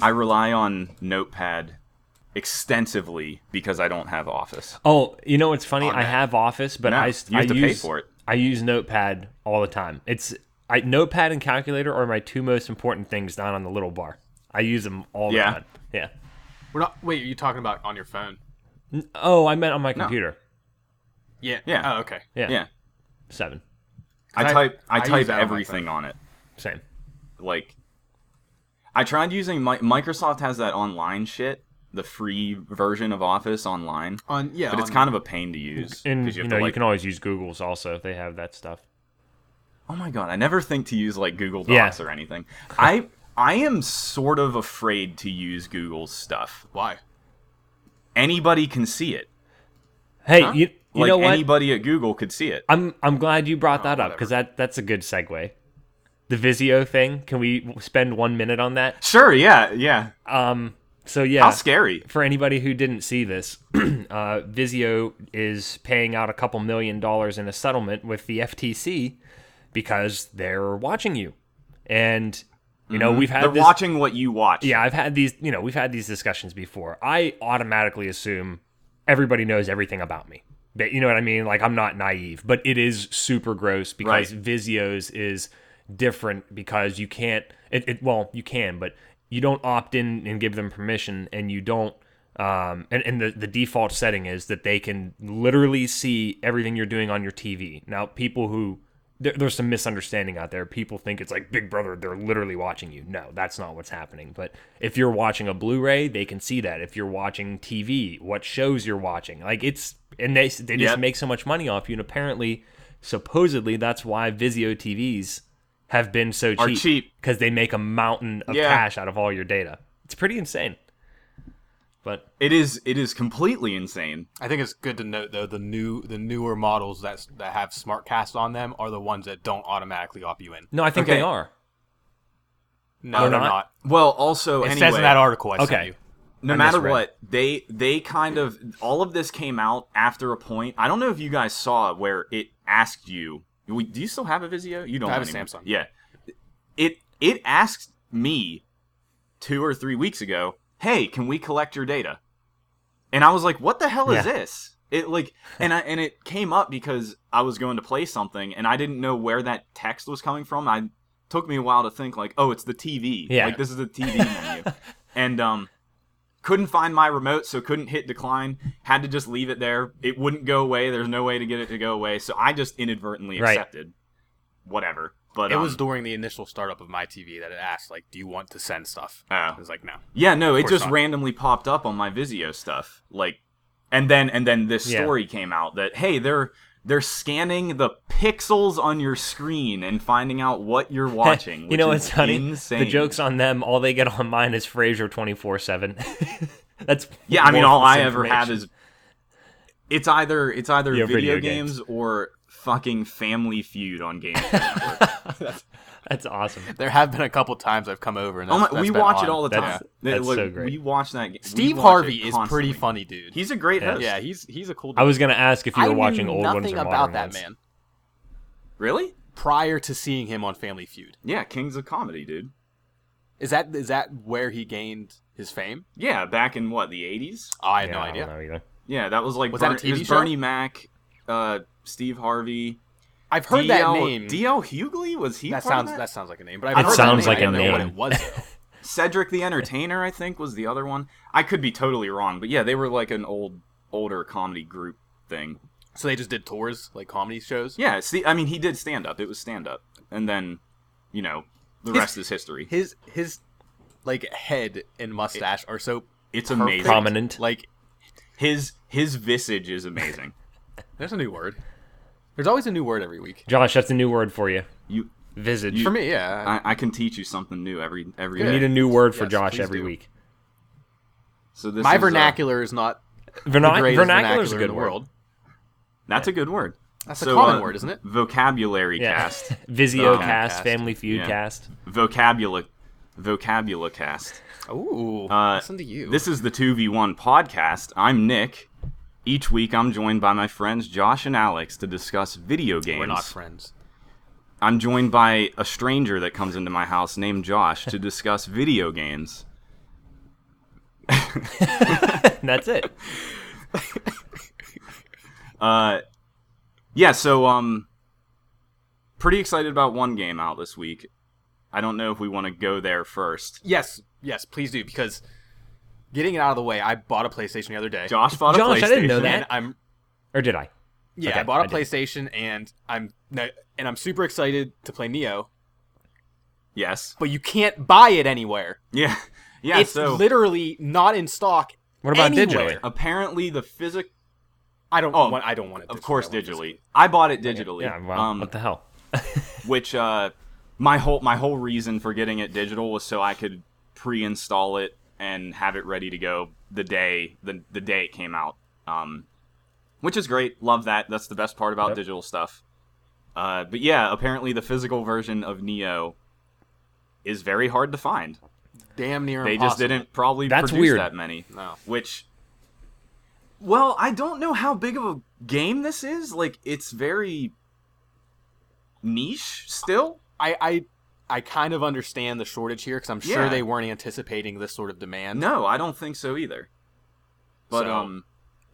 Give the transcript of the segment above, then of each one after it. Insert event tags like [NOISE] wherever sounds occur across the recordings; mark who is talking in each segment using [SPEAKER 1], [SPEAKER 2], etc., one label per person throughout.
[SPEAKER 1] I rely on Notepad extensively because I don't have Office.
[SPEAKER 2] Oh, you know what's funny?
[SPEAKER 1] On
[SPEAKER 2] I
[SPEAKER 1] that.
[SPEAKER 2] have Office, but
[SPEAKER 1] No,
[SPEAKER 2] I
[SPEAKER 1] you
[SPEAKER 2] s-
[SPEAKER 1] have
[SPEAKER 2] I
[SPEAKER 1] to pay
[SPEAKER 2] use,
[SPEAKER 1] for it.
[SPEAKER 2] I use Notepad all the time. It's I, Notepad and calculator are my two most important things down on the little bar. I use them all
[SPEAKER 1] Yeah.
[SPEAKER 2] the time. Yeah.
[SPEAKER 3] We're not. Wait, are you talking about on your phone?
[SPEAKER 2] Oh, I meant on my computer.
[SPEAKER 3] Yeah.
[SPEAKER 1] Yeah.
[SPEAKER 3] Oh, okay.
[SPEAKER 2] Yeah.
[SPEAKER 1] Yeah,
[SPEAKER 2] Seven.
[SPEAKER 1] I
[SPEAKER 3] I-
[SPEAKER 1] type I,
[SPEAKER 3] I use
[SPEAKER 1] type
[SPEAKER 3] that on my
[SPEAKER 1] everything on it.
[SPEAKER 2] Same.
[SPEAKER 1] Like, I tried using Mi- Microsoft has that online shit, the free version of Office online,
[SPEAKER 3] On yeah.
[SPEAKER 1] but it's
[SPEAKER 3] on-
[SPEAKER 1] kind of a pain to use.
[SPEAKER 2] Oh, And
[SPEAKER 1] 'cause
[SPEAKER 2] you,
[SPEAKER 1] have
[SPEAKER 2] know
[SPEAKER 1] to,
[SPEAKER 2] you
[SPEAKER 1] like-
[SPEAKER 2] can always use Google's also. They have that stuff.
[SPEAKER 1] Oh my god, I never think to use like Google Docs
[SPEAKER 2] Yeah.
[SPEAKER 1] or anything. I I am sort of afraid to use Google's stuff.
[SPEAKER 3] why?
[SPEAKER 1] Anybody can see it.
[SPEAKER 2] Hey, you you
[SPEAKER 1] like
[SPEAKER 2] know what?
[SPEAKER 1] anybody at Google could see it.
[SPEAKER 2] I'm I'm glad you brought
[SPEAKER 3] Oh,
[SPEAKER 2] that up because that that's a good segue. The Vizio thing. Can we w- spend one minute on that?
[SPEAKER 1] Sure, yeah, yeah.
[SPEAKER 2] Um. So yeah.
[SPEAKER 1] How scary.
[SPEAKER 2] for anybody who didn't see this, [CLEARS THROAT] uh, Vizio is paying out a couple million dollars in a settlement with the FTC because they're watching you. And, you know, we've had
[SPEAKER 1] Mm-hmm. They're
[SPEAKER 2] this.
[SPEAKER 1] watching what you watch.
[SPEAKER 2] yeah, I've had these, you know, we've had these discussions before. I automatically assume everybody knows everything about me. But you know what I mean? Like, I'm not naive, but it is super gross because
[SPEAKER 1] Right.
[SPEAKER 2] Vizio's is different because you can't, it, it, well, you can, but you don't opt in and give them permission and you don't. Um, and, and the, the default setting is that they can literally see everything you're doing on your TV. Now, people who, there, there's some misunderstanding out there. People think it's like Big Brother, they're literally watching you. No, that's not what's happening. But if you're watching a Blu ray, they can see that. If you're watching TV, what shows you're watching. Like it's, and they, they just
[SPEAKER 1] Yep.
[SPEAKER 2] make so much money off you. And apparently, supposedly, that's why Vizio TVs have been so
[SPEAKER 1] Are
[SPEAKER 2] cheap.
[SPEAKER 1] cheap.
[SPEAKER 2] Because they make a mountain of
[SPEAKER 1] Yeah.
[SPEAKER 2] cash out of all your data. It's pretty insane. But
[SPEAKER 1] It is it is completely insane.
[SPEAKER 3] I think it's good to note though the new the newer models that s- that have SmartCast on them are the ones that don't automatically opt you in.
[SPEAKER 2] no, I think
[SPEAKER 1] Okay.
[SPEAKER 2] they are.
[SPEAKER 3] No,
[SPEAKER 2] They're
[SPEAKER 3] they're,
[SPEAKER 2] not?
[SPEAKER 3] not.
[SPEAKER 1] Well, also
[SPEAKER 3] It
[SPEAKER 1] anyway,
[SPEAKER 3] says in that article I
[SPEAKER 2] Okay.
[SPEAKER 3] sent you.
[SPEAKER 1] no
[SPEAKER 2] I
[SPEAKER 1] matter
[SPEAKER 2] misread.
[SPEAKER 1] what, they they kind of all of this came out after a point. I don't know if you guys saw where it asked you. We, do you still have a Vizio? You don't
[SPEAKER 3] I have a
[SPEAKER 1] anymore.
[SPEAKER 3] Samsung.
[SPEAKER 1] Yeah. It it asked me two or three weeks ago, "Hey, can we collect your data?" And I was like, "What the hell is
[SPEAKER 2] Yeah.
[SPEAKER 1] this?" It like and I and it came up because I was going to play something and I didn't know where that text was coming from. I took me a while to think like, "Oh, it's the TV."
[SPEAKER 2] Yeah.
[SPEAKER 1] Like this is the TV menu. And um couldn't find my remote so couldn't hit decline had to just leave it there it wouldn't go away there's no way to get it to go away so i just inadvertently
[SPEAKER 2] Right.
[SPEAKER 1] accepted whatever but
[SPEAKER 3] It was
[SPEAKER 1] um,
[SPEAKER 3] during the initial startup of my TV that it asked like, "Do you want to send stuff?"
[SPEAKER 1] Oh.
[SPEAKER 3] I was like, "No."
[SPEAKER 1] Yeah, no, it
[SPEAKER 3] course
[SPEAKER 1] just
[SPEAKER 3] not.
[SPEAKER 1] randomly popped up on my Vizio stuff. Like and then and then this
[SPEAKER 2] Yeah.
[SPEAKER 1] story came out that hey, they're they're scanning the pixels on your screen and finding out what
[SPEAKER 2] [LAUGHS]
[SPEAKER 1] you're watching.
[SPEAKER 2] you
[SPEAKER 1] which
[SPEAKER 2] know
[SPEAKER 1] is
[SPEAKER 2] what's funny?
[SPEAKER 1] Insane.
[SPEAKER 2] The jokes on them. All they get on mine is Frasier twenty four seven. [LAUGHS] That's
[SPEAKER 1] Yeah, I mean all
[SPEAKER 2] worthless
[SPEAKER 1] I ever have
[SPEAKER 2] information.
[SPEAKER 1] is it's either it's either
[SPEAKER 2] Yeah,
[SPEAKER 1] video,
[SPEAKER 2] video games.
[SPEAKER 1] games, or fucking family feud on games.
[SPEAKER 2] that's awesome.
[SPEAKER 3] There have been a couple times I've come over and
[SPEAKER 1] oh
[SPEAKER 3] that's,
[SPEAKER 1] my,
[SPEAKER 3] that's
[SPEAKER 1] we
[SPEAKER 3] been
[SPEAKER 1] watch
[SPEAKER 3] on.
[SPEAKER 1] it all the time.
[SPEAKER 2] That's-
[SPEAKER 1] They-
[SPEAKER 2] that's
[SPEAKER 1] look,
[SPEAKER 2] so great.
[SPEAKER 1] We watch that. we
[SPEAKER 3] Steve
[SPEAKER 1] watch it
[SPEAKER 3] Harvey is
[SPEAKER 1] constantly.
[SPEAKER 3] pretty funny, dude.
[SPEAKER 1] He's a great
[SPEAKER 2] Yeah.
[SPEAKER 1] host.
[SPEAKER 3] yeah, he's he's a cool. Dude.
[SPEAKER 2] I was gonna ask if you
[SPEAKER 3] I
[SPEAKER 2] were
[SPEAKER 3] knew
[SPEAKER 2] watching old ones
[SPEAKER 3] nothing
[SPEAKER 2] or modern
[SPEAKER 3] about that
[SPEAKER 2] ones.
[SPEAKER 3] man
[SPEAKER 1] Really?
[SPEAKER 3] prior to seeing him on Family Feud.
[SPEAKER 1] Yeah, Kings of Comedy, dude.
[SPEAKER 3] Is that is that where he gained his fame?
[SPEAKER 1] Yeah, back in what the eighties?
[SPEAKER 3] Oh, I
[SPEAKER 2] Yeah,
[SPEAKER 3] had no
[SPEAKER 2] I
[SPEAKER 3] idea.
[SPEAKER 2] don't know either.
[SPEAKER 1] Yeah, that was like
[SPEAKER 3] Was that a
[SPEAKER 1] Bern- it
[SPEAKER 3] TV
[SPEAKER 1] was
[SPEAKER 3] show?
[SPEAKER 1] Bernie Mac, uh, Steve Harvey.
[SPEAKER 3] I've heard that
[SPEAKER 1] DL
[SPEAKER 3] name.
[SPEAKER 1] DL Hughley was he?
[SPEAKER 3] that
[SPEAKER 1] part of
[SPEAKER 3] sounds that sounds like a name, but
[SPEAKER 1] It
[SPEAKER 3] I've heard
[SPEAKER 2] sounds
[SPEAKER 3] that
[SPEAKER 2] like
[SPEAKER 3] name.
[SPEAKER 2] a
[SPEAKER 3] I don't know
[SPEAKER 2] name.
[SPEAKER 3] what
[SPEAKER 2] [LAUGHS]
[SPEAKER 3] it was. though.
[SPEAKER 1] Cedric the Entertainer, I think, was the other one. I could be totally wrong, but yeah, they were like an old, older comedy group thing.
[SPEAKER 3] so they just did tours like comedy shows.
[SPEAKER 1] Yeah, see, I mean, he did stand up. It was stand up, and then, you know, the
[SPEAKER 3] His-
[SPEAKER 1] rest is history.
[SPEAKER 3] His his like head and mustache are so
[SPEAKER 1] It's
[SPEAKER 3] perfect.
[SPEAKER 1] amazing.
[SPEAKER 2] Prominent.
[SPEAKER 3] Like
[SPEAKER 1] His his visage is amazing.
[SPEAKER 3] there's a new word. There's always a new word every week.
[SPEAKER 2] Josh, that's a new word for you.
[SPEAKER 1] You,
[SPEAKER 2] Visage.
[SPEAKER 3] For me, yeah.
[SPEAKER 1] I, I can teach you something new every every
[SPEAKER 2] we need a
[SPEAKER 1] day.
[SPEAKER 2] new word for
[SPEAKER 3] Yes,
[SPEAKER 2] Josh
[SPEAKER 3] please
[SPEAKER 2] every
[SPEAKER 3] do.
[SPEAKER 2] week.
[SPEAKER 1] So this
[SPEAKER 3] My
[SPEAKER 1] is, uh,
[SPEAKER 3] vernacular is not the
[SPEAKER 2] Vernac-
[SPEAKER 3] greatest vernacular
[SPEAKER 2] vernacular's a
[SPEAKER 3] in
[SPEAKER 2] good
[SPEAKER 3] the
[SPEAKER 2] word.
[SPEAKER 3] world.
[SPEAKER 1] that's a good word.
[SPEAKER 3] That's a
[SPEAKER 1] So,
[SPEAKER 3] common
[SPEAKER 1] uh,
[SPEAKER 3] word, isn't it?
[SPEAKER 1] Vocabulary
[SPEAKER 2] Yeah.
[SPEAKER 1] cast.
[SPEAKER 2] Vizio
[SPEAKER 1] Um,
[SPEAKER 2] cast,
[SPEAKER 3] cast.
[SPEAKER 2] Family Feud
[SPEAKER 1] Yeah.
[SPEAKER 2] cast. [LAUGHS]
[SPEAKER 1] vocabula vocabula cast
[SPEAKER 3] Ooh,
[SPEAKER 1] Uh,
[SPEAKER 3] listen to you.
[SPEAKER 1] this is the 2v1 podcast i'm nick each week i'm joined by my friends josh and alex to discuss video games
[SPEAKER 3] we're not friends.
[SPEAKER 1] i'm joined by a stranger that comes into my house named josh to discuss video games
[SPEAKER 2] And that's it.
[SPEAKER 1] Uh, yeah. So um, pretty excited about one game out this week. I don't know if we want to go there first.
[SPEAKER 3] Yes, yes, please do because getting it out of the way. I bought a PlayStation the other day.
[SPEAKER 1] Josh bought a
[SPEAKER 2] Josh, I didn't know
[SPEAKER 1] PlayStation.
[SPEAKER 2] that.
[SPEAKER 3] and I'm
[SPEAKER 2] Or did I?
[SPEAKER 3] yeah,
[SPEAKER 2] Okay,
[SPEAKER 3] I bought a
[SPEAKER 2] I
[SPEAKER 3] PlayStation and I'm and I'm super excited to play Neo,
[SPEAKER 1] Yes.
[SPEAKER 3] but you can't buy it anywhere.
[SPEAKER 1] Yeah. Yeah.
[SPEAKER 3] it's
[SPEAKER 1] so
[SPEAKER 3] literally not in stock.
[SPEAKER 2] What about
[SPEAKER 3] anywhere.
[SPEAKER 2] digitally?
[SPEAKER 1] apparently the physic,
[SPEAKER 3] I don't
[SPEAKER 1] Oh,
[SPEAKER 3] want. I don't want it.
[SPEAKER 1] of
[SPEAKER 3] digitally.
[SPEAKER 1] course,
[SPEAKER 3] I want it
[SPEAKER 1] digitally. I bought it digitally.
[SPEAKER 2] Yeah, well,
[SPEAKER 1] um,
[SPEAKER 2] what the hell?
[SPEAKER 1] which uh, my whole my whole reason for getting it digital was so I could pre-install it and have it ready to go the day the the day it came out. Um, which is great. Love that. That's the best part about
[SPEAKER 2] Yep.
[SPEAKER 1] digital stuff. Uh, but yeah, apparently the physical version of Neo is very hard to find.
[SPEAKER 3] Damn near.
[SPEAKER 1] They just
[SPEAKER 3] impossible.
[SPEAKER 1] didn't probably
[SPEAKER 2] That's
[SPEAKER 1] produce
[SPEAKER 2] weird.
[SPEAKER 1] that many.
[SPEAKER 3] No.
[SPEAKER 1] Which well, I don't know how big of a game this is. Like it's very niche still.
[SPEAKER 3] I I I kind of understand the shortage here because I'm sure
[SPEAKER 1] Yeah.
[SPEAKER 3] they weren't anticipating this sort of demand.
[SPEAKER 1] No, I don't think so either. But
[SPEAKER 3] So-
[SPEAKER 1] um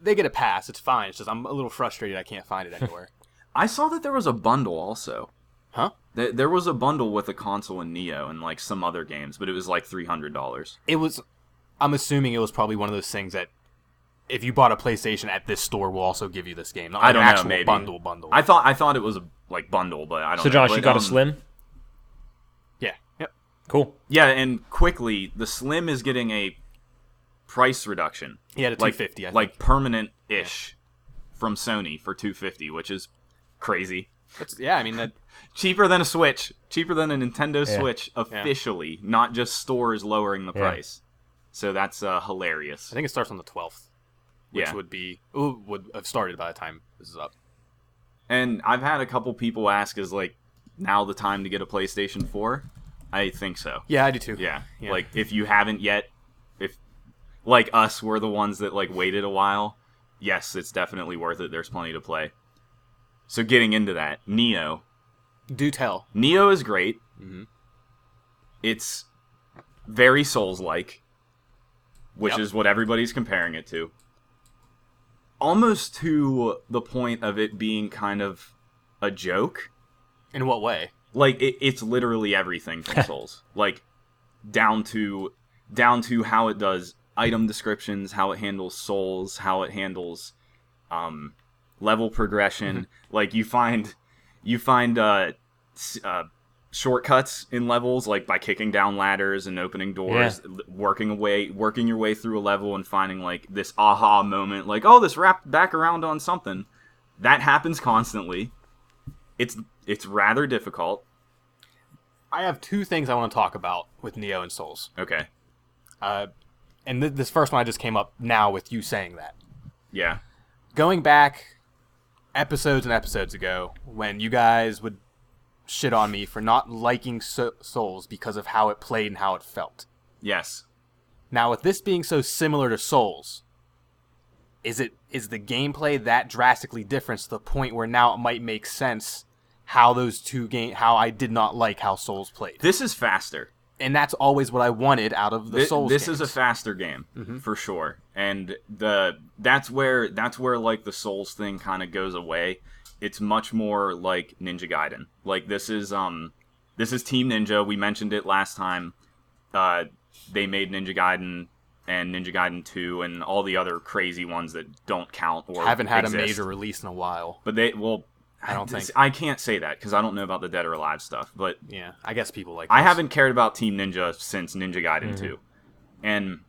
[SPEAKER 3] They get a pass. It's fine. It's just I'm a little frustrated. I can't find
[SPEAKER 1] [LAUGHS]
[SPEAKER 3] it anywhere.
[SPEAKER 1] I saw that there was a bundle also.
[SPEAKER 3] huh?
[SPEAKER 1] Th- There was a bundle with a console and Neo and like some other games, but it was like three hundred dollars.
[SPEAKER 3] It was. I'm assuming it was probably one of those things that if you bought a PlayStation at this store, will also give you this game. Not
[SPEAKER 1] I
[SPEAKER 3] like
[SPEAKER 1] don't
[SPEAKER 3] an
[SPEAKER 1] know,
[SPEAKER 3] actual
[SPEAKER 1] maybe.
[SPEAKER 3] Bundle bundle.
[SPEAKER 1] I thought I thought it was a like bundle, but I don't.
[SPEAKER 2] So
[SPEAKER 1] know.
[SPEAKER 2] Josh,
[SPEAKER 1] But,
[SPEAKER 2] you got
[SPEAKER 1] um,
[SPEAKER 2] a slim?
[SPEAKER 3] yeah. Yep.
[SPEAKER 2] Cool.
[SPEAKER 1] Yeah, and quickly the slim is getting a price reduction.
[SPEAKER 3] He had a
[SPEAKER 1] like
[SPEAKER 3] 250. I think.
[SPEAKER 1] like permanent ish from Sony for 250, which is crazy.
[SPEAKER 3] It's- yeah. I mean that.
[SPEAKER 1] Cheaper than a Switch, cheaper than a Nintendo
[SPEAKER 2] Yeah.
[SPEAKER 1] Switch officially, not just stores lowering the
[SPEAKER 2] Yeah.
[SPEAKER 1] price. So that's uh, hilarious.
[SPEAKER 3] I think it starts on the 12th, which
[SPEAKER 1] Yeah.
[SPEAKER 3] would be ooh, would have started by the time this is up.
[SPEAKER 1] And I've had a couple people ask, is like now the time to get a PlayStation 4? I think so.
[SPEAKER 3] Yeah, I do too.
[SPEAKER 1] Yeah.
[SPEAKER 3] Yeah.
[SPEAKER 1] Like if you haven't yet, if like us were the ones that like waited a while, yes, it's definitely worth it. There's plenty to play. So getting into that, Neo,
[SPEAKER 3] Do tell.
[SPEAKER 1] Neo is great.
[SPEAKER 3] Mhm.
[SPEAKER 1] It's very Souls like, which
[SPEAKER 3] Yep.
[SPEAKER 1] is what everybody's comparing it to. Almost to the point of it being kind of a joke.
[SPEAKER 3] In what way?
[SPEAKER 1] Like it, it's literally everything from Souls, like down to down to how it does item descriptions, how it handles souls, how it handles um, level progression. Like you find you find uh, s- uh, shortcuts in levels, like by kicking down ladders and opening doors, l- working away, working your way through a level, and finding like this aha moment, like oh, this wrapped back around on something. That happens constantly. It's it's rather difficult.
[SPEAKER 3] I have two things I want to talk about with Neo and Souls.
[SPEAKER 1] Okay.
[SPEAKER 3] Uh, and th- this first one I just came up now with you saying that.
[SPEAKER 1] Yeah.
[SPEAKER 3] Going back episodes and episodes ago, when you guys would shit on me for not liking so- Souls because of how it played and how it felt.
[SPEAKER 1] Yes.
[SPEAKER 3] Now, with this being so similar to Souls, is it is the gameplay that drastically different to the point where now it might make sense how those two game how I did not like how Souls played,
[SPEAKER 1] This is faster.
[SPEAKER 3] and that's always what I wanted out of the
[SPEAKER 1] Thi-
[SPEAKER 3] Souls.
[SPEAKER 1] this
[SPEAKER 3] games. Mm-hmm.
[SPEAKER 1] is a faster game for sure, and the that's where that's where like the Souls thing kind of goes away. It's much more like Ninja Gaiden. Like this is um this is Team Ninja. We mentioned it last time. Uh, they made Ninja Gaiden and Ninja Gaiden Two and all the other crazy ones that don't count or
[SPEAKER 3] haven't had a
[SPEAKER 1] exist.
[SPEAKER 3] major release in a while.
[SPEAKER 1] But they well, I
[SPEAKER 3] don't
[SPEAKER 1] this-
[SPEAKER 3] think-
[SPEAKER 1] I can't say that because I don't know about the Dead or Alive stuff. But
[SPEAKER 3] Yeah, I guess people like.
[SPEAKER 1] I
[SPEAKER 3] those.
[SPEAKER 1] haven't cared about Team Ninja since Ninja Gaiden
[SPEAKER 2] Mm-hmm.
[SPEAKER 1] 2. And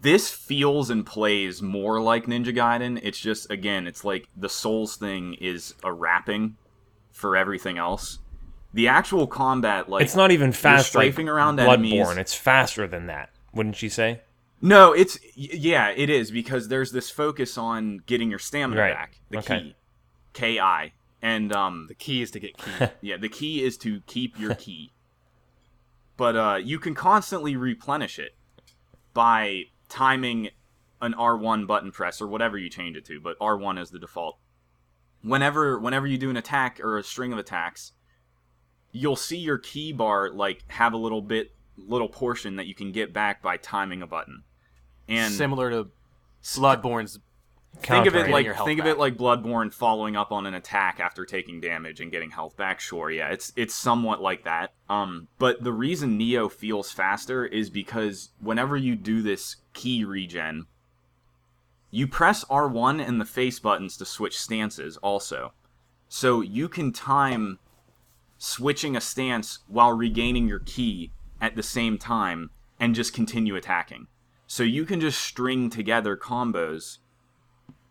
[SPEAKER 1] this feels and plays more like Ninja Gaiden. It's just again, it's like the Souls thing is a wrapping for everything else. The actual combat like
[SPEAKER 2] It's not even fast like
[SPEAKER 1] strafing around
[SPEAKER 2] Bloodborne.
[SPEAKER 1] enemies.
[SPEAKER 2] It's faster than that, wouldn't you say?
[SPEAKER 1] No, it's y- yeah, it is because there's this focus on getting your stamina
[SPEAKER 2] Right.
[SPEAKER 1] back. The
[SPEAKER 2] Okay.
[SPEAKER 1] key. K I. And um
[SPEAKER 3] The key is to get key.
[SPEAKER 1] Yeah, the key is to keep your key. but uh, you can constantly replenish it by timing an R1 button press or whatever you change it to, but R1 is the default. Whenever whenever you do an attack or a string of attacks, you'll see your key bar like have a little bit little portion that you can get back by timing a button. And
[SPEAKER 3] similar to Bloodborne's.
[SPEAKER 1] think of it
[SPEAKER 2] Countering.
[SPEAKER 1] like
[SPEAKER 3] your health
[SPEAKER 1] think of
[SPEAKER 3] back.
[SPEAKER 1] it like Bloodborne following up on an attack after taking damage and getting health back. Sure, yeah, it's it's somewhat like that. Um, but the reason Neo feels faster is because whenever you do this key regen, you press R1 and the face buttons to switch stances. Also, so you can time switching a stance while regaining your key at the same time and just continue attacking. So you can just string together combos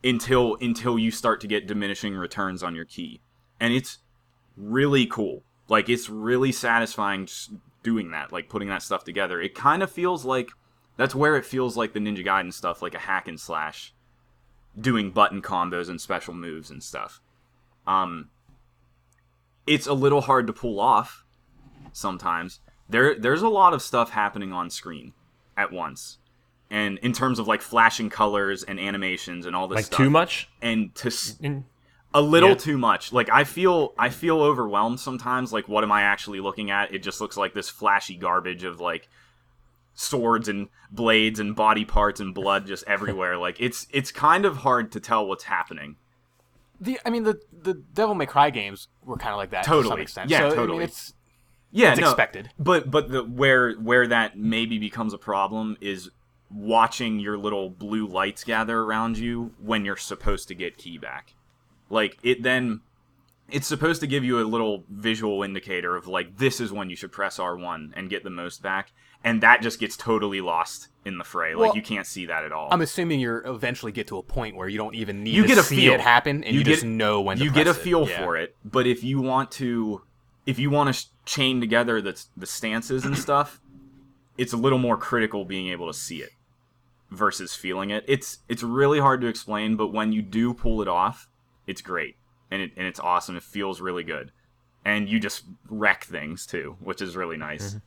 [SPEAKER 1] until until you start to get diminishing returns on your key. And it's really cool. Like it's really satisfying just doing that, like putting that stuff together. It kind of feels like that's where it feels like the Ninja Gaiden stuff, like a hack and slash, doing button combos and special moves and stuff. Um, it's a little hard to pull off sometimes. There, there's a lot of stuff happening on screen at once, and in terms of like flashing colors and animations and all this
[SPEAKER 2] Like
[SPEAKER 1] stuff.
[SPEAKER 2] too much. Mm,
[SPEAKER 1] and to s-
[SPEAKER 2] In-
[SPEAKER 1] a little
[SPEAKER 2] Yeah.
[SPEAKER 1] too much. Like I feel, I feel overwhelmed sometimes. Like what am I actually looking at? It just looks like this flashy garbage of like swords and blades and body parts and blood just everywhere. like it's it's kind of hard to tell what's happening.
[SPEAKER 3] The I mean the the Devil May Cry games were kind of like that to some
[SPEAKER 1] Totally.
[SPEAKER 3] extent.
[SPEAKER 1] Yeah,
[SPEAKER 3] So, I mean,
[SPEAKER 1] totally.
[SPEAKER 3] it's
[SPEAKER 1] yeah,
[SPEAKER 3] it's
[SPEAKER 1] no,
[SPEAKER 3] expected.
[SPEAKER 1] But but the where where that maybe becomes a problem is watching your little blue lights gather around you when you're supposed to get key back. Like it then it's supposed to give you a little visual indicator of like this is when you should press R1 and get the most back and that just gets totally lost in the fray. Like
[SPEAKER 3] Well,
[SPEAKER 1] you can't see that at all.
[SPEAKER 3] I'm assuming you're eventually get to a point where you don't even need
[SPEAKER 1] You
[SPEAKER 3] to
[SPEAKER 1] get a
[SPEAKER 3] see
[SPEAKER 1] feel.
[SPEAKER 3] it happen, and
[SPEAKER 1] You
[SPEAKER 3] you,
[SPEAKER 1] get-
[SPEAKER 3] just know when to
[SPEAKER 1] you get a
[SPEAKER 3] press
[SPEAKER 1] feel
[SPEAKER 3] it.
[SPEAKER 1] for it but if you want to if you want to chain together the, the stances and stuff it's a little more critical being able to see it versus feeling it it's it's really hard to explain but when you do pull it off it's great and it and it's awesome it feels really good and you just wreck things too which is really nice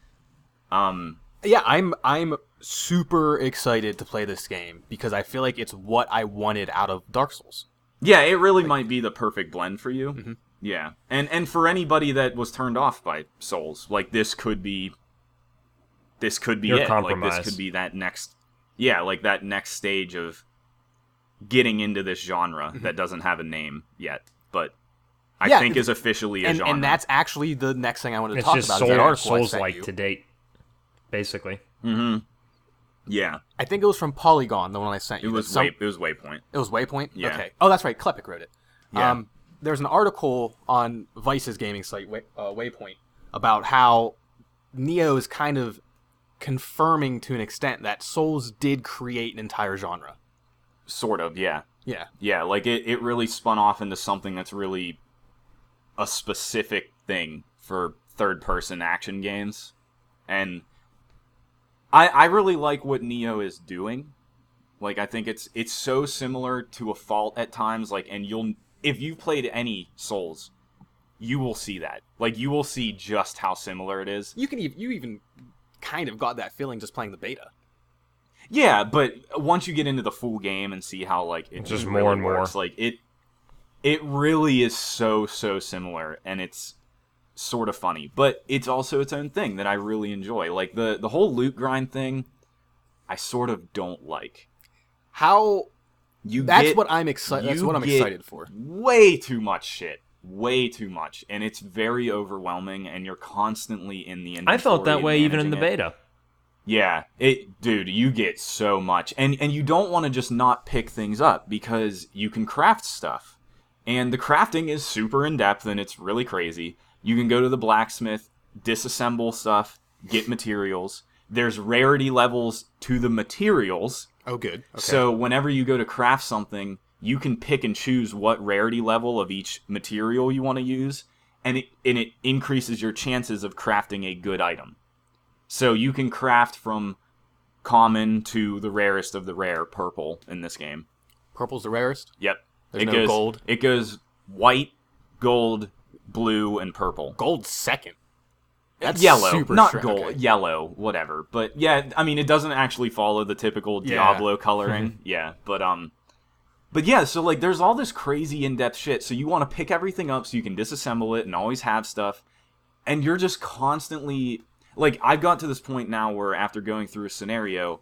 [SPEAKER 1] um
[SPEAKER 3] Yeah, I'm I'm super excited to play this game because I feel like it's what I wanted out of Dark Souls.
[SPEAKER 1] Yeah, it really might be the perfect blend for you.
[SPEAKER 3] Mm-hmm.
[SPEAKER 1] Yeah, and and for anybody that was turned off by Souls, like this could be, this could be
[SPEAKER 2] Your
[SPEAKER 1] it. Like
[SPEAKER 2] compromise.
[SPEAKER 1] this could be that next, yeah, like that next stage of getting into this genre that doesn't have a name yet, but I
[SPEAKER 3] Mm-hmm. Yeah,
[SPEAKER 1] think is officially a
[SPEAKER 3] And
[SPEAKER 1] genre.
[SPEAKER 3] and that's actually the next thing I want to
[SPEAKER 2] It's
[SPEAKER 3] talk
[SPEAKER 2] just
[SPEAKER 3] about.
[SPEAKER 2] soul,
[SPEAKER 3] is that article I
[SPEAKER 2] souls
[SPEAKER 3] sent
[SPEAKER 2] like
[SPEAKER 3] you.
[SPEAKER 2] to date, basically.
[SPEAKER 1] hmm yeah,
[SPEAKER 3] I think it was from Polygon, the one I sent
[SPEAKER 1] it
[SPEAKER 3] you.
[SPEAKER 1] was
[SPEAKER 3] Some-
[SPEAKER 1] way, it was Waypoint.
[SPEAKER 3] It was Waypoint.
[SPEAKER 1] Yeah.
[SPEAKER 3] Okay. Oh, that's right. Klepek wrote it.
[SPEAKER 1] Yeah.
[SPEAKER 3] Um, there's an article on Vice's gaming site Way, uh, Waypoint about how Neo is kind of confirming to an extent that Souls did create an entire genre.
[SPEAKER 1] Sort of, yeah.
[SPEAKER 3] Yeah.
[SPEAKER 1] Yeah, like it, it really spun off into something that's really a specific thing for third person action games. And I I really like what Neo is doing. Like I think it's it's so similar to a fault at times, like and you'll if you've played any Souls, you will see that. Like you will see just how similar it is.
[SPEAKER 3] You can ev- you even kind of got that feeling just playing the beta.
[SPEAKER 1] Yeah, but once you get into the full game and see how like it
[SPEAKER 2] It's just
[SPEAKER 1] really
[SPEAKER 2] more and more.
[SPEAKER 1] works, like it it really is so so similar and it's sort of funny, but it's also its own thing that I really enjoy. Like the the whole loot grind thing, I sort of don't like.
[SPEAKER 3] How
[SPEAKER 1] You
[SPEAKER 3] that's
[SPEAKER 1] get
[SPEAKER 3] what I'm excited. That's
[SPEAKER 1] you
[SPEAKER 3] what I'm
[SPEAKER 1] get
[SPEAKER 3] excited for.
[SPEAKER 1] Way too much shit. Way too much, and it's very overwhelming, and you're constantly in the.
[SPEAKER 2] I felt
[SPEAKER 1] inventory
[SPEAKER 2] that
[SPEAKER 1] and
[SPEAKER 2] way even in
[SPEAKER 1] managing
[SPEAKER 2] the
[SPEAKER 1] it.
[SPEAKER 2] beta.
[SPEAKER 1] Yeah, it, dude, you get so much, and and you don't want to just not pick things up because you can craft stuff, and the crafting is super in depth and it's really crazy. You can go to the blacksmith, disassemble stuff, get materials. There's rarity levels to the materials,
[SPEAKER 3] Oh, good. Okay.
[SPEAKER 1] so whenever you go to craft something, you can pick and choose what rarity level of each material you want to use, and it and it increases your chances of crafting a good item. So you can craft from common to the rarest of the rare, purple in this game.
[SPEAKER 3] purple's the rarest.
[SPEAKER 1] Yep.
[SPEAKER 3] There's
[SPEAKER 1] it
[SPEAKER 3] no
[SPEAKER 1] goes
[SPEAKER 3] gold?
[SPEAKER 1] It goes white, gold, blue, and purple.
[SPEAKER 3] Gold second. That's
[SPEAKER 1] yellow,
[SPEAKER 3] super
[SPEAKER 1] not
[SPEAKER 3] stra-
[SPEAKER 1] gold,
[SPEAKER 3] okay.
[SPEAKER 1] yellow, whatever. But yeah, I mean, it doesn't actually follow the typical
[SPEAKER 3] Yeah.
[SPEAKER 2] [LAUGHS]
[SPEAKER 1] Diablo coloring. yeah, but um, but yeah, so like, there's all this crazy in-depth shit. So you want to pick everything up so you can disassemble it and always have stuff, and you're just constantly like I've got to this point now where after going through a scenario,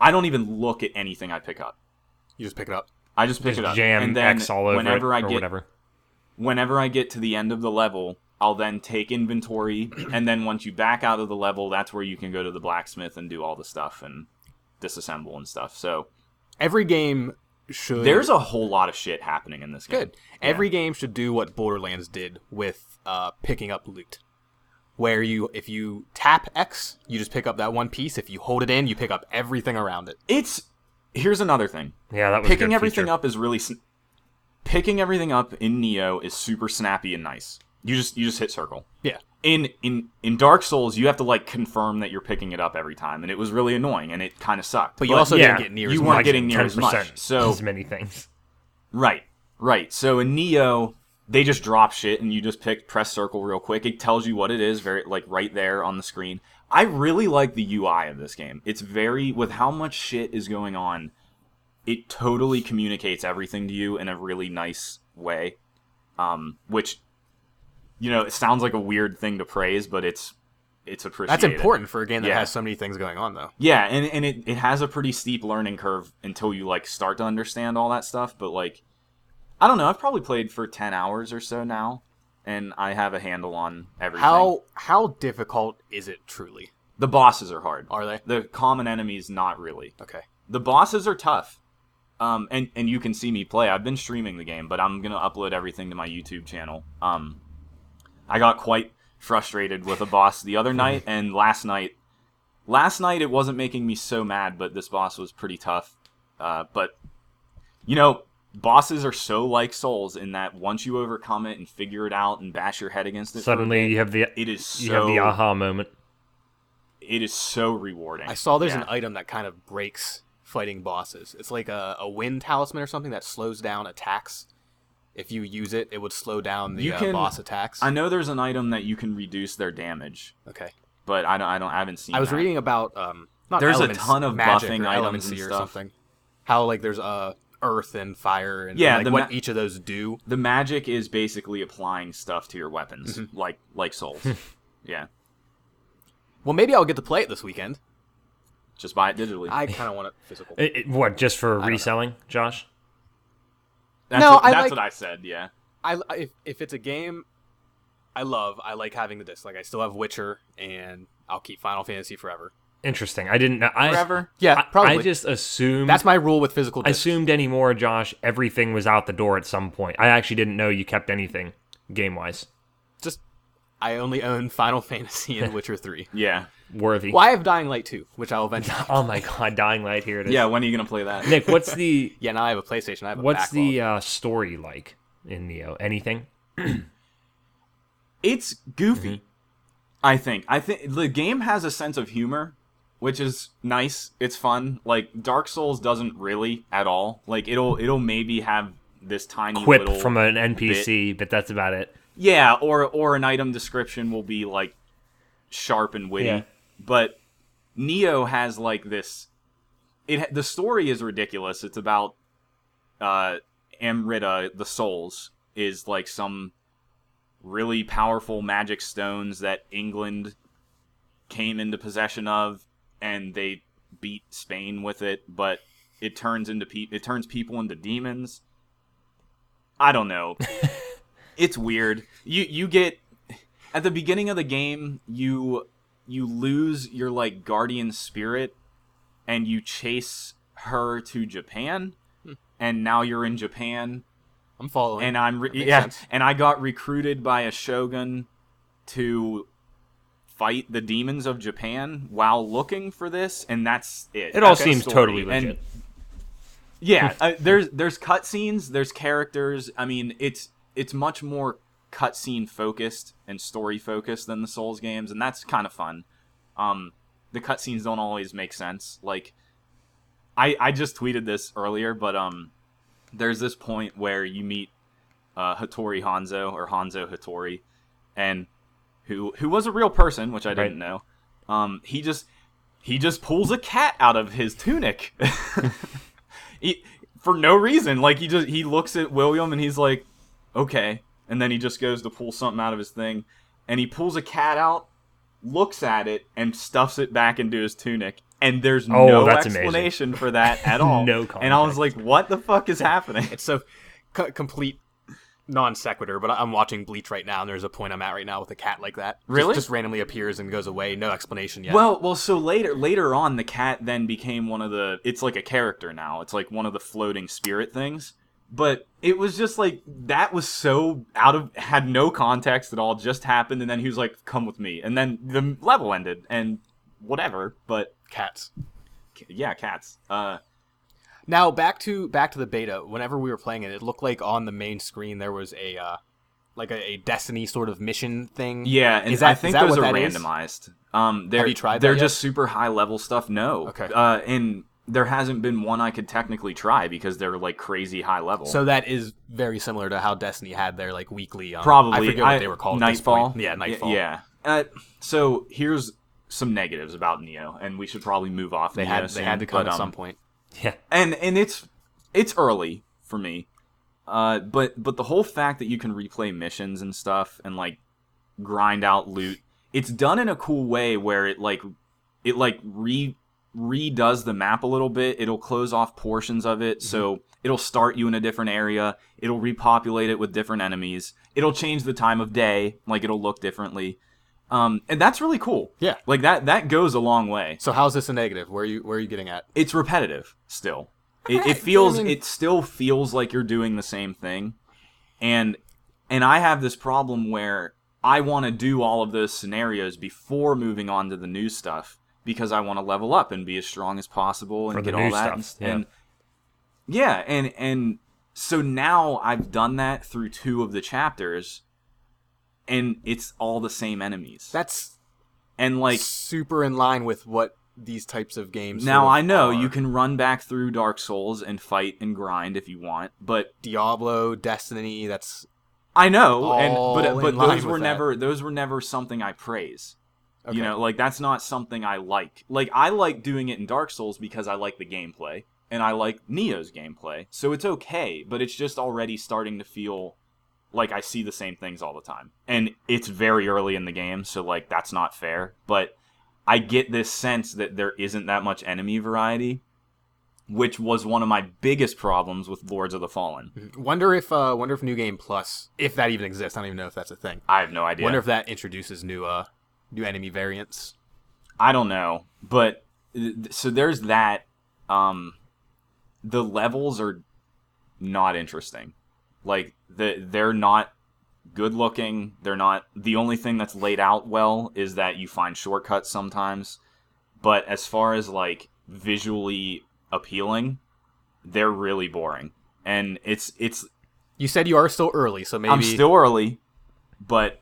[SPEAKER 1] I don't even look at anything I pick up.
[SPEAKER 3] You just pick it up.
[SPEAKER 1] I just pick
[SPEAKER 2] Just
[SPEAKER 1] it up.
[SPEAKER 2] jam
[SPEAKER 1] and then
[SPEAKER 2] X all over
[SPEAKER 1] whenever
[SPEAKER 2] it
[SPEAKER 1] I
[SPEAKER 2] or
[SPEAKER 1] get
[SPEAKER 2] whatever.
[SPEAKER 1] whenever I get to the end of the level, I'll then take
[SPEAKER 3] [CLEARS THROAT]
[SPEAKER 1] inventory, and then once you back out of the level, that's where you can go to the blacksmith and do all the stuff and disassemble and stuff. So
[SPEAKER 3] Every game should
[SPEAKER 1] there's a whole lot of shit happening in this game.
[SPEAKER 3] good. Every game should do what Borderlands did with uh, picking up loot. Where you if you tap X, you just pick up that one piece. If you hold it in, you pick up everything around it.
[SPEAKER 1] It's here's another thing.
[SPEAKER 2] Yeah, that was
[SPEAKER 1] Picking everything up is really sn- picking everything up in Neo is super snappy and nice. You just you just hit circle.
[SPEAKER 3] Yeah.
[SPEAKER 1] in in in Dark Souls, you have to like confirm that you're picking it up every time, and it was really annoying, and it kind of sucked.
[SPEAKER 3] But you also
[SPEAKER 2] yeah,
[SPEAKER 3] didn't get near
[SPEAKER 1] you
[SPEAKER 3] as
[SPEAKER 1] weren't
[SPEAKER 3] much.
[SPEAKER 1] getting near as much, so-
[SPEAKER 2] as many things.
[SPEAKER 1] right, right. So in Neo, they just drop shit, and you just pick press circle real quick. It tells you what it is, very like right there on the screen. I really like the UI of this game. It's very with how much shit is going on. It totally communicates everything to you in a really nice way, um, which you know it sounds like a weird thing to praise, but it's it's appreciated.
[SPEAKER 3] That's important for a game that
[SPEAKER 1] Yeah.
[SPEAKER 3] has so many things going on though.
[SPEAKER 1] Yeah, and, and it, it has a pretty steep learning curve until you like start to understand all that stuff, but like I don't know, I've probably played for ten hours or so now, and I have a handle on everything.
[SPEAKER 3] How how difficult is it truly?
[SPEAKER 1] the bosses are hard.
[SPEAKER 3] Are they?
[SPEAKER 1] The common enemies not really.
[SPEAKER 3] Okay.
[SPEAKER 1] The bosses are tough. Um and, and you can see me play. I've been streaming the game, but I'm gonna upload everything to my YouTube channel. Um I got quite frustrated with a boss the other
[SPEAKER 2] [LAUGHS]
[SPEAKER 1] night and last night last night it wasn't making me so mad, but this boss was pretty tough. Uh, but you know, bosses are so like souls in that once you overcome it and figure it out and bash your head against it, for a
[SPEAKER 2] Suddenly,
[SPEAKER 1] bit,
[SPEAKER 2] you have the
[SPEAKER 1] it is so
[SPEAKER 2] you have the aha moment.
[SPEAKER 1] it is so rewarding.
[SPEAKER 3] I saw there's
[SPEAKER 1] Yeah.
[SPEAKER 3] an item that kind of breaks fighting bosses. It's like a, a wind talisman or something that slows down attacks. If you use it, it would slow down the
[SPEAKER 1] You
[SPEAKER 3] uh,
[SPEAKER 1] can-
[SPEAKER 3] boss attacks.
[SPEAKER 1] I know there's an item that you can reduce their damage,
[SPEAKER 3] okay.
[SPEAKER 1] but I don't. I don't. I haven't seen.
[SPEAKER 3] I was
[SPEAKER 1] that.
[SPEAKER 3] reading about um. Not
[SPEAKER 1] There's a
[SPEAKER 3] elements,
[SPEAKER 1] ton of
[SPEAKER 3] magic
[SPEAKER 1] buffing
[SPEAKER 3] or
[SPEAKER 1] items
[SPEAKER 3] elemency
[SPEAKER 1] and
[SPEAKER 3] or
[SPEAKER 1] stuff.
[SPEAKER 3] something. How like there's uh earth and fire and
[SPEAKER 1] Yeah,
[SPEAKER 3] like,
[SPEAKER 1] the
[SPEAKER 3] what
[SPEAKER 1] ma-
[SPEAKER 3] each of those do.
[SPEAKER 1] The magic is basically applying stuff to your weapons, like like [LAUGHS] souls. yeah,
[SPEAKER 3] Well, maybe I'll get to play it this weekend.
[SPEAKER 1] just buy it digitally. [LAUGHS]
[SPEAKER 3] I kind of want it physical.
[SPEAKER 2] It, it- what just for reselling, Josh?
[SPEAKER 1] that's
[SPEAKER 3] No,
[SPEAKER 1] what,
[SPEAKER 3] I
[SPEAKER 1] that's
[SPEAKER 3] like-
[SPEAKER 1] what I said. Yeah,
[SPEAKER 3] I I- if, if it's a game I love, I like having the disc. Like I still have Witcher and I'll keep Final Fantasy forever.
[SPEAKER 2] Interesting. I didn't know. I,
[SPEAKER 1] forever.
[SPEAKER 3] Yeah,
[SPEAKER 2] I,
[SPEAKER 3] probably.
[SPEAKER 2] I just
[SPEAKER 1] Mm.
[SPEAKER 2] assumed.
[SPEAKER 3] That's my rule with physical
[SPEAKER 2] I
[SPEAKER 3] discs.
[SPEAKER 2] assumed anymore, Josh. Everything was out the door at some point. I actually didn't know you kept anything game wise
[SPEAKER 3] just I only own Final [LAUGHS] Fantasy
[SPEAKER 1] [LAUGHS]
[SPEAKER 3] and Witcher 3.
[SPEAKER 1] Yeah,
[SPEAKER 2] worthy.
[SPEAKER 3] Well, I have Dying Light 2, which I will eventually.
[SPEAKER 2] [LAUGHS]
[SPEAKER 3] [LAUGHS]
[SPEAKER 2] Oh my God, Dying Light. Here it is.
[SPEAKER 1] yeah. When are you gonna play that?
[SPEAKER 2] Nick,
[SPEAKER 1] [LAUGHS]
[SPEAKER 2] what's the
[SPEAKER 3] Yeah, now I have a PlayStation. I have a
[SPEAKER 2] what's
[SPEAKER 3] backlog.
[SPEAKER 2] the uh, story like in Neo? Anything?
[SPEAKER 1] it's goofy. I think. I think the game has a sense of humor, which is nice. It's fun. Like Dark Souls doesn't really at all. Like it'll it'll maybe have this tiny
[SPEAKER 2] Quip
[SPEAKER 1] little
[SPEAKER 2] from an NPC, but that's about it.
[SPEAKER 1] Yeah, or or an item description will be like sharp and witty.
[SPEAKER 2] Yeah.
[SPEAKER 1] But Neo has like this. It ha- the story is ridiculous. It's about uh, Amrita, the Souls, is like some really powerful magic stones that England came into possession of, and they beat Spain with it. But it turns into pe- it turns people into demons. I don't know. it's weird. You you get at the beginning of the game you you lose your like guardian spirit and you chase her to Japan and now you're in Japan
[SPEAKER 3] I'm following.
[SPEAKER 1] and I'm re-
[SPEAKER 3] makes
[SPEAKER 1] yeah
[SPEAKER 3] sense.
[SPEAKER 1] and I got recruited by a shogun to fight the demons of Japan while looking for this and that's it.
[SPEAKER 2] It all
[SPEAKER 1] That's the
[SPEAKER 2] seems
[SPEAKER 1] story.
[SPEAKER 2] totally
[SPEAKER 1] And-
[SPEAKER 2] legit. [LAUGHS]
[SPEAKER 1] yeah, uh, there's there's cutscenes, there's characters. I mean, it's it's much more cutscene focused and story focused than the Souls games, and that's kind of fun. Um, the cutscenes don't always make sense. Like, I I just tweeted this earlier, but um, there's this point where you meet uh, Hattori Hanzo or Hanzo Hattori, and who who was a real person, which I
[SPEAKER 2] Right.
[SPEAKER 1] didn't know. Um, he just he just pulls a cat out of his tunic. [LAUGHS] he, for no reason. Like he just he looks at William and he's like, "Okay," and then he just goes to pull something out of his thing, and he pulls a cat out, looks at it, and stuffs it back into his tunic. And there's
[SPEAKER 2] Oh,
[SPEAKER 1] no
[SPEAKER 2] that's amazing.
[SPEAKER 1] explanation for that at all.
[SPEAKER 2] [LAUGHS] No
[SPEAKER 1] And I was like,
[SPEAKER 2] context.
[SPEAKER 1] what the fuck is happening?
[SPEAKER 3] It's so c- complete non sequitur. But I- I'm watching Bleach right now, and there's a point I'm at right now with a cat like that. Just-
[SPEAKER 1] Really?
[SPEAKER 3] Just, randomly appears and goes away. No explanation yet.
[SPEAKER 1] Well, well, so later later on, the cat then became one of the. It's like a character now. It's like one of the floating spirit things. But it was just like that was so out of had no context at all. Just happened, and then he was like, "Come with me," and then the level ended, and whatever. But
[SPEAKER 3] cats.
[SPEAKER 1] c- yeah, cats. Uh,
[SPEAKER 3] Now back to back to the beta. Whenever we were playing it, it looked like on the main screen there was a uh, like a, a Destiny sort of mission thing.
[SPEAKER 1] yeah, and
[SPEAKER 3] Is that-
[SPEAKER 1] I
[SPEAKER 3] is
[SPEAKER 1] think
[SPEAKER 3] that
[SPEAKER 1] those
[SPEAKER 3] what
[SPEAKER 1] are
[SPEAKER 3] that is?
[SPEAKER 1] randomized. Um, they're
[SPEAKER 3] Have you tried
[SPEAKER 1] they're
[SPEAKER 3] that yet?
[SPEAKER 1] just super high level stuff. No,
[SPEAKER 3] Okay.
[SPEAKER 1] Uh, and there hasn't been one I could technically try because they're like crazy high level.
[SPEAKER 3] So that is very similar to how Destiny had their like weekly. Um,
[SPEAKER 1] probably
[SPEAKER 3] I forget what they were called. at this
[SPEAKER 1] Nightfall.
[SPEAKER 3] point. Yeah, Nightfall.
[SPEAKER 1] Y- Yeah. Uh, so here's some negatives about Neo, and we should probably move off.
[SPEAKER 3] They
[SPEAKER 1] Neo
[SPEAKER 3] had they
[SPEAKER 1] soon,
[SPEAKER 3] had to come
[SPEAKER 1] but,
[SPEAKER 3] at
[SPEAKER 1] um,
[SPEAKER 3] some point.
[SPEAKER 2] Yeah.
[SPEAKER 1] And and it's it's early for me, uh, but but the whole fact that you can replay missions and stuff and like grind out loot, it's done in a cool way where it like it like re redoes the map a little bit. It'll close off portions of it, so it'll start you in a different area. It'll repopulate it with different enemies. It'll change the time of day, like it'll look differently, um, and that's really cool.
[SPEAKER 3] Yeah.
[SPEAKER 1] like that that goes a long way.
[SPEAKER 3] So how's this a negative? Where are you where are you getting at?
[SPEAKER 1] It's repetitive still. It,
[SPEAKER 3] I
[SPEAKER 1] it feels
[SPEAKER 3] mean-
[SPEAKER 1] it still feels like you're doing the same thing, and and I have this problem where I want to do all of those scenarios before moving on to the new stuff because I want to level up and be as strong as possible and
[SPEAKER 2] For the
[SPEAKER 1] get all
[SPEAKER 2] new
[SPEAKER 1] that
[SPEAKER 2] stuff,
[SPEAKER 1] and, s-
[SPEAKER 2] yeah.
[SPEAKER 1] and yeah and and so now I've done that through two of the chapters and it's all the same enemies
[SPEAKER 3] That's
[SPEAKER 1] and like
[SPEAKER 3] super in line with what these types of games.
[SPEAKER 1] now
[SPEAKER 3] sort of
[SPEAKER 1] I know
[SPEAKER 3] are.
[SPEAKER 1] you can run back through Dark Souls and fight and grind if you want but
[SPEAKER 3] Diablo, Destiny. That's
[SPEAKER 1] I know, and
[SPEAKER 3] All
[SPEAKER 1] but but
[SPEAKER 3] in line
[SPEAKER 1] those
[SPEAKER 3] with
[SPEAKER 1] were
[SPEAKER 3] that.
[SPEAKER 1] never those were never something I praise.
[SPEAKER 3] Okay.
[SPEAKER 1] You know, like that's not something I like. Like I like doing it in Dark Souls because I like the gameplay and I like Neo's gameplay, so it's okay. But it's just already starting to feel like I see the same things all the time, and it's very early in the game, so like that's not fair. But I get this sense that there isn't that much enemy variety, which was one of my biggest problems with Lords of the Fallen.
[SPEAKER 3] wonder if uh wonder if New Game Plus, if that even exists. I don't even know if that's a thing.
[SPEAKER 1] I have no idea.
[SPEAKER 3] Wonder if that introduces new uh new enemy variants.
[SPEAKER 1] I don't know, but th- so there's that. Um, the levels are not interesting. Like the they're not good looking. They're not. The only thing that's laid out well is that you find shortcuts sometimes. But as far as like visually appealing, they're really boring. And it's it's
[SPEAKER 3] You said you are still early, so maybe
[SPEAKER 1] I'm still early, but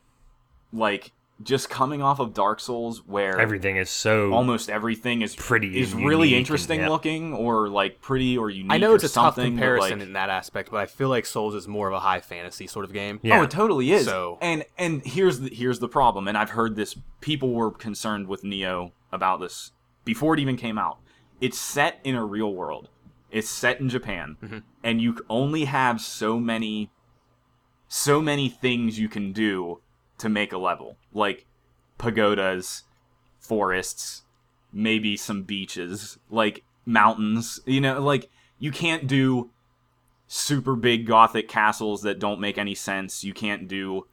[SPEAKER 1] like just coming off of Dark Souls where
[SPEAKER 2] Everything is so
[SPEAKER 1] almost everything is
[SPEAKER 2] pretty
[SPEAKER 1] is
[SPEAKER 2] and
[SPEAKER 1] really
[SPEAKER 2] unique and-
[SPEAKER 1] interesting
[SPEAKER 2] yeah.
[SPEAKER 1] looking or like pretty or unique.
[SPEAKER 3] I know
[SPEAKER 1] or
[SPEAKER 3] it's a tough
[SPEAKER 1] something, but,
[SPEAKER 3] comparison
[SPEAKER 1] like-
[SPEAKER 3] in that aspect, but I feel like Souls is more of a high fantasy sort of game.
[SPEAKER 2] Yeah.
[SPEAKER 1] Oh, it totally is.
[SPEAKER 3] So-
[SPEAKER 1] and and here's the here's the problem. And I've heard this. People were concerned with Neo about this before it even came out. It's set in a real world. It's set in Japan,
[SPEAKER 2] Mm-hmm.
[SPEAKER 1] and you only have so many, so many things you can do to make a level, like pagodas, forests, maybe some beaches, like mountains. You know, like you can't do super big gothic castles that don't make any sense. You can't do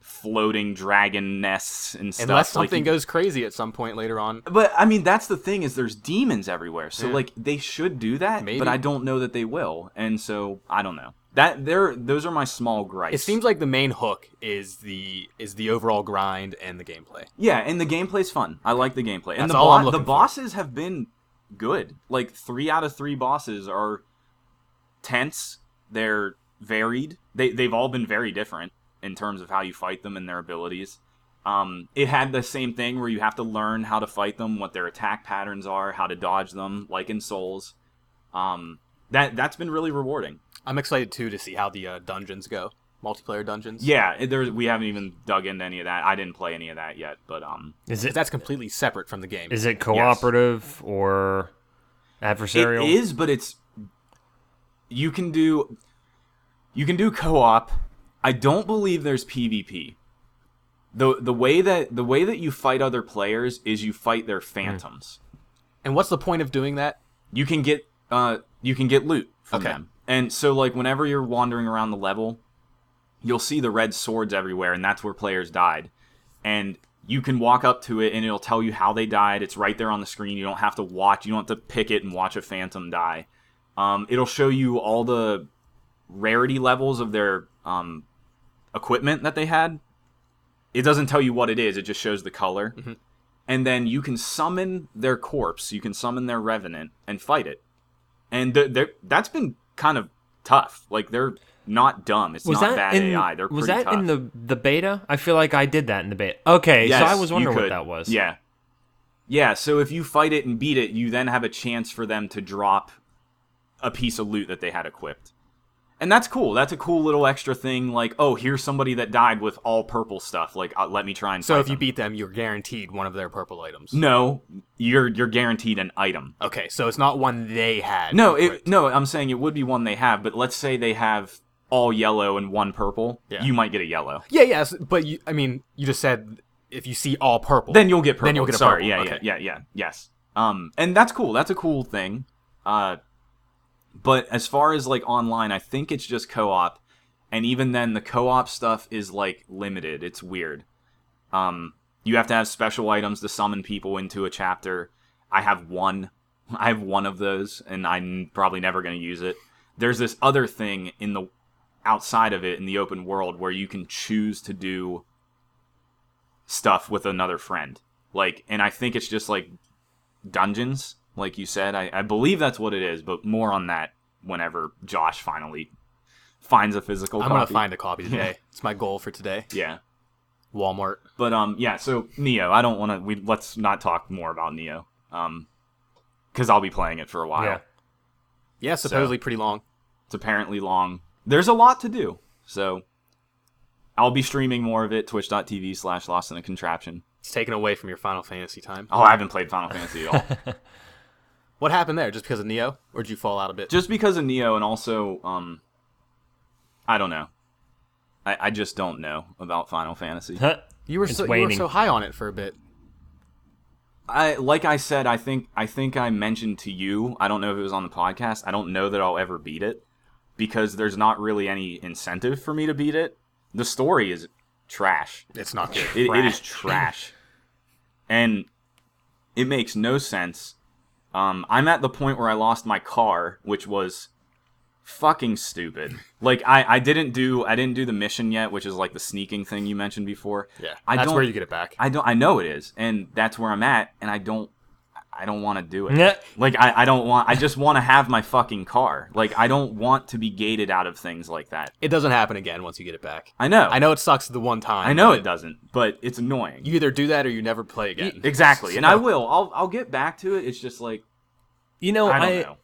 [SPEAKER 1] floating dragon nests and stuff.
[SPEAKER 3] Unless
[SPEAKER 1] Like,
[SPEAKER 3] something
[SPEAKER 1] you-
[SPEAKER 3] goes crazy at some point later on.
[SPEAKER 1] but I mean, that's the thing is there's demons everywhere. So
[SPEAKER 3] Yeah.
[SPEAKER 1] like they should do that,
[SPEAKER 3] Maybe.
[SPEAKER 1] but I don't know that they will. And so I don't know. That there, those are my small gripes.
[SPEAKER 3] It seems like the main hook is the is the overall grind and the gameplay.
[SPEAKER 1] yeah, and the gameplay's fun. I like the gameplay, and
[SPEAKER 3] That's
[SPEAKER 1] the
[SPEAKER 3] all I'm
[SPEAKER 1] bo- the
[SPEAKER 3] looking for.
[SPEAKER 1] bosses have been good. Like three out of three bosses are tense. They're varied. They they've all been very different in terms of how you fight them and their abilities. Um, it had the same thing where you have to learn how to fight them, what their attack patterns are, how to dodge them, like in Souls. Um, that that's been really rewarding.
[SPEAKER 3] I'm excited too to see how the uh, dungeons go, multiplayer dungeons.
[SPEAKER 1] Yeah, it- there's we haven't even dug into any of that. I didn't play any of that yet, but um,
[SPEAKER 2] Is
[SPEAKER 3] 'Cause
[SPEAKER 2] it
[SPEAKER 3] that's completely separate from the game.
[SPEAKER 2] is it cooperative or adversarial?
[SPEAKER 1] It is, but it's you can do you can do co-op. I don't believe there's PvP. the the way that the way that you fight other players is you fight their phantoms.
[SPEAKER 3] And what's the point of doing that?
[SPEAKER 1] You can get uh you can get loot from
[SPEAKER 3] Okay.
[SPEAKER 1] them. And so like whenever you're wandering around the level, you'll see the red swords everywhere and that's where players died. And you can walk up to it and it'll tell you how they died. It's right there on the screen. You don't have to watch. You don't have to pick it and watch a phantom die. Um, it'll show you all the rarity levels of their um, equipment that they had. It doesn't tell you what it is, it just shows the color. And then you can summon their corpse, you can summon their revenant and fight it. And th- they're- that's been kind of tough. Like, they're not dumb. It's
[SPEAKER 2] Was
[SPEAKER 1] not
[SPEAKER 2] that
[SPEAKER 1] bad
[SPEAKER 2] in,
[SPEAKER 1] AI. They're
[SPEAKER 2] was
[SPEAKER 1] pretty
[SPEAKER 2] that
[SPEAKER 1] tough.
[SPEAKER 2] in the the beta? I feel like I did that in the beta. Okay, so I
[SPEAKER 1] Yes,
[SPEAKER 2] was
[SPEAKER 1] you
[SPEAKER 2] wondering what
[SPEAKER 1] could.
[SPEAKER 2] that was.
[SPEAKER 1] Yeah. Yeah, so if you fight it and beat it, you then have a chance for them to drop a piece of loot that they had equipped. And that's cool. That's a cool little extra thing like, oh, here's somebody that died with all purple stuff. Like, uh, let me try and
[SPEAKER 3] So
[SPEAKER 1] fight
[SPEAKER 3] if you
[SPEAKER 1] them.
[SPEAKER 3] beat them, you're guaranteed one of their purple items.
[SPEAKER 1] No, you're you're guaranteed an item.
[SPEAKER 3] Okay, so it's not one they had.
[SPEAKER 1] No, it,
[SPEAKER 3] equipped.
[SPEAKER 1] no, I'm saying it would be one they have, but let's say they have all yellow and one purple.
[SPEAKER 3] Yeah.
[SPEAKER 1] You might get a yellow.
[SPEAKER 3] Yeah, yes, but you, I mean, you just said if you see all purple,
[SPEAKER 1] Then you'll get purple.
[SPEAKER 3] Then you'll get a
[SPEAKER 1] Sorry,
[SPEAKER 3] purple,
[SPEAKER 1] yeah,
[SPEAKER 3] okay.
[SPEAKER 1] yeah, yeah, yeah. Yes. Um, and that's cool. That's a cool thing. Uh, but as far as like online, I think it's just co-op, and even then, the co-op stuff is like limited. It's weird. Um, you have to have special items to summon people into a chapter. I have one. I have one of those, and I'm probably never going to use it. There's this other thing in the outside of it in the open world where you can choose to do stuff with another friend. Like, and I think it's just like dungeons, like you said. I, I believe that's what it is, but more on that whenever Josh finally finds a physical
[SPEAKER 3] I'm
[SPEAKER 1] copy.
[SPEAKER 3] gonna find
[SPEAKER 1] [LAUGHS]
[SPEAKER 3] a copy today. It's my goal for today.
[SPEAKER 1] Yeah.
[SPEAKER 3] Walmart.
[SPEAKER 1] But um, yeah. So Neo, I don't want to. We let's not talk more about Neo. Um, because I'll be playing it for a while.
[SPEAKER 2] Yeah.
[SPEAKER 3] Yeah, supposedly pretty long.
[SPEAKER 1] It's apparently long. There's a lot to do. So I'll be streaming more of it. Twitch.tv slash Lost in a Contraption.
[SPEAKER 3] It's taken away from your Final Fantasy time.
[SPEAKER 1] Oh, I haven't played Final Fantasy at all.
[SPEAKER 3] What happened there? Just because of Neo, or did you fall out a bit?
[SPEAKER 1] just because of Neo, and also um, I don't know. I, I just don't know about Final Fantasy.
[SPEAKER 2] Huh?
[SPEAKER 3] you were
[SPEAKER 2] It's
[SPEAKER 3] so you were
[SPEAKER 2] waning.
[SPEAKER 3] so high on it for a bit.
[SPEAKER 1] I like I said, I think I think I mentioned to you. I don't know if it was on the podcast. I don't know that I'll ever beat it because there's not really any incentive for me to beat it. The story is trash.
[SPEAKER 3] It's not good.
[SPEAKER 1] It, it is trash, and it makes no sense. Um, I'm at the point where I lost my car, which was fucking stupid. Like I, I didn't do I didn't do the mission yet, which is like the sneaking thing you mentioned before.
[SPEAKER 3] yeah,
[SPEAKER 1] I
[SPEAKER 3] that's
[SPEAKER 1] don't-
[SPEAKER 3] where you get it back.
[SPEAKER 1] I don't. I know it is, and that's where I'm at, and I don't. I don't want to do it.
[SPEAKER 2] Yeah.
[SPEAKER 1] Like I, I don't want. I just want to have my fucking car. Like I don't want to be gated out of things like that.
[SPEAKER 3] it doesn't happen again once you get it back.
[SPEAKER 1] I know.
[SPEAKER 3] I know it sucks the one time.
[SPEAKER 1] I know
[SPEAKER 3] but
[SPEAKER 1] it doesn't, but it's annoying.
[SPEAKER 3] You either do that or you never play again.
[SPEAKER 1] exactly, and I will. I'll. I'll get back to it. It's just like
[SPEAKER 2] You know,
[SPEAKER 1] I
[SPEAKER 2] I,
[SPEAKER 1] don't know. Like,
[SPEAKER 2] when-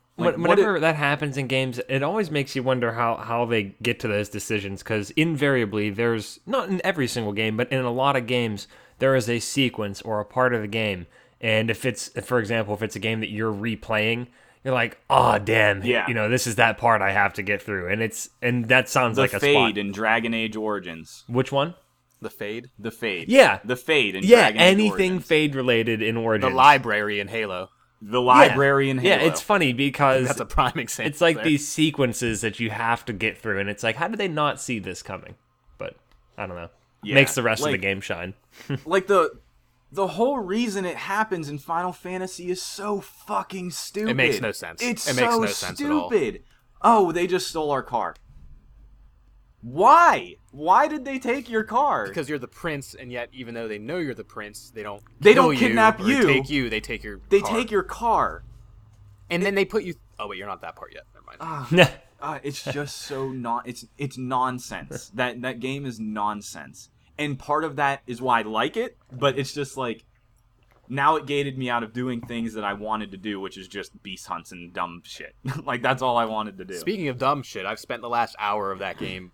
[SPEAKER 1] what
[SPEAKER 2] whenever that happens in games, it always makes you wonder how how they get to those decisions because invariably there's not in every single game, but in a lot of games there is a sequence or a part of the game, and if it's for example, if it's a game that you're replaying. You're like, oh damn,
[SPEAKER 1] Yeah.
[SPEAKER 2] You know, this is that part I have to get through, and it's and that sounds
[SPEAKER 1] the
[SPEAKER 2] like a
[SPEAKER 1] fade
[SPEAKER 2] spot.
[SPEAKER 1] in Dragon Age Origins.
[SPEAKER 2] Which one?
[SPEAKER 3] The fade,
[SPEAKER 1] The fade.
[SPEAKER 2] Yeah.
[SPEAKER 1] The fade in
[SPEAKER 2] Yeah,
[SPEAKER 1] Dragon Age
[SPEAKER 2] anything
[SPEAKER 1] Origins.
[SPEAKER 2] fade related in
[SPEAKER 3] the
[SPEAKER 2] Origins.
[SPEAKER 3] library in Halo.
[SPEAKER 1] the
[SPEAKER 2] Yeah.
[SPEAKER 1] library in Halo.
[SPEAKER 2] Yeah, it's funny because
[SPEAKER 3] That's a prime example.
[SPEAKER 2] it's like
[SPEAKER 3] there.
[SPEAKER 2] these sequences that you have to get through and it's like how did they not see this coming but i don't know
[SPEAKER 1] Yeah,
[SPEAKER 2] makes the rest of the
[SPEAKER 1] like-
[SPEAKER 2] game shine [LAUGHS]
[SPEAKER 1] like the. The whole reason it happens in Final Fantasy is so fucking stupid.
[SPEAKER 3] makes no sense.
[SPEAKER 1] It's
[SPEAKER 3] It makes
[SPEAKER 1] so
[SPEAKER 3] no sense at all.
[SPEAKER 1] stupid. Oh, they just stole our car. Why? Why did they take your car?
[SPEAKER 3] because you're the prince, and yet even though they know you're the prince, they don't.
[SPEAKER 1] They
[SPEAKER 3] kill
[SPEAKER 1] don't kidnap
[SPEAKER 3] or
[SPEAKER 1] you.
[SPEAKER 3] Take you. They take your.
[SPEAKER 1] they
[SPEAKER 3] car.
[SPEAKER 1] take your car.
[SPEAKER 3] and then they put you. Oh wait, you're not that part yet. Never mind.
[SPEAKER 1] Uh, it's just so not. It's it's
[SPEAKER 2] [LAUGHS]
[SPEAKER 1] nonsense. That that game is nonsense, and part of that is why I like it. But it's just like now it gated me out of doing things that I wanted to do, which is just beast hunts and dumb shit. [LAUGHS] like that's all I wanted to do.
[SPEAKER 3] Speaking of dumb shit, I've spent the last hour of that game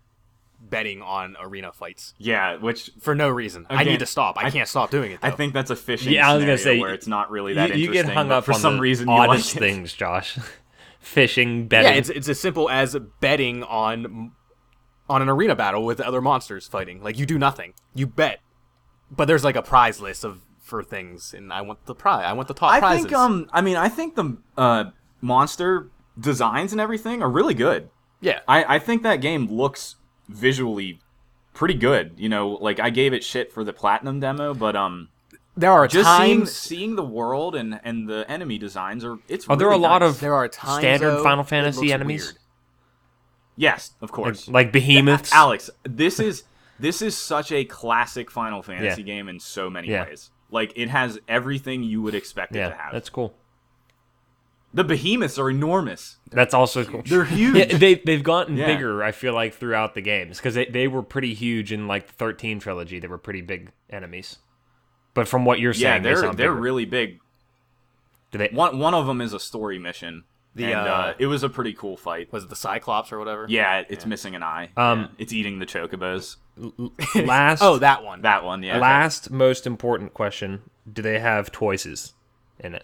[SPEAKER 3] betting on arena fights
[SPEAKER 1] yeah, which
[SPEAKER 3] for no reason. I
[SPEAKER 1] Again,
[SPEAKER 3] need to stop. I,
[SPEAKER 1] I-
[SPEAKER 3] can't stop doing it. Though.
[SPEAKER 1] I think that's a fishing.
[SPEAKER 2] Oh. Yeah, I was gonna
[SPEAKER 1] scenario
[SPEAKER 2] say,
[SPEAKER 1] where it's not really
[SPEAKER 2] you,
[SPEAKER 1] that
[SPEAKER 2] you get
[SPEAKER 1] interesting,
[SPEAKER 2] hung
[SPEAKER 1] but
[SPEAKER 2] up
[SPEAKER 1] for
[SPEAKER 2] on
[SPEAKER 1] some
[SPEAKER 2] the
[SPEAKER 1] reason you
[SPEAKER 2] oddest
[SPEAKER 1] like it.
[SPEAKER 2] things josh [LAUGHS] fishing
[SPEAKER 3] yeah,
[SPEAKER 2] betting
[SPEAKER 3] it's it's as simple as betting on on an arena battle with other monsters fighting. Like you do nothing. You bet. but there's like a prize list of for things, and I want the prize. I want the top
[SPEAKER 1] I
[SPEAKER 3] prizes.
[SPEAKER 1] think um I mean I think the uh, monster designs and everything are really good.
[SPEAKER 3] yeah,
[SPEAKER 1] I, I think that game looks visually pretty good. You know, like I gave it shit for the platinum demo, but um
[SPEAKER 3] there are
[SPEAKER 1] just seeing
[SPEAKER 3] times.
[SPEAKER 1] seeing the world and and the enemy designs are it's
[SPEAKER 2] Are there
[SPEAKER 1] really
[SPEAKER 2] a lot
[SPEAKER 1] nice.
[SPEAKER 2] of
[SPEAKER 3] there are times
[SPEAKER 2] standard
[SPEAKER 3] though,
[SPEAKER 2] Final
[SPEAKER 3] it
[SPEAKER 2] Fantasy
[SPEAKER 3] looks
[SPEAKER 2] enemies?
[SPEAKER 3] weird.
[SPEAKER 1] Yes, of course.
[SPEAKER 2] Like, like behemoths?
[SPEAKER 1] Alex, this is this is such a classic Final Fantasy
[SPEAKER 2] Yeah.
[SPEAKER 1] game in so many
[SPEAKER 2] Yeah.
[SPEAKER 1] ways. Like it has everything you would expect it to
[SPEAKER 2] yeah,
[SPEAKER 1] have.
[SPEAKER 2] that's cool.
[SPEAKER 1] The behemoths are enormous.
[SPEAKER 2] That's also cool.
[SPEAKER 1] They're huge.
[SPEAKER 2] [LAUGHS] Yeah, they they've gotten
[SPEAKER 1] Yeah.
[SPEAKER 2] bigger. I feel like throughout the games because they, they were pretty huge in like the thirteen trilogy. They were pretty big enemies. But from what you're
[SPEAKER 1] yeah,
[SPEAKER 2] saying, they
[SPEAKER 1] they're
[SPEAKER 2] sound
[SPEAKER 1] they're
[SPEAKER 2] bigger.
[SPEAKER 1] really big. [LAUGHS]
[SPEAKER 2] Do they-
[SPEAKER 1] One one of them is a story mission,
[SPEAKER 3] The,
[SPEAKER 1] and uh,
[SPEAKER 3] uh,
[SPEAKER 1] it was a pretty cool fight.
[SPEAKER 3] Was it the Cyclops or whatever?
[SPEAKER 1] Yeah, it- it's missing an eye.
[SPEAKER 2] Um,
[SPEAKER 1] Yeah, it's eating the chocobos.
[SPEAKER 2] last
[SPEAKER 3] Oh, that one.
[SPEAKER 1] That one, yeah.
[SPEAKER 2] last most important question: Do they have toises in it?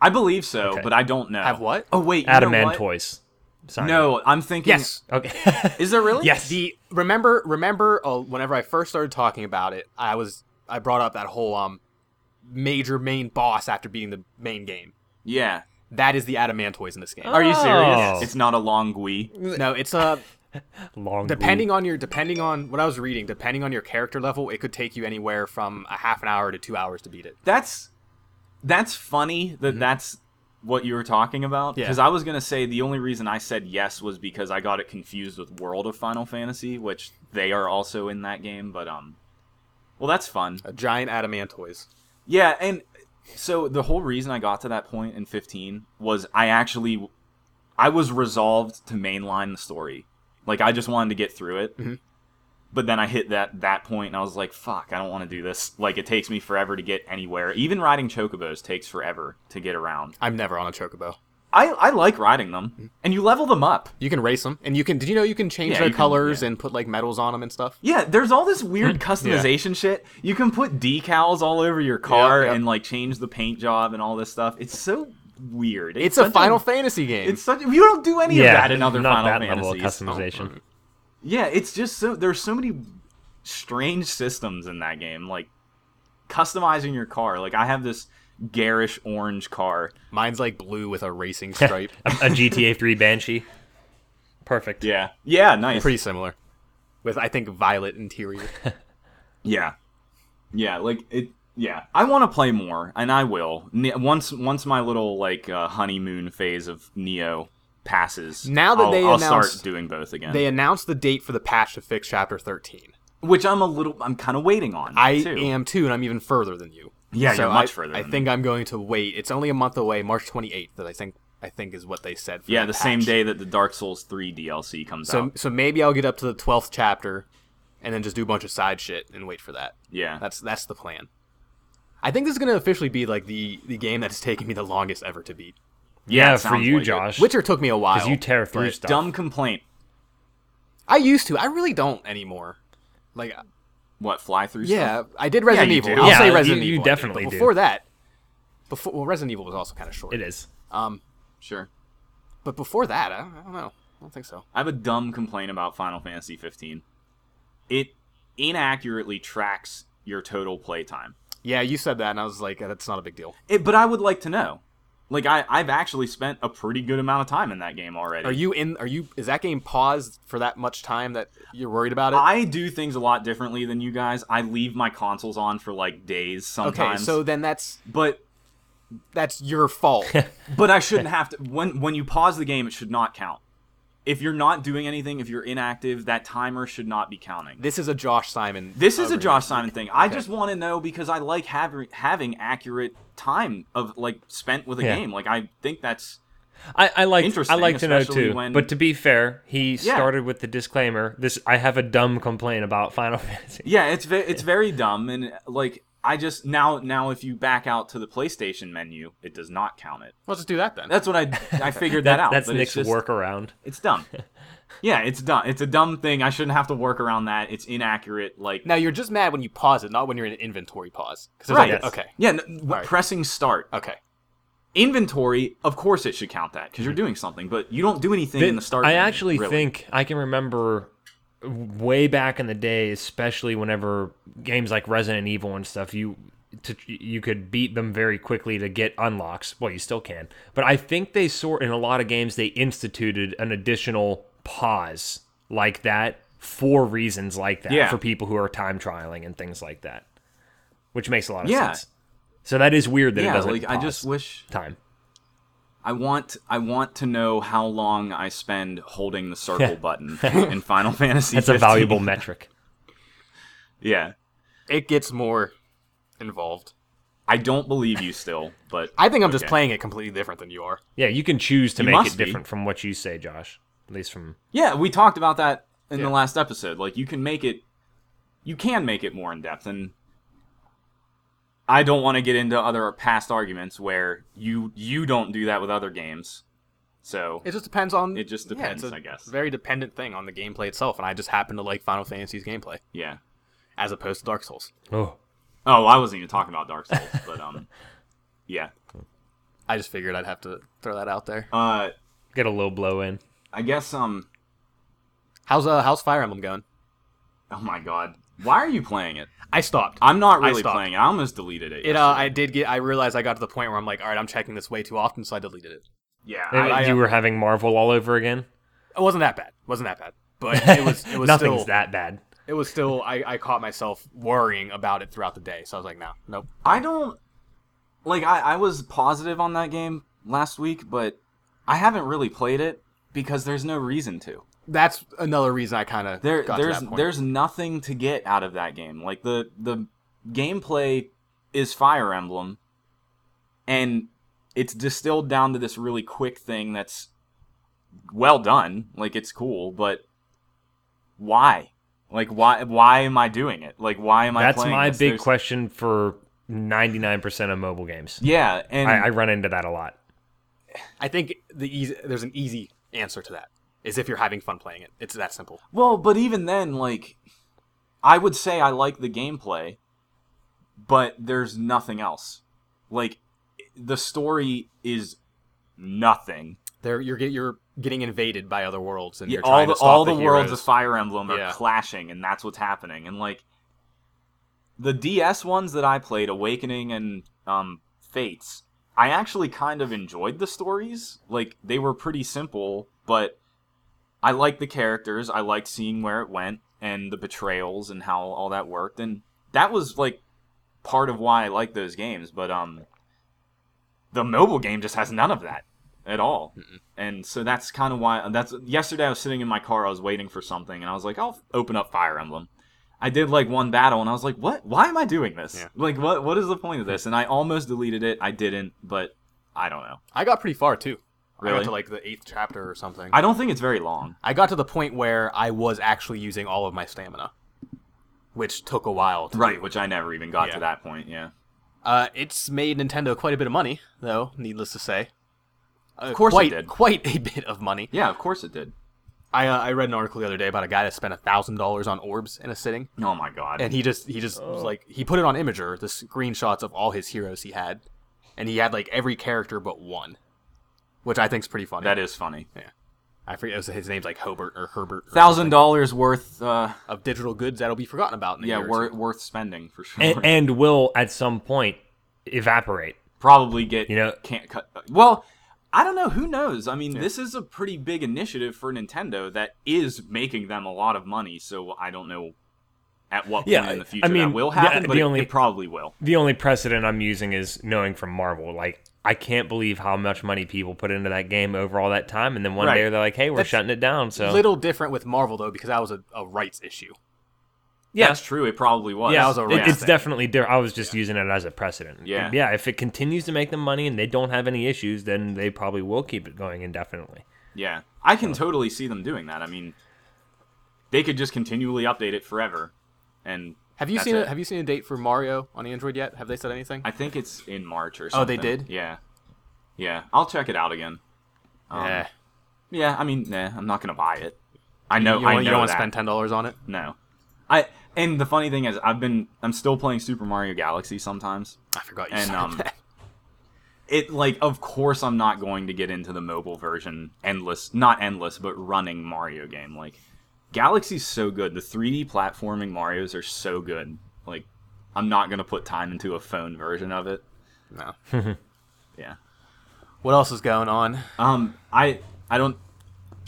[SPEAKER 1] I believe so,
[SPEAKER 2] Okay.
[SPEAKER 1] but I don't know.
[SPEAKER 3] Have what?
[SPEAKER 1] Oh wait, you know what?
[SPEAKER 2] Adamantoys. Sorry.
[SPEAKER 1] No, I'm thinking.
[SPEAKER 3] yes.
[SPEAKER 2] Okay. [LAUGHS]
[SPEAKER 1] Is there really?
[SPEAKER 2] Yes.
[SPEAKER 3] The remember remember uh, whenever I first started talking about it, I was I brought up that whole um major main boss after beating the main game.
[SPEAKER 1] Yeah.
[SPEAKER 3] That is the adamantoys in this game.
[SPEAKER 2] Are you serious?
[SPEAKER 1] It's not a long gui.
[SPEAKER 3] No, it's uh
[SPEAKER 2] Long.
[SPEAKER 3] depending on your depending on what I was reading, depending on your character level, it could take you anywhere from a half an hour to 2 hours to beat it.
[SPEAKER 1] That's that's funny that that's what you were talking about.
[SPEAKER 3] Yeah.
[SPEAKER 1] Because I was gonna say the only reason I said yes was because I got it confused with World of Final Fantasy, which they are also in that game. But um, well, that's fun.
[SPEAKER 3] A giant adamantoys.
[SPEAKER 1] Yeah, and so the whole reason I got to that point in 15 was I actually I was resolved to mainline the story. Like I just wanted to get through it.
[SPEAKER 3] Mhm.
[SPEAKER 1] But then I hit that that point and I was like, fuck, I don't want to do this. Like it takes me forever to get anywhere. Even riding chocobos takes forever to get around.
[SPEAKER 3] I'm never on a chocobo.
[SPEAKER 1] I I like riding
[SPEAKER 3] Mm-hmm.
[SPEAKER 1] them. And you level them up.
[SPEAKER 3] You can race them, and you can. Did you know you can change
[SPEAKER 1] Yeah,
[SPEAKER 3] their
[SPEAKER 1] you can-
[SPEAKER 3] colors
[SPEAKER 1] yeah.
[SPEAKER 3] and put like medals on them and stuff?
[SPEAKER 1] Yeah, there's all this
[SPEAKER 3] [LAUGHS]
[SPEAKER 1] weird customization shit. You can put decals all over your car
[SPEAKER 3] yep.
[SPEAKER 1] and like change the paint job and all this stuff. It's so weird.
[SPEAKER 3] It's,
[SPEAKER 1] such
[SPEAKER 3] a Final Fantasy game.
[SPEAKER 1] It's such you don't do any
[SPEAKER 2] yeah,
[SPEAKER 1] of that in other
[SPEAKER 2] not
[SPEAKER 1] Final
[SPEAKER 2] that level of
[SPEAKER 1] Fantasies.
[SPEAKER 2] customization.
[SPEAKER 1] Yeah, it's just so there's so many strange systems in that game, like customizing your car. Like I have this garish orange car.
[SPEAKER 3] Mine's like blue with a
[SPEAKER 1] [LAUGHS]
[SPEAKER 3] racing stripe.
[SPEAKER 2] a,
[SPEAKER 1] Oh.
[SPEAKER 2] a GTA Three Banshee. Perfect.
[SPEAKER 1] Yeah, yeah, nice.
[SPEAKER 3] Pretty similar. With I think
[SPEAKER 1] [LAUGHS]
[SPEAKER 3] violet interior.
[SPEAKER 1] yeah, yeah, like it. Yeah, I want to play more, and I will Ne- once once my little like uh, honeymoon phase of Neo passes.
[SPEAKER 3] Now that
[SPEAKER 1] I'll-
[SPEAKER 3] they
[SPEAKER 1] I'll
[SPEAKER 3] announced-
[SPEAKER 1] start doing both again,
[SPEAKER 3] they announced the date for the patch to fix chapter 13.
[SPEAKER 1] which I'm a little I'm kind of waiting on.
[SPEAKER 3] I
[SPEAKER 1] too.
[SPEAKER 3] am too, and I'm even further than you.
[SPEAKER 1] Yeah,
[SPEAKER 3] so
[SPEAKER 1] you're much
[SPEAKER 3] I,
[SPEAKER 1] further
[SPEAKER 3] I
[SPEAKER 1] than
[SPEAKER 3] think I'm going to wait. It's only a month away, March 28th. That I think I think is what they said. For
[SPEAKER 1] Yeah,
[SPEAKER 3] that
[SPEAKER 1] the same
[SPEAKER 3] patch.
[SPEAKER 1] day that the Dark Souls 3 DLC comes
[SPEAKER 3] So
[SPEAKER 1] out.
[SPEAKER 3] so maybe I'll get up to the 12th chapter, and then just do a bunch of side shit and wait for that.
[SPEAKER 1] Yeah.
[SPEAKER 3] That's that's the plan. I think this is going to officially be like the the game that has taken me the longest ever to beat.
[SPEAKER 1] Yeah,
[SPEAKER 2] Yeah,
[SPEAKER 1] it
[SPEAKER 2] for
[SPEAKER 1] sounds
[SPEAKER 2] you,
[SPEAKER 1] like it.
[SPEAKER 2] Josh.
[SPEAKER 3] Witcher took me a while.
[SPEAKER 2] Because you tear through
[SPEAKER 3] but
[SPEAKER 2] stuff.
[SPEAKER 1] Dumb complaint.
[SPEAKER 3] I used to. I really don't anymore. Like
[SPEAKER 1] What, fly through
[SPEAKER 3] yeah,
[SPEAKER 1] stuff?
[SPEAKER 3] I did Resident
[SPEAKER 1] you
[SPEAKER 3] Evil.
[SPEAKER 1] do.
[SPEAKER 3] I'll
[SPEAKER 2] Yeah,
[SPEAKER 3] say
[SPEAKER 2] you-
[SPEAKER 3] Resident
[SPEAKER 2] you
[SPEAKER 3] Evil. I did,
[SPEAKER 2] definitely
[SPEAKER 3] but
[SPEAKER 2] do.
[SPEAKER 3] Before that, before well, Resident Evil was also kind of short.
[SPEAKER 2] It is.
[SPEAKER 3] Um,
[SPEAKER 1] Sure.
[SPEAKER 3] but before that, I, I don't know. I don't think so.
[SPEAKER 1] I have a dumb complaint about Final Fantasy 15. It inaccurately tracks your total playtime.
[SPEAKER 3] Yeah, you said that, and I was like, uh, that's not a big deal.
[SPEAKER 1] It, but I would like to know. Like, I, I've actually spent a pretty good amount of time in that game already.
[SPEAKER 3] Are you in? Are you? Is that game paused for that much time that you're worried about it?
[SPEAKER 1] I do things a lot differently than you guys. I leave my consoles on for like days
[SPEAKER 3] okay,
[SPEAKER 1] sometimes.
[SPEAKER 3] so then that's
[SPEAKER 1] but
[SPEAKER 3] that's
[SPEAKER 1] [LAUGHS]
[SPEAKER 3] your fault.
[SPEAKER 1] But I
[SPEAKER 3] [LAUGHS]
[SPEAKER 1] shouldn't have to. When when you pause the game, it should not count. If you're not doing anything, if you're inactive, that timer should not be counting.
[SPEAKER 3] this is a Josh Simon.
[SPEAKER 1] This is
[SPEAKER 3] uh,
[SPEAKER 1] a
[SPEAKER 3] remake.
[SPEAKER 1] Josh Simon thing. I just want to know because I like having having accurate time of like spent with a
[SPEAKER 2] Yeah.
[SPEAKER 1] game. Like I think that's
[SPEAKER 2] I, I like I
[SPEAKER 1] Interesting,
[SPEAKER 2] like to know
[SPEAKER 1] especially
[SPEAKER 2] too.
[SPEAKER 1] when-
[SPEAKER 2] But to be fair, he started with the disclaimer. This I have a dumb complaint about Final [LAUGHS] Fantasy.
[SPEAKER 1] yeah, it's ve- it's very dumb and like I just now now if you back out to the PlayStation menu, it does not count it.
[SPEAKER 3] Let's just do that then.
[SPEAKER 1] That's what I
[SPEAKER 2] [LAUGHS]
[SPEAKER 1] I figured that,
[SPEAKER 2] That,
[SPEAKER 1] out.
[SPEAKER 2] that's
[SPEAKER 1] but it's
[SPEAKER 2] Nick's
[SPEAKER 1] just-
[SPEAKER 2] workaround.
[SPEAKER 1] It's
[SPEAKER 2] [LAUGHS]
[SPEAKER 1] dumb. Yeah, it's dumb. It's a dumb thing. I shouldn't have to work around that. It's inaccurate. Like
[SPEAKER 3] Now you're just mad when you pause it, not when you're in an inventory pause. 'Cause it's
[SPEAKER 1] Right.
[SPEAKER 3] like,
[SPEAKER 2] Yes.
[SPEAKER 3] Okay.
[SPEAKER 1] Yeah, no, w-
[SPEAKER 3] Right. Uh,
[SPEAKER 1] pressing start.
[SPEAKER 3] Okay.
[SPEAKER 1] Inventory, of course it should count that because
[SPEAKER 3] mm-hmm.
[SPEAKER 1] you're doing something, but you don't do anything in the start.
[SPEAKER 2] I
[SPEAKER 1] menu,
[SPEAKER 2] actually
[SPEAKER 1] really.
[SPEAKER 2] think I can remember way back in the day, especially whenever games like Resident Evil and stuff, you to, you could beat them very quickly to get unlocks. Well, you still can, but I think they sort in a lot of games they instituted an additional pause like that for reasons like that
[SPEAKER 1] Yeah.
[SPEAKER 2] for people who are time trialing and things like that, which makes a lot of
[SPEAKER 1] Yeah.
[SPEAKER 2] sense. So that is weird that it
[SPEAKER 1] yeah,
[SPEAKER 2] doesn't.
[SPEAKER 1] like I
[SPEAKER 2] pause
[SPEAKER 1] just wish
[SPEAKER 2] time.
[SPEAKER 1] I want I want to know how long I spend holding the circle
[SPEAKER 2] [LAUGHS]
[SPEAKER 1] button in Final Fantasy.
[SPEAKER 2] That's a
[SPEAKER 1] 15. [LAUGHS]
[SPEAKER 2] valuable metric.
[SPEAKER 1] Yeah,
[SPEAKER 3] It gets more involved.
[SPEAKER 1] I don't believe you still, but
[SPEAKER 3] I think I'm just
[SPEAKER 1] Okay.
[SPEAKER 3] playing it completely different than you are.
[SPEAKER 2] Yeah, you can choose to
[SPEAKER 1] You
[SPEAKER 2] make it
[SPEAKER 1] must be.
[SPEAKER 2] different from what you say, Josh. At least from
[SPEAKER 1] yeah, we talked about that in
[SPEAKER 3] Yeah.
[SPEAKER 1] the last episode. Like you can make it, you can make it more in depth, and I don't want to get into other past arguments where you you don't do that with other games. So
[SPEAKER 3] It just depends on.
[SPEAKER 1] It just
[SPEAKER 3] yeah, it's
[SPEAKER 1] depends,
[SPEAKER 3] a
[SPEAKER 1] I guess.
[SPEAKER 3] Very dependent thing on the gameplay itself, and I just happen to like Final Fantasy's gameplay
[SPEAKER 1] yeah.
[SPEAKER 3] as opposed to Dark Souls.
[SPEAKER 2] oh,
[SPEAKER 1] Oh, I wasn't even talking about Dark Souls, but um, [LAUGHS] yeah.
[SPEAKER 3] I just figured I'd have to throw that out there.
[SPEAKER 1] Uh,
[SPEAKER 2] get a low blow in.
[SPEAKER 1] I guess um.
[SPEAKER 3] How's uh, how's Fire Emblem going?
[SPEAKER 1] Oh my god. Why are you playing it?
[SPEAKER 3] I stopped.
[SPEAKER 1] I'm not
[SPEAKER 3] I
[SPEAKER 1] really
[SPEAKER 3] stopped.
[SPEAKER 1] playing it. I almost deleted it.
[SPEAKER 3] It uh,
[SPEAKER 1] yesterday.
[SPEAKER 3] I did get. I realized I got to the point where I'm like, all right, I'm checking this way too often, so I deleted it.
[SPEAKER 1] yeah.
[SPEAKER 2] And
[SPEAKER 1] I,
[SPEAKER 3] I,
[SPEAKER 2] you
[SPEAKER 3] uh,
[SPEAKER 2] were having Marvel all over again.
[SPEAKER 3] It wasn't that bad. wasn't that bad. [LAUGHS] But it was. It was
[SPEAKER 2] Nothing's
[SPEAKER 3] still,
[SPEAKER 2] that bad.
[SPEAKER 3] It was still. I, I caught myself worrying about it throughout the day, so I was like, no, nope.
[SPEAKER 1] I don't like. I I was positive on that game last week, but I haven't really played it because there's no reason to.
[SPEAKER 3] That's another reason I kind of
[SPEAKER 1] There
[SPEAKER 3] Got to
[SPEAKER 1] there's
[SPEAKER 3] that point.
[SPEAKER 1] there's nothing to get out of that game. Like the the gameplay is Fire Emblem, and it's distilled down to this really quick thing that's well done. Like it's cool, but why? Like why why am I doing it? Like why am I?
[SPEAKER 2] That's
[SPEAKER 1] playing
[SPEAKER 2] my
[SPEAKER 1] this?
[SPEAKER 2] big
[SPEAKER 1] There's-
[SPEAKER 2] question for 99% of mobile games.
[SPEAKER 1] Yeah, and
[SPEAKER 2] I, I run into that a lot.
[SPEAKER 3] I think the easy, there's an easy answer to that is if you're having fun playing it. It's that simple.
[SPEAKER 1] Well, but even then, like, I would say I like the gameplay, but there's nothing else. Like, the story is nothing.
[SPEAKER 3] There you're get, you're getting invaded by other worlds and
[SPEAKER 1] Yeah,
[SPEAKER 3] you're
[SPEAKER 1] all
[SPEAKER 3] trying
[SPEAKER 1] the
[SPEAKER 3] to stop
[SPEAKER 1] all
[SPEAKER 3] the,
[SPEAKER 1] the, worlds
[SPEAKER 3] heroes.
[SPEAKER 1] of Fire Emblem are
[SPEAKER 3] Yeah.
[SPEAKER 1] clashing, and that's what's happening. And like, the DS ones that I played, Awakening and um, Fates, I actually kind of enjoyed the stories. Like, they were pretty simple, but I liked the characters. I liked seeing where it went and the betrayals and how all that worked. And that was like part of why I like those games. But um, the mobile game just has none of that at all. And so that's kind of why. That's yesterday. I was sitting in my car. I was waiting for something, and I was like, "I'll open up Fire Emblem." I did like one battle, and I was like, "What? Why am I doing this?
[SPEAKER 3] Yeah.
[SPEAKER 1] Like, what? What is the point of this?" And I almost deleted it. I didn't, but I don't know.
[SPEAKER 3] I got pretty far too. I
[SPEAKER 1] Really?
[SPEAKER 3] got to like the eighth chapter or something. I,
[SPEAKER 1] I don't think it's very long.
[SPEAKER 3] got to the point where I was actually using all of my stamina, which took a while. To
[SPEAKER 1] Right, which I never even got
[SPEAKER 3] Yeah.
[SPEAKER 1] to that point. Yeah.
[SPEAKER 3] Uh, it's made Nintendo quite a bit of money, though. Needless to say, of
[SPEAKER 1] course it
[SPEAKER 3] quite,
[SPEAKER 1] did.
[SPEAKER 3] Quite a [LAUGHS] bit of money.
[SPEAKER 1] Yeah, of course it did.
[SPEAKER 3] I uh, I read an article the other day about a guy that spent thousand dollars on orbs in a sitting.
[SPEAKER 1] Oh my god.
[SPEAKER 3] and he just he just was like he put it on imager the screenshots of all his heroes he had and he had like every character but one which i think's pretty funny
[SPEAKER 1] that is funny.
[SPEAKER 3] i forget it was, his name's like hobert or herbert or
[SPEAKER 1] Thousand dollars worth. Uh,
[SPEAKER 3] something, of digital goods that'll be forgotten about in a
[SPEAKER 1] yeah,
[SPEAKER 3] year or
[SPEAKER 1] wor-
[SPEAKER 3] two.
[SPEAKER 1] worth spending for sure.
[SPEAKER 2] And, and will at some point evaporate.
[SPEAKER 1] probably get
[SPEAKER 2] You know-
[SPEAKER 1] can't cut well i don't know who knows i mean this is a pretty big initiative for nintendo that is making them a lot of money so i don't know at what
[SPEAKER 2] Yeah,
[SPEAKER 1] point in
[SPEAKER 2] I-
[SPEAKER 1] the future
[SPEAKER 2] I mean,
[SPEAKER 1] that will
[SPEAKER 2] yeah,
[SPEAKER 1] happen but
[SPEAKER 2] the
[SPEAKER 1] it-
[SPEAKER 2] only-
[SPEAKER 1] it probably will
[SPEAKER 2] The only precedent I'm using is knowing from Marvel. Like, I can't believe how much money people put into that game over all that time. And then one
[SPEAKER 1] Right.
[SPEAKER 2] day they're like, hey, we're
[SPEAKER 3] That's
[SPEAKER 2] shutting it down. So,
[SPEAKER 3] little different with marvel though because that was a, a rights issue
[SPEAKER 2] yeah.
[SPEAKER 1] that's true it probably was
[SPEAKER 2] yeah,
[SPEAKER 3] that was a
[SPEAKER 2] it-
[SPEAKER 3] rare
[SPEAKER 2] it's
[SPEAKER 3] thing.
[SPEAKER 2] definitely different. I was just using it as a precedent.
[SPEAKER 1] Yeah.
[SPEAKER 2] yeah. If it continues to make them money and they don't have any issues, then they probably will keep it going indefinitely.
[SPEAKER 1] yeah i can totally see them doing that i mean they could just continually update it forever and
[SPEAKER 3] have you
[SPEAKER 1] That's
[SPEAKER 3] seen a,
[SPEAKER 1] it.
[SPEAKER 3] have you seen a date for mario on android yet have they said anything
[SPEAKER 1] i think it's in march or something
[SPEAKER 3] Oh, they did?
[SPEAKER 1] yeah yeah i'll check it out again um,
[SPEAKER 3] Eh.
[SPEAKER 1] yeah i mean nah i'm not gonna buy it i know
[SPEAKER 3] you,
[SPEAKER 1] i know
[SPEAKER 3] don't want
[SPEAKER 1] that.
[SPEAKER 3] to spend ten dollars on it
[SPEAKER 1] No. I and the funny thing is I've been I'm still playing Super Mario Galaxy sometimes.
[SPEAKER 3] i forgot you
[SPEAKER 1] And,
[SPEAKER 3] said
[SPEAKER 1] um,
[SPEAKER 3] [LAUGHS] that.
[SPEAKER 1] It like of course I'm not going to get into the mobile version endless not endless but running Mario game like Galaxy's so good. The 3D platforming Marios are so good. Like, I'm not gonna put time into a phone version of it.
[SPEAKER 3] No.
[SPEAKER 1] Yeah.
[SPEAKER 3] What else is going on?
[SPEAKER 1] Um, I I don't.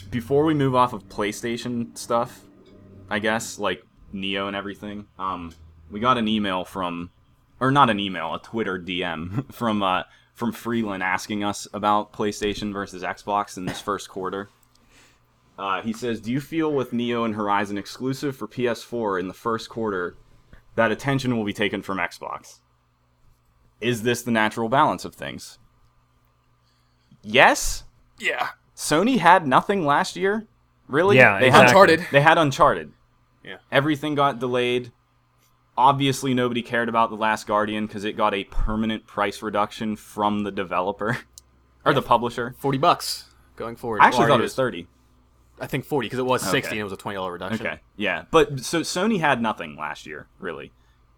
[SPEAKER 1] Before we move off of PlayStation stuff, I guess like Neo and everything. Um, we got an email from, or not an email, a Twitter DM [LAUGHS] from uh from Freeland asking us about PlayStation versus Xbox in this first quarter. Uh, he says, "Do you feel with Neo and Horizon exclusive for PS4 in the first quarter that attention will be taken from Xbox? Is this the natural balance of things?" Yes,
[SPEAKER 3] Yeah.
[SPEAKER 1] Sony had nothing last year. Really?
[SPEAKER 2] Yeah,
[SPEAKER 1] they
[SPEAKER 2] exactly.
[SPEAKER 1] had
[SPEAKER 3] Uncharted.
[SPEAKER 1] They had Uncharted.
[SPEAKER 3] Yeah.
[SPEAKER 1] Everything got delayed. Obviously, nobody cared about The Last Guardian because it got a permanent price reduction from the developer [LAUGHS] or the publisher.
[SPEAKER 3] Forty bucks going forward.
[SPEAKER 1] I actually
[SPEAKER 3] Or
[SPEAKER 1] thought it was thirty.
[SPEAKER 3] I think forty because it was sixty
[SPEAKER 1] Okay.
[SPEAKER 3] and it was a twenty dollar reduction.
[SPEAKER 1] Okay. Yeah, but so Sony had nothing last year, really.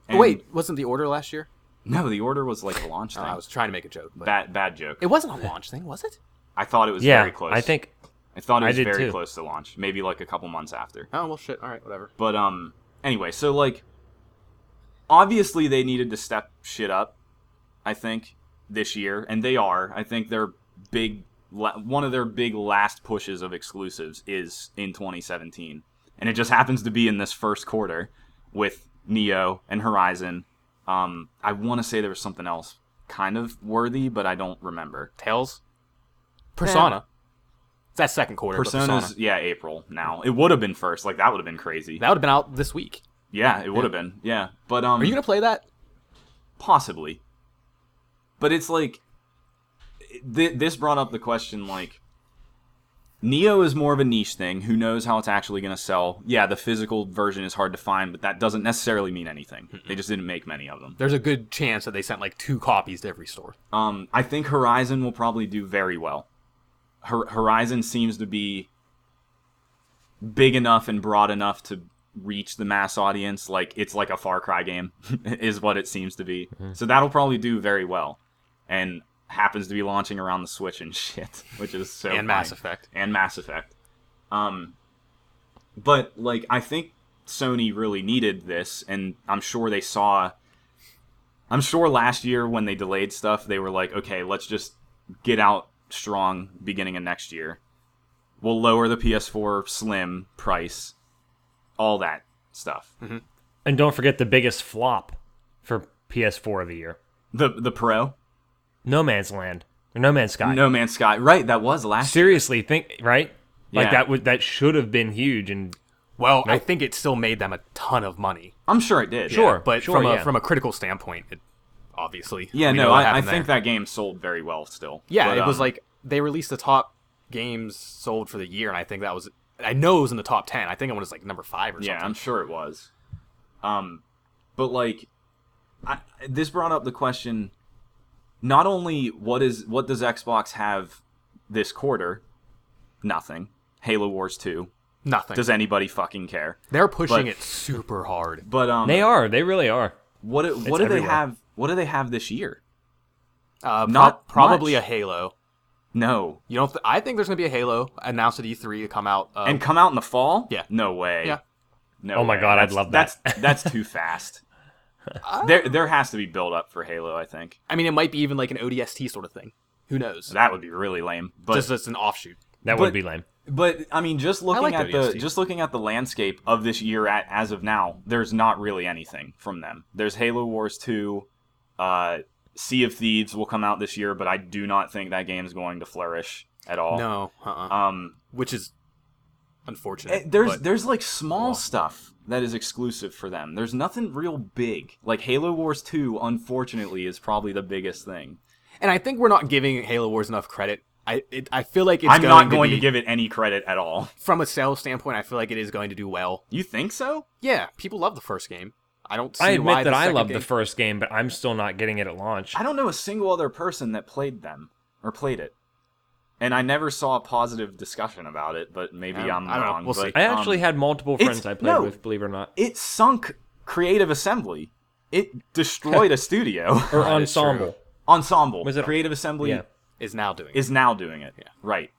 [SPEAKER 3] Oh, wait, wasn't the order last year?
[SPEAKER 1] no, the order was like a
[SPEAKER 2] [SIGHS]
[SPEAKER 1] launch
[SPEAKER 3] Oh,
[SPEAKER 1] thing.
[SPEAKER 3] I was trying to make a joke, but
[SPEAKER 1] bad, bad joke.
[SPEAKER 3] it wasn't a launch thing, was it?
[SPEAKER 1] I thought it was
[SPEAKER 2] yeah,
[SPEAKER 1] very close.
[SPEAKER 2] I think
[SPEAKER 1] I thought it
[SPEAKER 2] I
[SPEAKER 1] was
[SPEAKER 2] did
[SPEAKER 1] very
[SPEAKER 2] too.
[SPEAKER 1] close to launch. Maybe like a couple months after.
[SPEAKER 3] Oh well, shit. All right, whatever.
[SPEAKER 1] But um anyway, so like obviously they needed to step shit up, I think, this year, and they are. I think their big la- one of their big last pushes of exclusives is in 2017. And it just happens to be in this first quarter with Neo and Horizon. Um I want to say there was something else kind of worthy, but I don't remember.
[SPEAKER 3] Tails. Persona. It's that second quarter. but
[SPEAKER 1] Persona's
[SPEAKER 3] Persona.
[SPEAKER 1] yeah, April now. It would have been first. Like that would have been crazy.
[SPEAKER 3] That would have been out this week.
[SPEAKER 1] yeah, it would have been. Yeah. But um
[SPEAKER 3] Are you gonna play that?
[SPEAKER 1] possibly but it's like th- this brought up the question like neo is more of a niche thing who knows how it's actually going to sell yeah the physical version is hard to find but that doesn't necessarily mean anything they just didn't make many of them
[SPEAKER 3] There's a good chance that they sent like two copies to every store.
[SPEAKER 1] um, I think Horizon will probably do very well. Hor- Horizon seems to be big enough and broad enough to reach the mass audience. Like it's like a Far Cry game, [LAUGHS] is what it seems to be. So that'll probably do very well, and happens to be launching around the Switch and [LAUGHS] shit, which is so
[SPEAKER 3] and Mass
[SPEAKER 1] funny
[SPEAKER 3] Effect.
[SPEAKER 1] and Mass Effect. Um, but like I think Sony really needed this, and I'm sure they saw. I'm sure last year when they delayed stuff, they were like, okay, let's just get out strong beginning of next year. We'll lower the PS4 Slim price, all that stuff.
[SPEAKER 3] Mm-hmm.
[SPEAKER 2] and don't forget the biggest flop for PS4 of the year.
[SPEAKER 1] The the Pro,
[SPEAKER 2] No Man's Land or No Man's Sky.
[SPEAKER 1] No Man's Sky, right? That was last. year.
[SPEAKER 2] Seriously, think right? Like
[SPEAKER 1] Yeah.
[SPEAKER 2] that would that should have been huge and
[SPEAKER 3] Well, I think it still made them a ton of money.
[SPEAKER 1] I'm sure it did.
[SPEAKER 2] Sure.
[SPEAKER 3] but from a
[SPEAKER 2] yeah.
[SPEAKER 3] from a critical standpoint, it, obviously.
[SPEAKER 1] Yeah,
[SPEAKER 3] we know
[SPEAKER 1] no,
[SPEAKER 3] what
[SPEAKER 1] I, I
[SPEAKER 3] happened
[SPEAKER 1] think
[SPEAKER 3] there.
[SPEAKER 1] that game sold very well still.
[SPEAKER 3] Yeah,
[SPEAKER 1] But,
[SPEAKER 3] it was
[SPEAKER 1] um,
[SPEAKER 3] like they released the top games sold for the year, and I think that was. I know it was in the top ten. I think it was like number five or
[SPEAKER 1] Yeah, I'm
[SPEAKER 3] something.
[SPEAKER 1] sure it was. Um, but like, I, this brought up the question: not only what is what does Xbox have this quarter? Nothing. Halo Wars Two.
[SPEAKER 3] Nothing.
[SPEAKER 1] Does anybody fucking care?
[SPEAKER 3] They're pushing
[SPEAKER 1] but-
[SPEAKER 3] it super hard.
[SPEAKER 1] But um,
[SPEAKER 2] they are, they really are.
[SPEAKER 1] what do- what do they
[SPEAKER 2] everywhere.
[SPEAKER 1] have? What do they have this year?
[SPEAKER 3] Uh,
[SPEAKER 1] Not
[SPEAKER 3] not probably
[SPEAKER 1] much.
[SPEAKER 3] a Halo.
[SPEAKER 1] No,
[SPEAKER 3] You don't. Th- I think there's gonna be a Halo announced at E3 to come out. Uh,
[SPEAKER 1] and come out in the fall?
[SPEAKER 3] Yeah.
[SPEAKER 1] No way.
[SPEAKER 3] Yeah.
[SPEAKER 1] No.
[SPEAKER 2] Oh my
[SPEAKER 1] way.
[SPEAKER 2] God, I'd
[SPEAKER 1] That's-
[SPEAKER 2] love that.
[SPEAKER 1] [LAUGHS] That's that's too
[SPEAKER 3] [LAUGHS]
[SPEAKER 1] fast. there there has to be build up for Halo. I think
[SPEAKER 3] I mean, it might be even like an ODST sort of thing. Who knows?
[SPEAKER 1] that would be really lame. But
[SPEAKER 3] Just as an offshoot.
[SPEAKER 2] That
[SPEAKER 1] But-
[SPEAKER 2] would be lame.
[SPEAKER 1] But I mean, just looking
[SPEAKER 3] like
[SPEAKER 1] at the
[SPEAKER 3] WST.
[SPEAKER 1] just looking at the landscape of this year at, as of now, there's not really anything from them. There's Halo Wars two, uh, Sea of Thieves will come out this year, but I do not think that game's going to flourish at all.
[SPEAKER 3] No. Uh-uh.
[SPEAKER 1] Um,
[SPEAKER 3] Which is
[SPEAKER 1] eh,
[SPEAKER 3] unfortunate.
[SPEAKER 1] there's
[SPEAKER 3] but-
[SPEAKER 1] there's like small stuff that is exclusive for them. There's nothing real big. Like Halo Wars two, unfortunately, is probably the biggest thing.
[SPEAKER 3] and I think we're not giving Halo Wars enough credit. I it, I feel like it's
[SPEAKER 1] I'm not
[SPEAKER 3] going
[SPEAKER 1] going
[SPEAKER 3] be-
[SPEAKER 1] to give it any credit at all.
[SPEAKER 3] from a sales standpoint. I feel like it is going to do well.
[SPEAKER 1] You think so?
[SPEAKER 3] Yeah, people love the first game. I don't. See
[SPEAKER 2] I
[SPEAKER 3] why
[SPEAKER 2] admit
[SPEAKER 3] the
[SPEAKER 2] that I
[SPEAKER 3] second
[SPEAKER 2] love
[SPEAKER 3] game-
[SPEAKER 2] the first game, but I'm still not getting it at launch.
[SPEAKER 1] I don't know a single other person that played them or played it. And I never saw a positive discussion about it, but maybe
[SPEAKER 3] I don't-
[SPEAKER 1] I'm
[SPEAKER 3] I don't know.
[SPEAKER 1] wrong.
[SPEAKER 3] We'll see.
[SPEAKER 1] but,
[SPEAKER 2] I actually
[SPEAKER 1] um,
[SPEAKER 2] had multiple
[SPEAKER 1] it's-
[SPEAKER 2] friends I played
[SPEAKER 1] no.
[SPEAKER 2] with, believe it or not,
[SPEAKER 1] it sunk Creative Assembly. It destroyed a studio. [LAUGHS]
[SPEAKER 2] or
[SPEAKER 3] That is true.
[SPEAKER 2] Ensemble.
[SPEAKER 1] Ensemble.
[SPEAKER 2] Was it-
[SPEAKER 1] Creative Assembly
[SPEAKER 2] Yeah.
[SPEAKER 3] is now doing. it.
[SPEAKER 1] is now doing it.
[SPEAKER 3] Yeah.
[SPEAKER 1] Right.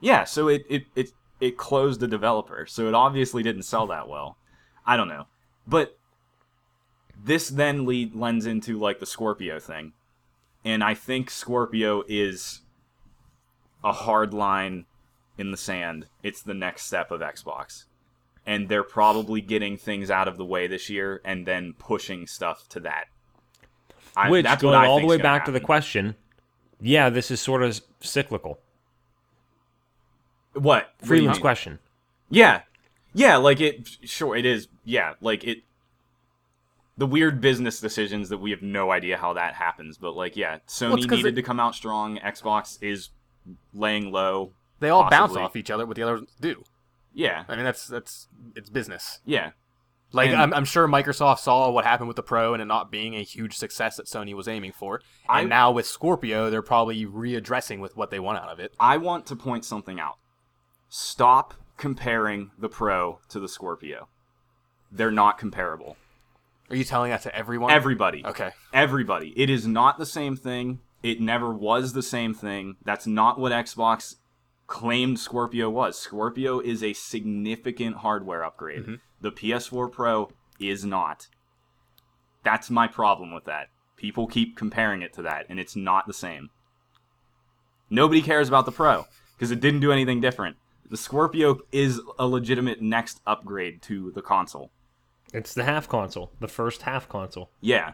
[SPEAKER 1] Yeah, so it it, it it closed the developer, so it obviously didn't sell that well. I don't know. But This then lead lends into like the Scorpio thing, and I think Scorpio is a hard line in the sand. It's the next step of Xbox. And they're probably getting things out of the way this year and then pushing stuff to that. I-
[SPEAKER 2] Which
[SPEAKER 1] that's what
[SPEAKER 2] going
[SPEAKER 1] I
[SPEAKER 2] all the
[SPEAKER 1] think's
[SPEAKER 2] way
[SPEAKER 1] gonna
[SPEAKER 2] back to the
[SPEAKER 1] happen.
[SPEAKER 2] question, yeah, this is sort of cyclical.
[SPEAKER 1] what What do you
[SPEAKER 2] Freeland's
[SPEAKER 1] mean?
[SPEAKER 2] question.
[SPEAKER 1] Yeah. Yeah, like it sure it is. Yeah, like it the weird business decisions that we have no idea how that happens, but like yeah, Sony
[SPEAKER 3] it's 'cause
[SPEAKER 1] needed
[SPEAKER 3] it-
[SPEAKER 1] to come out strong, Xbox is laying low.
[SPEAKER 3] They all bounce
[SPEAKER 1] Possibly.
[SPEAKER 3] off each other. What the others do.
[SPEAKER 1] Yeah.
[SPEAKER 3] I mean, that's that's it's business.
[SPEAKER 1] Yeah.
[SPEAKER 3] Like
[SPEAKER 1] And-
[SPEAKER 3] I'm, I'm sure Microsoft saw what happened with the Pro and it not being a huge success that Sony was aiming for, and
[SPEAKER 1] I-
[SPEAKER 3] now with Scorpio, they're probably readdressing with what they want out of it.
[SPEAKER 1] I want to point something out. Stop comparing the Pro to the Scorpio. They're not comparable.
[SPEAKER 3] Are you telling that to everyone?
[SPEAKER 1] Everybody.
[SPEAKER 3] Okay.
[SPEAKER 1] Everybody. It is not the same thing. It never was the same thing. That's not what Xbox claimed Scorpio was. Scorpio is a significant hardware upgrade. The PS4 Pro is not. That's my problem with that. People keep comparing it to that, and it's not the same. Nobody cares about the Pro because it didn't do anything different. The Scorpio is a legitimate next upgrade to the console.
[SPEAKER 2] It's the half console, the first half console.
[SPEAKER 1] Yeah.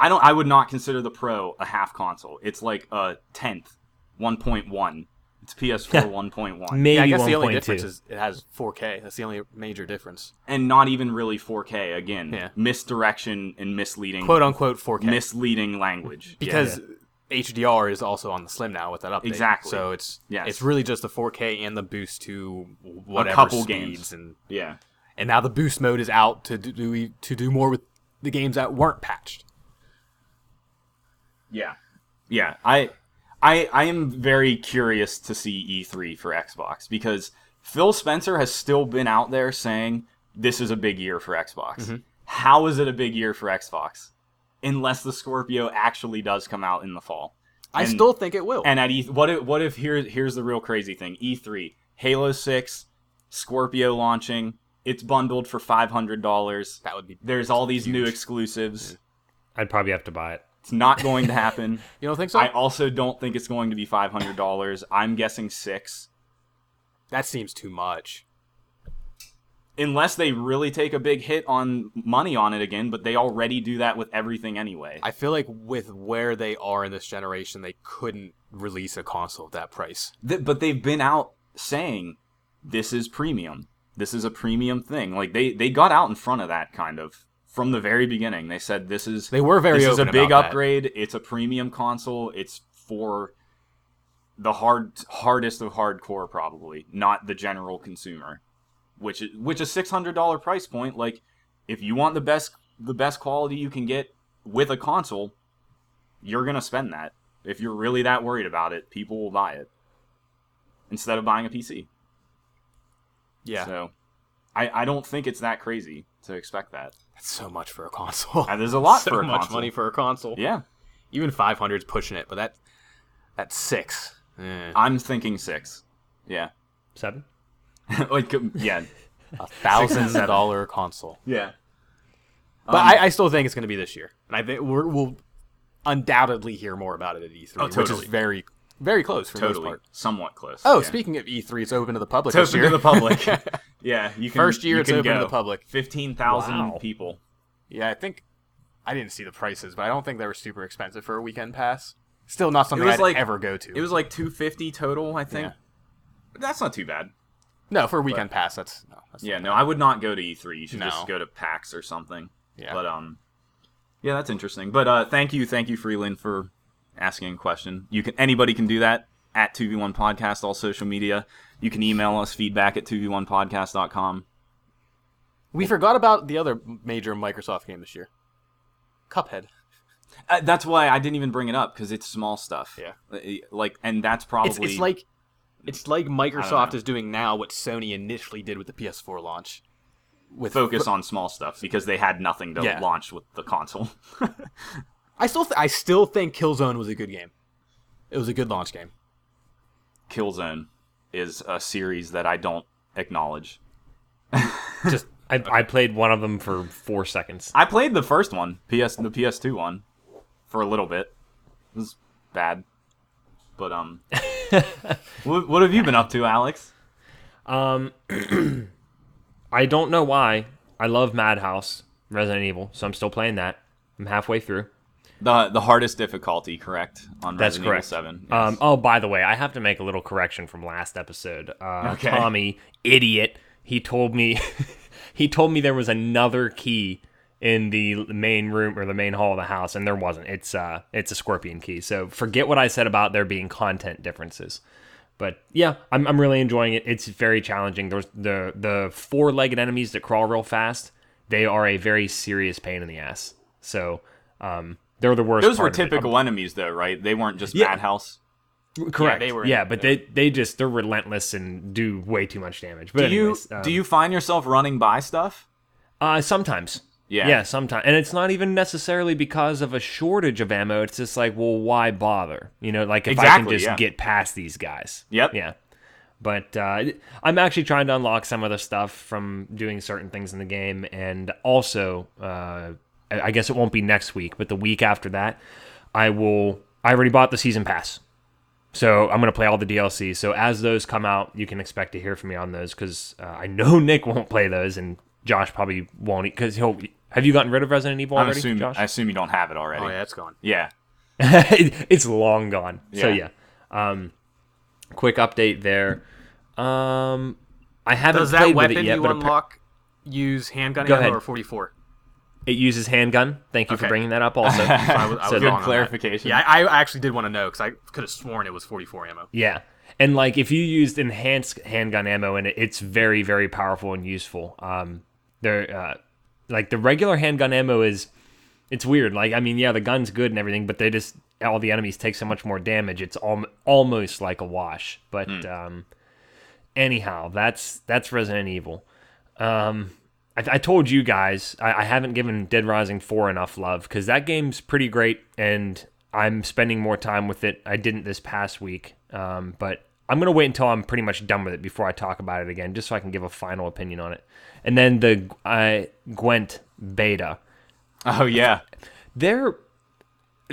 [SPEAKER 1] I don't I would not consider the Pro a half console. It's like a tenth, one point one. It's PS4 one point one.
[SPEAKER 2] Maybe
[SPEAKER 3] Yeah, I guess the
[SPEAKER 2] 1.2.
[SPEAKER 3] only difference is it has 4K. That's the only major difference.
[SPEAKER 1] And not even really four K again.
[SPEAKER 3] Yeah.
[SPEAKER 1] Misdirection and misleading
[SPEAKER 3] Quote unquote 4K.
[SPEAKER 1] misleading language.
[SPEAKER 3] because HDR is also on the Slim now with that update.
[SPEAKER 1] Exactly.
[SPEAKER 3] So it's
[SPEAKER 1] Yes.
[SPEAKER 3] it's really just the 4K and the boost to whatever
[SPEAKER 1] couple
[SPEAKER 3] speeds
[SPEAKER 1] games.
[SPEAKER 3] and
[SPEAKER 1] Yeah.
[SPEAKER 3] and now the boost mode is out to do- do to do more with the games that weren't patched.
[SPEAKER 1] Yeah. Yeah. I I I am very curious to see E3 for Xbox because Phil Spencer has still been out there saying this is a big year for Xbox.
[SPEAKER 3] Mm-hmm.
[SPEAKER 1] How is it a big year for Xbox? Unless the Scorpio actually does come out in the fall.
[SPEAKER 3] I
[SPEAKER 1] And-
[SPEAKER 3] still think it will.
[SPEAKER 1] And at E, what if what if here here's the real crazy thing? E3, Halo Six, Scorpio launching. It's bundled for five hundred dollars.
[SPEAKER 3] that would be
[SPEAKER 1] There's all these new exclusives.
[SPEAKER 2] I'd probably have to buy it.
[SPEAKER 1] It's not going to
[SPEAKER 3] [LAUGHS]
[SPEAKER 1] happen.
[SPEAKER 3] You don't think so?
[SPEAKER 1] I also don't think it's going to be five hundred dollars. I'm guessing six,
[SPEAKER 3] that seems too much.
[SPEAKER 1] unless they really take a big hit on money on it again. But they already do that with everything anyway.
[SPEAKER 3] I feel like with where they are in this generation, they couldn't release a console at that price.
[SPEAKER 1] Th- but they've been out saying this is premium. This is a premium thing. Like they they got out in front of that kind of from the very beginning. They said this is
[SPEAKER 3] They were very
[SPEAKER 1] this is a
[SPEAKER 3] open
[SPEAKER 1] big
[SPEAKER 3] about that.
[SPEAKER 1] upgrade. It's a premium console. It's for the hard hardest of hardcore probably, not the general consumer. Which is which a six hundred dollar price point. Like if you want the best the best quality you can get with a console, you're gonna spend that. If you're really that worried about it, people will buy it instead of buying a PC.
[SPEAKER 3] Yeah,
[SPEAKER 1] So I, I don't think it's that crazy to expect that.
[SPEAKER 3] that's so much for a console.
[SPEAKER 1] And there's a lot
[SPEAKER 3] [LAUGHS] so
[SPEAKER 1] for a
[SPEAKER 3] much
[SPEAKER 1] console.
[SPEAKER 3] money for a console.
[SPEAKER 1] Yeah.
[SPEAKER 3] even 500 is pushing it, but that that's six. [LAUGHS] Eh,
[SPEAKER 1] I'm thinking six. Yeah.
[SPEAKER 2] [LAUGHS] Seven?
[SPEAKER 1] [LAUGHS] like um, yeah.
[SPEAKER 3] a thousand dollar console.
[SPEAKER 1] Yeah.
[SPEAKER 3] But
[SPEAKER 1] Um,
[SPEAKER 3] I, I still think it's going to be this year, and I think we're, we'll undoubtedly hear more about it at E3,
[SPEAKER 1] Oh,
[SPEAKER 3] which
[SPEAKER 1] totally.
[SPEAKER 3] is very, very close for the most
[SPEAKER 1] Totally.
[SPEAKER 3] part.
[SPEAKER 1] Somewhat close.
[SPEAKER 3] Oh,
[SPEAKER 1] yeah.
[SPEAKER 3] speaking of E3, it's open to the public
[SPEAKER 1] It's
[SPEAKER 3] this
[SPEAKER 1] open
[SPEAKER 3] year.
[SPEAKER 1] to the public. [LAUGHS] yeah. You can,
[SPEAKER 3] First year
[SPEAKER 1] you
[SPEAKER 3] it's
[SPEAKER 1] can
[SPEAKER 3] open to
[SPEAKER 1] go.
[SPEAKER 3] the public.
[SPEAKER 1] Fifteen thousand
[SPEAKER 2] Wow.
[SPEAKER 1] people.
[SPEAKER 3] yeah, I think I didn't see the prices, but I don't think they were super expensive for a weekend pass. Still not something
[SPEAKER 1] was
[SPEAKER 3] I'd
[SPEAKER 1] like-
[SPEAKER 3] ever go to.
[SPEAKER 1] It was like two fifty total, I think.
[SPEAKER 3] Yeah.
[SPEAKER 1] That's not too bad.
[SPEAKER 3] no for a weekend pass. That's no. That's
[SPEAKER 1] Yeah, no, I would not go to E3. You should
[SPEAKER 3] No.
[SPEAKER 1] just go to PAX or something.
[SPEAKER 3] Yeah.
[SPEAKER 1] But um, yeah, that's interesting. But uh, thank you, thank you, Freeland, for asking a question. You can anybody can do that at two v one podcast, all social media. You can email us feedback at two v one podcast.com.
[SPEAKER 3] we forgot about the other major Microsoft game this year, Cuphead.
[SPEAKER 1] Uh, that's why I didn't even bring it up because it's small stuff.
[SPEAKER 3] Yeah.
[SPEAKER 1] Uh, Like, and that's probably
[SPEAKER 3] It's, it's like it's like Microsoft is doing now what Sony initially did with the PS4 launch. With
[SPEAKER 1] focus on small stuff because they had nothing to
[SPEAKER 3] Yeah.
[SPEAKER 1] launch with the console. [LAUGHS]
[SPEAKER 3] I still th- I still think Killzone was a good game. It was a good launch game.
[SPEAKER 1] Killzone is a series that I don't acknowledge.
[SPEAKER 3] Just
[SPEAKER 2] I, I played one of them for four seconds.
[SPEAKER 1] I played the first one, PS the PS2 one, for a little bit. It was bad, but
[SPEAKER 2] [LAUGHS]
[SPEAKER 1] um, what, what have you been up to, Alex?
[SPEAKER 2] I don't know why. I love Madhouse, Resident Evil, so I'm still playing that. I'm halfway through.
[SPEAKER 1] The the hardest difficulty, correct? On
[SPEAKER 2] That's
[SPEAKER 1] Resident
[SPEAKER 2] correct.
[SPEAKER 1] Evil Seven.
[SPEAKER 2] Um, oh, by the way, I have to make a little correction from last episode. Uh,
[SPEAKER 1] Okay.
[SPEAKER 2] Tommy, idiot, he told me [LAUGHS] he told me there was another key in the main room or the main hall of the house, and there wasn't. It's uh, it's a scorpion key. So forget what I said about there being content differences. But yeah, I'm, I'm really enjoying it. It's very challenging. There's the the four legged enemies that crawl real fast. They are a very serious pain in the ass. So um, they're the worst.
[SPEAKER 1] Those were
[SPEAKER 2] part of it. Um,
[SPEAKER 1] typical enemies, though, right? They weren't just Madhouse.
[SPEAKER 2] Correct. Yeah,
[SPEAKER 3] they were-
[SPEAKER 2] but they they just they're relentless and do way too much damage. But
[SPEAKER 1] Do
[SPEAKER 2] anyways,
[SPEAKER 1] you
[SPEAKER 2] um,
[SPEAKER 1] do you find yourself running by stuff?
[SPEAKER 2] uh, sometimes.
[SPEAKER 1] Yeah.
[SPEAKER 2] Yeah, sometimes, and it's not even necessarily because of a shortage of ammo. It's just like, well, why bother? You know, like if I can
[SPEAKER 1] Exactly,
[SPEAKER 2] just
[SPEAKER 1] yeah.
[SPEAKER 2] get past these guys.
[SPEAKER 1] Yep.
[SPEAKER 2] Yeah. But uh, I'm actually trying to unlock some of the stuff from doing certain things in the game, and also, uh, I I guess it won't be next week, but the week after that, I will. I already bought the season pass. So I'm gonna play all the DLC. So as those come out, you can expect to hear from me on those because uh, I know [LAUGHS] Nick won't play those, and Josh probably won't because he'll. Have you gotten rid of Resident Evil
[SPEAKER 1] I'm
[SPEAKER 2] already,
[SPEAKER 1] assuming
[SPEAKER 2] Josh?
[SPEAKER 1] I assume you don't have it already.
[SPEAKER 3] Oh yeah, it's gone.
[SPEAKER 1] yeah.
[SPEAKER 2] It- [LAUGHS] it's long gone. So yeah,
[SPEAKER 1] Yeah.
[SPEAKER 2] um, quick update there. Um, I haven't
[SPEAKER 3] Does
[SPEAKER 2] played
[SPEAKER 3] that weapon
[SPEAKER 2] with it yet,
[SPEAKER 3] you
[SPEAKER 2] but appa-
[SPEAKER 3] unlock use handgun
[SPEAKER 2] Go
[SPEAKER 3] ammo
[SPEAKER 2] ahead.
[SPEAKER 3] or 44?
[SPEAKER 2] it uses handgun. Thank you for
[SPEAKER 3] Okay.
[SPEAKER 2] bringing that up. Also,
[SPEAKER 3] [LAUGHS] I was, I
[SPEAKER 2] So good
[SPEAKER 3] was wrong on that.
[SPEAKER 1] clarification.
[SPEAKER 3] Yeah, I, I actually did want to know because I could have sworn it was 44 ammo.
[SPEAKER 2] Yeah. And like if you used enhanced handgun ammo in it, it's very, very powerful and useful. Um there uh like the regular handgun ammo is it's weird. Like I mean, yeah, the gun's good and everything, but they just all the enemies take so much more damage. It's al- almost like a wash. But um anyhow, that's that's Resident Evil. Um I, I told you guys I, I haven't given Dead Rising 4 enough love because that game's pretty great and I'm spending more time with it. I didn't this past week, um, but I'm going to wait until I'm pretty much done with it before I talk about it again, just so I can give a final opinion on it. And then the uh, Gwent beta.
[SPEAKER 1] Oh yeah.
[SPEAKER 2] Their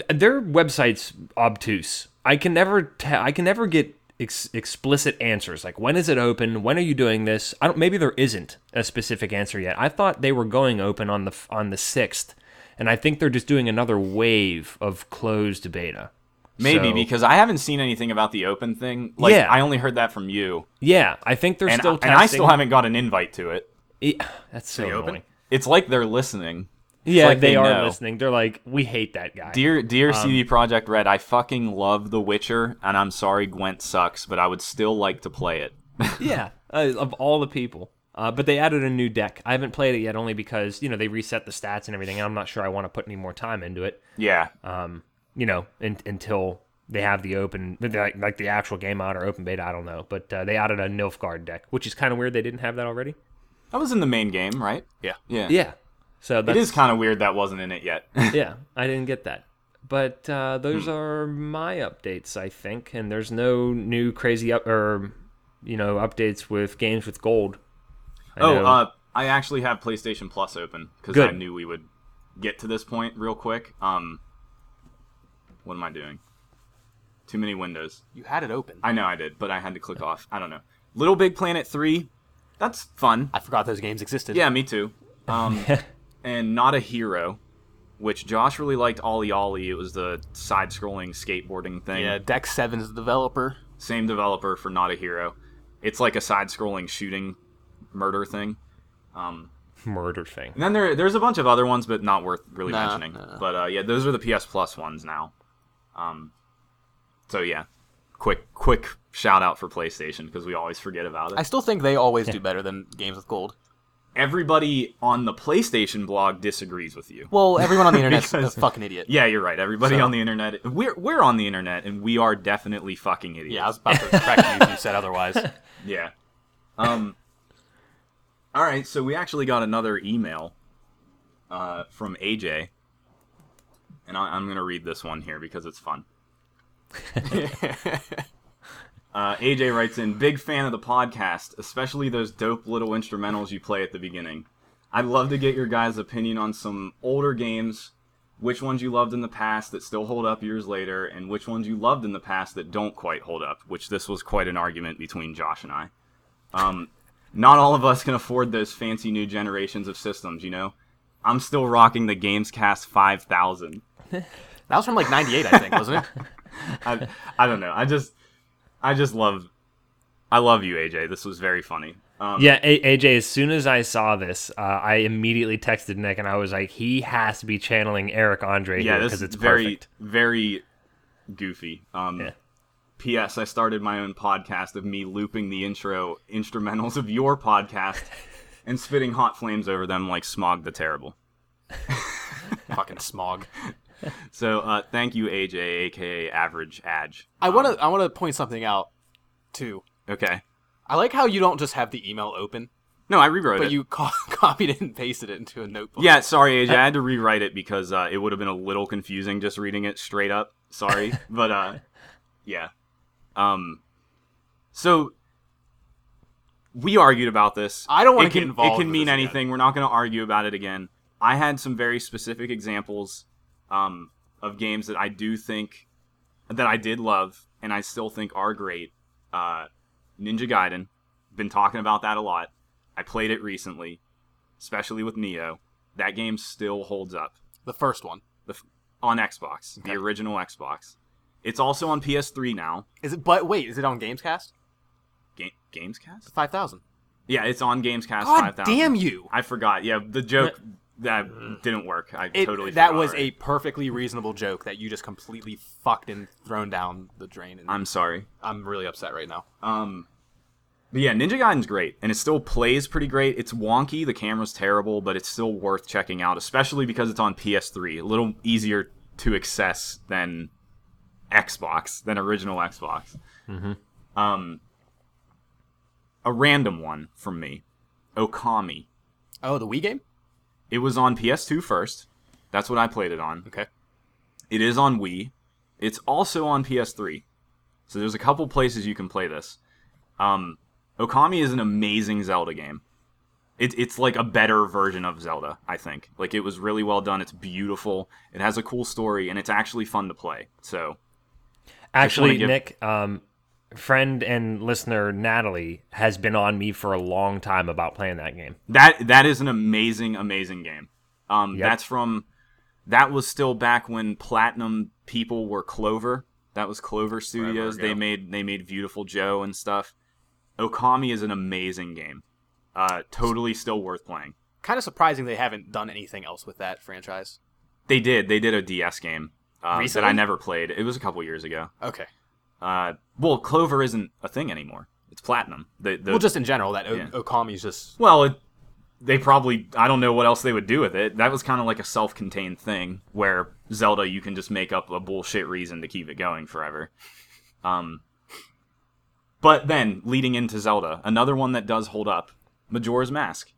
[SPEAKER 2] their website's obtuse. I can never tell. I can never get ex- explicit answers. Like when is it open? When are you doing this? I don't. Maybe there isn't a specific answer yet. I thought they were going open on the f- on the sixth, and I think they're just doing another wave of closed beta.
[SPEAKER 1] Maybe
[SPEAKER 2] So-
[SPEAKER 1] because I haven't seen anything about the open thing. Like
[SPEAKER 2] Yeah.
[SPEAKER 1] I only heard that from you,
[SPEAKER 2] yeah, I think they're
[SPEAKER 1] and
[SPEAKER 2] still
[SPEAKER 1] I,
[SPEAKER 2] testing.
[SPEAKER 1] and I still haven't got an invite to it.
[SPEAKER 2] E- [SIGHS] That's so
[SPEAKER 3] open?
[SPEAKER 2] annoying.
[SPEAKER 1] It's like they're listening.
[SPEAKER 2] Yeah,
[SPEAKER 1] like
[SPEAKER 2] they,
[SPEAKER 1] they
[SPEAKER 2] are
[SPEAKER 1] know.
[SPEAKER 2] listening. They're like, we hate that guy.
[SPEAKER 1] Dear
[SPEAKER 2] Um,
[SPEAKER 1] dear CD Project Red, I fucking love The Witcher, and I'm sorry Gwent sucks, but I would still like to play it.
[SPEAKER 2] Yeah, uh, of all the people. Uh, but they added a new deck. I haven't played it yet, only because you know they reset the stats and everything. And I'm not sure I want to put any more time into it.
[SPEAKER 1] Yeah,
[SPEAKER 2] Uh, You know, in, until they have the open, like, like the actual game out or open beta. I don't know. But uh, they added a Nilfgaard deck, which is kind of weird. They didn't have that already.
[SPEAKER 1] that was in the main game, right?
[SPEAKER 3] Yeah.
[SPEAKER 1] Yeah,
[SPEAKER 2] Yeah. So
[SPEAKER 1] It
[SPEAKER 2] that's,
[SPEAKER 1] is kind of weird that wasn't in it yet.
[SPEAKER 2] yeah, I didn't get that. But uh, those
[SPEAKER 1] Hmm.
[SPEAKER 2] are my updates, I think. And there's no new crazy up or you know updates with games with gold. I
[SPEAKER 1] oh,
[SPEAKER 2] know-
[SPEAKER 1] uh, I actually have PlayStation Plus open because I
[SPEAKER 2] Good.
[SPEAKER 1] knew we would get to this point real quick. Um, what am I doing? Too many windows.
[SPEAKER 3] You had it open. I,
[SPEAKER 1] I know I did, but I had to click off. I don't know. Little Big Planet three, that's fun.
[SPEAKER 3] forgot those games existed.
[SPEAKER 1] Yeah, me too.
[SPEAKER 2] [LAUGHS]
[SPEAKER 1] Um, and Not a Hero, which Josh really liked. Ollie Ollie. It was the side-scrolling skateboarding thing.
[SPEAKER 3] Yeah, Deck 7's the developer.
[SPEAKER 1] Same developer for Not a Hero. It's like a side-scrolling shooting murder thing.
[SPEAKER 2] murder thing.
[SPEAKER 1] And then there, there's a bunch of other ones, but not worth really
[SPEAKER 3] Nah,
[SPEAKER 1] mentioning.
[SPEAKER 3] nah.
[SPEAKER 1] But uh, yeah, those are the PS Plus ones now. Um, so yeah, quick, quick shout out for PlayStation because we always forget about it.
[SPEAKER 3] I still think they always do better than games with gold.
[SPEAKER 1] Everybody on the PlayStation blog disagrees with you.
[SPEAKER 3] Well, everyone [LAUGHS] on the internet's
[SPEAKER 1] Because-
[SPEAKER 3] a fucking idiot.
[SPEAKER 1] Yeah, you're right. Everybody
[SPEAKER 3] So-
[SPEAKER 1] on the internet, we're we're on the internet, and we are definitely fucking idiots.
[SPEAKER 3] Yeah, I was about to correct you if you said otherwise.
[SPEAKER 1] Yeah. Um. all right, so we actually got another email uh, from AJ, and I, I'm gonna read this one here because it's fun. uh, AJ writes in, "Big fan of the podcast, especially those dope little instrumentals you play at the beginning. I'd love to get your guys' opinion on some older games, which ones you loved in the past that still hold up years later, and which ones you loved in the past that don't quite hold up. Which this was quite an argument between Josh and I. Um, not all of us can afford those fancy new generations of systems, you know. I'm still rocking the Gamescast 5000.
[SPEAKER 3] That was from like '98, I think, wasn't [LAUGHS] it?
[SPEAKER 1] I, I don't know. I just I just love I love you, AJ. This was very funny. Um,
[SPEAKER 2] Yeah, A- AJ. As soon as I saw this, uh, I immediately texted Nick, and I was like, "He has to be channeling Eric Andre
[SPEAKER 1] yeah,
[SPEAKER 2] here
[SPEAKER 1] this
[SPEAKER 2] because
[SPEAKER 1] is
[SPEAKER 2] it's
[SPEAKER 1] very
[SPEAKER 2] perfect."
[SPEAKER 1] very goofy. Um,
[SPEAKER 2] Yeah.
[SPEAKER 1] P.S. I started my own podcast of me looping the intro instrumentals of your
[SPEAKER 2] [LAUGHS]
[SPEAKER 1] podcast and spitting hot flames over them like Smog the Terrible.
[SPEAKER 3] Fucking smog.
[SPEAKER 1] So uh, thank you, AJ, aka Average Adge.
[SPEAKER 3] I want to I want to point something out too.
[SPEAKER 1] Okay.
[SPEAKER 3] I like how you don't just have the email open,
[SPEAKER 1] No, I rewrote
[SPEAKER 3] but
[SPEAKER 1] it.
[SPEAKER 3] you [LAUGHS] co- copied it and pasted it into a notebook.
[SPEAKER 1] Yeah, sorry, AJ. I had to rewrite it because uh, it would have been a little confusing just reading it straight up.
[SPEAKER 2] [LAUGHS]
[SPEAKER 1] Sorry, but uh, yeah. Um, so we argued about this.
[SPEAKER 3] I don't wanna
[SPEAKER 1] It can-
[SPEAKER 3] get involved
[SPEAKER 1] It can
[SPEAKER 3] with
[SPEAKER 1] mean
[SPEAKER 3] this again.
[SPEAKER 1] anything. We're not going to argue about it again. I had some very specific examples um, of games that I do think that I did love and I still think are great. Uh, Ninja Gaiden. Been talking about that a lot. I played it recently, especially with Neo. That game still holds up
[SPEAKER 3] the first one
[SPEAKER 1] the, f- on Xbox, the original Xbox. It's also on PS3 now.
[SPEAKER 3] is it? But wait, is it on Gamescast?
[SPEAKER 1] Ga- Gamescast?
[SPEAKER 3] Five thousand.
[SPEAKER 1] Yeah, it's on Gamescast.
[SPEAKER 3] God
[SPEAKER 1] 5000.
[SPEAKER 3] damn you!
[SPEAKER 1] I forgot. Yeah, the joke that didn't work. I
[SPEAKER 3] It,
[SPEAKER 1] totally
[SPEAKER 3] that
[SPEAKER 1] forgot
[SPEAKER 3] was a
[SPEAKER 1] already.
[SPEAKER 3] perfectly reasonable joke that you just completely fucked and thrown down the drain. And I'm,
[SPEAKER 1] I'm sorry.
[SPEAKER 3] really upset right now.
[SPEAKER 1] Um, but yeah, Ninja Gaiden's great, and it still plays pretty great. It's wonky, the camera's terrible, but it's still worth checking out, especially because it's on PS3. A little easier to access than Xbox, than original Xbox. Um, a random one from me, Okami.
[SPEAKER 3] Oh, the Wii game.
[SPEAKER 1] It was on PS2 first. That's what I played it on.
[SPEAKER 3] Okay.
[SPEAKER 1] It is on Wii. It's also on PS3. So there's a couple places you can play this. Um, Okami is an amazing Zelda game. It, it's like a better version of Zelda, I think. Like it was really well done. It's beautiful. It has a cool story, and it's actually fun to play. So
[SPEAKER 2] Actually,
[SPEAKER 1] wanna give-
[SPEAKER 2] Nick, um, friend and listener Natalie has been on me for a long time about playing that game.
[SPEAKER 1] that that is an amazing, amazing game. Um,
[SPEAKER 2] Yep.
[SPEAKER 1] That's from that was still back when platinum people were Clover. That was Clover Studios. They
[SPEAKER 3] ago.
[SPEAKER 1] made they made Beautiful Joe and stuff. Okami is an amazing game. Uh, totally still worth playing.
[SPEAKER 3] Kind of surprising they haven't done anything else with that franchise.
[SPEAKER 1] They did they did a DS game uh, that
[SPEAKER 3] Recently?
[SPEAKER 1] I never played. It was a couple years ago.
[SPEAKER 3] Okay.
[SPEAKER 1] Uh, well, Clover isn't a thing anymore. It's platinum. The, the,
[SPEAKER 3] Well, just in general, that o-
[SPEAKER 1] Yeah.
[SPEAKER 3] Okami's just
[SPEAKER 1] Well, it, they probably I don't know what else they would do with it. That was kind of like a self-contained thing where Zelda you can just make up a bullshit reason to keep it going forever. Um but then leading into Zelda, another one that does hold up, Majora's Mask.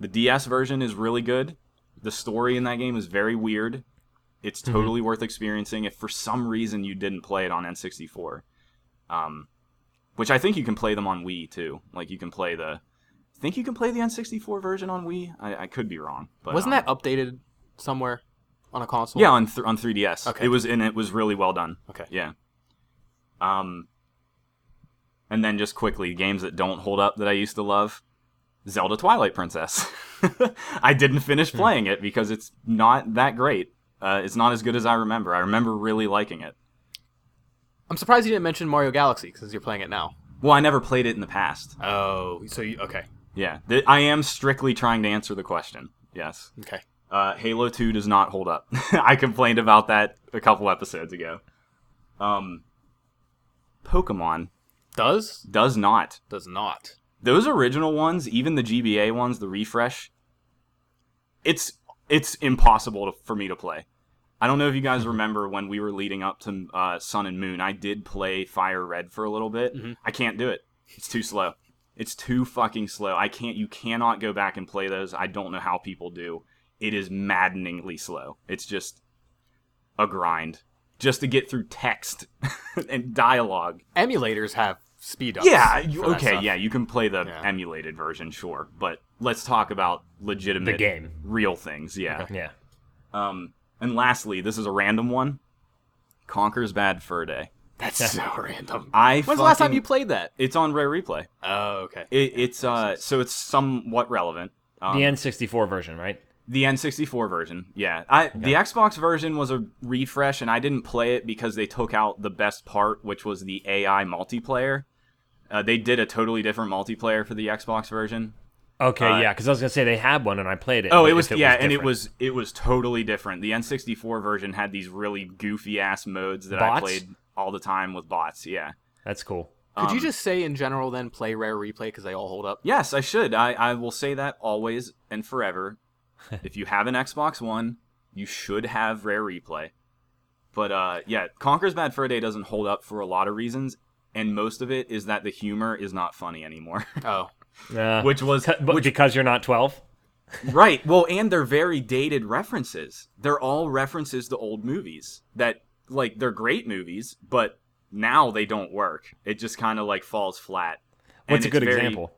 [SPEAKER 1] The DS version is really good. The story in that game is very weird. It's
[SPEAKER 3] Mm-hmm.
[SPEAKER 1] totally worth experiencing if for some reason you didn't play it on N64. Um which I think you can play them on Wii too. Like you can play the think you can play the N64 version on Wii. I, I could be wrong, but
[SPEAKER 3] wasn't
[SPEAKER 1] um,
[SPEAKER 3] that updated somewhere on a console?
[SPEAKER 1] yeah on th- on 3DS.
[SPEAKER 3] Okay.
[SPEAKER 1] It was and it was really well done.
[SPEAKER 3] Okay.
[SPEAKER 1] Yeah. Um. And then just quickly, games that don't hold up that I used to love, Zelda Twilight Princess. [LAUGHS] I didn't finish
[SPEAKER 3] Hmm.
[SPEAKER 1] playing it because it's not that great. Uh, it's not as good as I remember. I remember really liking it.
[SPEAKER 3] I'm surprised you didn't mention Mario Galaxy since you're playing it now.
[SPEAKER 1] Well, I never played it in the past.
[SPEAKER 3] Oh, so you okay?
[SPEAKER 1] Yeah, Th- I am strictly trying to answer the question. Yes.
[SPEAKER 3] Okay.
[SPEAKER 1] uh, Halo 2 does not hold up. [LAUGHS] I complained about that a couple episodes ago. Um, Pokemon
[SPEAKER 3] Does
[SPEAKER 1] does not.
[SPEAKER 3] does not.
[SPEAKER 1] Those original ones, even the GBA ones, the refresh, it's it's impossible to, for me to play. I don't know if you guys remember when we were leading up to uh, Sun and Moon. I did play Fire Red for a little bit.
[SPEAKER 3] Mhm.
[SPEAKER 1] I can't do it. It's too slow. It's too fucking slow. I can't. You cannot go back and play those. I don't know how people do. It is maddeningly slow. It's just a grind just to get through text [LAUGHS] and dialogue.
[SPEAKER 3] Emulators have speed ups.
[SPEAKER 1] Yeah, you,
[SPEAKER 3] for that
[SPEAKER 1] okay,
[SPEAKER 3] stuff.
[SPEAKER 1] yeah, you can play the
[SPEAKER 3] Yeah.
[SPEAKER 1] emulated version, sure, but let's talk about legitimate
[SPEAKER 2] The game.
[SPEAKER 1] real things, yeah.
[SPEAKER 2] Yeah.
[SPEAKER 1] Um, and lastly, this is a random one. Conker's Bad Fur Day.
[SPEAKER 3] That's so [LAUGHS] random.
[SPEAKER 1] I
[SPEAKER 3] When's the last time
[SPEAKER 1] fucking-
[SPEAKER 3] you played that?
[SPEAKER 1] It's on Rare Replay.
[SPEAKER 3] Oh, okay.
[SPEAKER 1] It, it's uh, so it's somewhat relevant. Um,
[SPEAKER 2] The N64 version, right?
[SPEAKER 1] The N64 version, yeah. I the Xbox version was a refresh, and I didn't play it because they took out the best part, which was the AI multiplayer. Uh, they did a totally different multiplayer for the Xbox version.
[SPEAKER 2] Okay,
[SPEAKER 1] Uh,
[SPEAKER 2] yeah, because I was gonna say they had one and I played it.
[SPEAKER 1] Oh,
[SPEAKER 2] but
[SPEAKER 1] it
[SPEAKER 2] if
[SPEAKER 1] was yeah, and it
[SPEAKER 2] different-
[SPEAKER 1] was it was totally different. The N64 version had these really goofy ass modes that I
[SPEAKER 2] Bots?
[SPEAKER 1] played all the time with bots. Yeah.
[SPEAKER 2] that's cool.
[SPEAKER 3] Could
[SPEAKER 1] Um,
[SPEAKER 3] you just say in general then play rare replay because they all hold [LAUGHS] up?
[SPEAKER 1] Yes, I should. I, I will say that always and
[SPEAKER 2] [LAUGHS]
[SPEAKER 1] forever. if you have an Xbox One, you should have Rare Replay. But uh, yeah, Conker's Bad Fur Day doesn't hold up for a lot of reasons, and most of it is that the humor is not funny anymore. [LAUGHS]
[SPEAKER 3] Oh,
[SPEAKER 2] Uh,
[SPEAKER 1] which
[SPEAKER 2] [LAUGHS]
[SPEAKER 1] was
[SPEAKER 2] but because you're not 12.
[SPEAKER 1] right. Well, and they're very dated references. They're all references to old movies that like they're great movies, but now they don't work. It just kind of like falls flat. And
[SPEAKER 2] What's a
[SPEAKER 1] it's
[SPEAKER 2] good
[SPEAKER 1] very-
[SPEAKER 2] example?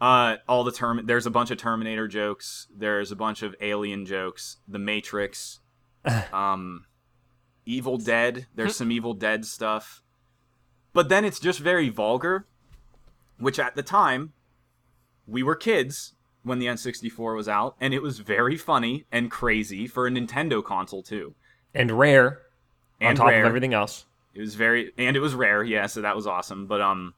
[SPEAKER 1] Uh, all the term. There's a bunch of Terminator jokes. There's a bunch of Alien jokes. The Matrix.
[SPEAKER 2] [SIGHS]
[SPEAKER 1] Um, Evil Dead. There's
[SPEAKER 2] Hmm.
[SPEAKER 1] some Evil Dead stuff. But then it's just very vulgar, which at the time, we were kids when the N64 was out, and it was very funny and crazy for a Nintendo console too.
[SPEAKER 2] And rare
[SPEAKER 1] And
[SPEAKER 2] on top
[SPEAKER 1] rare.
[SPEAKER 2] of everything else.
[SPEAKER 1] It was very and it was rare, yeah. So that was awesome. But um,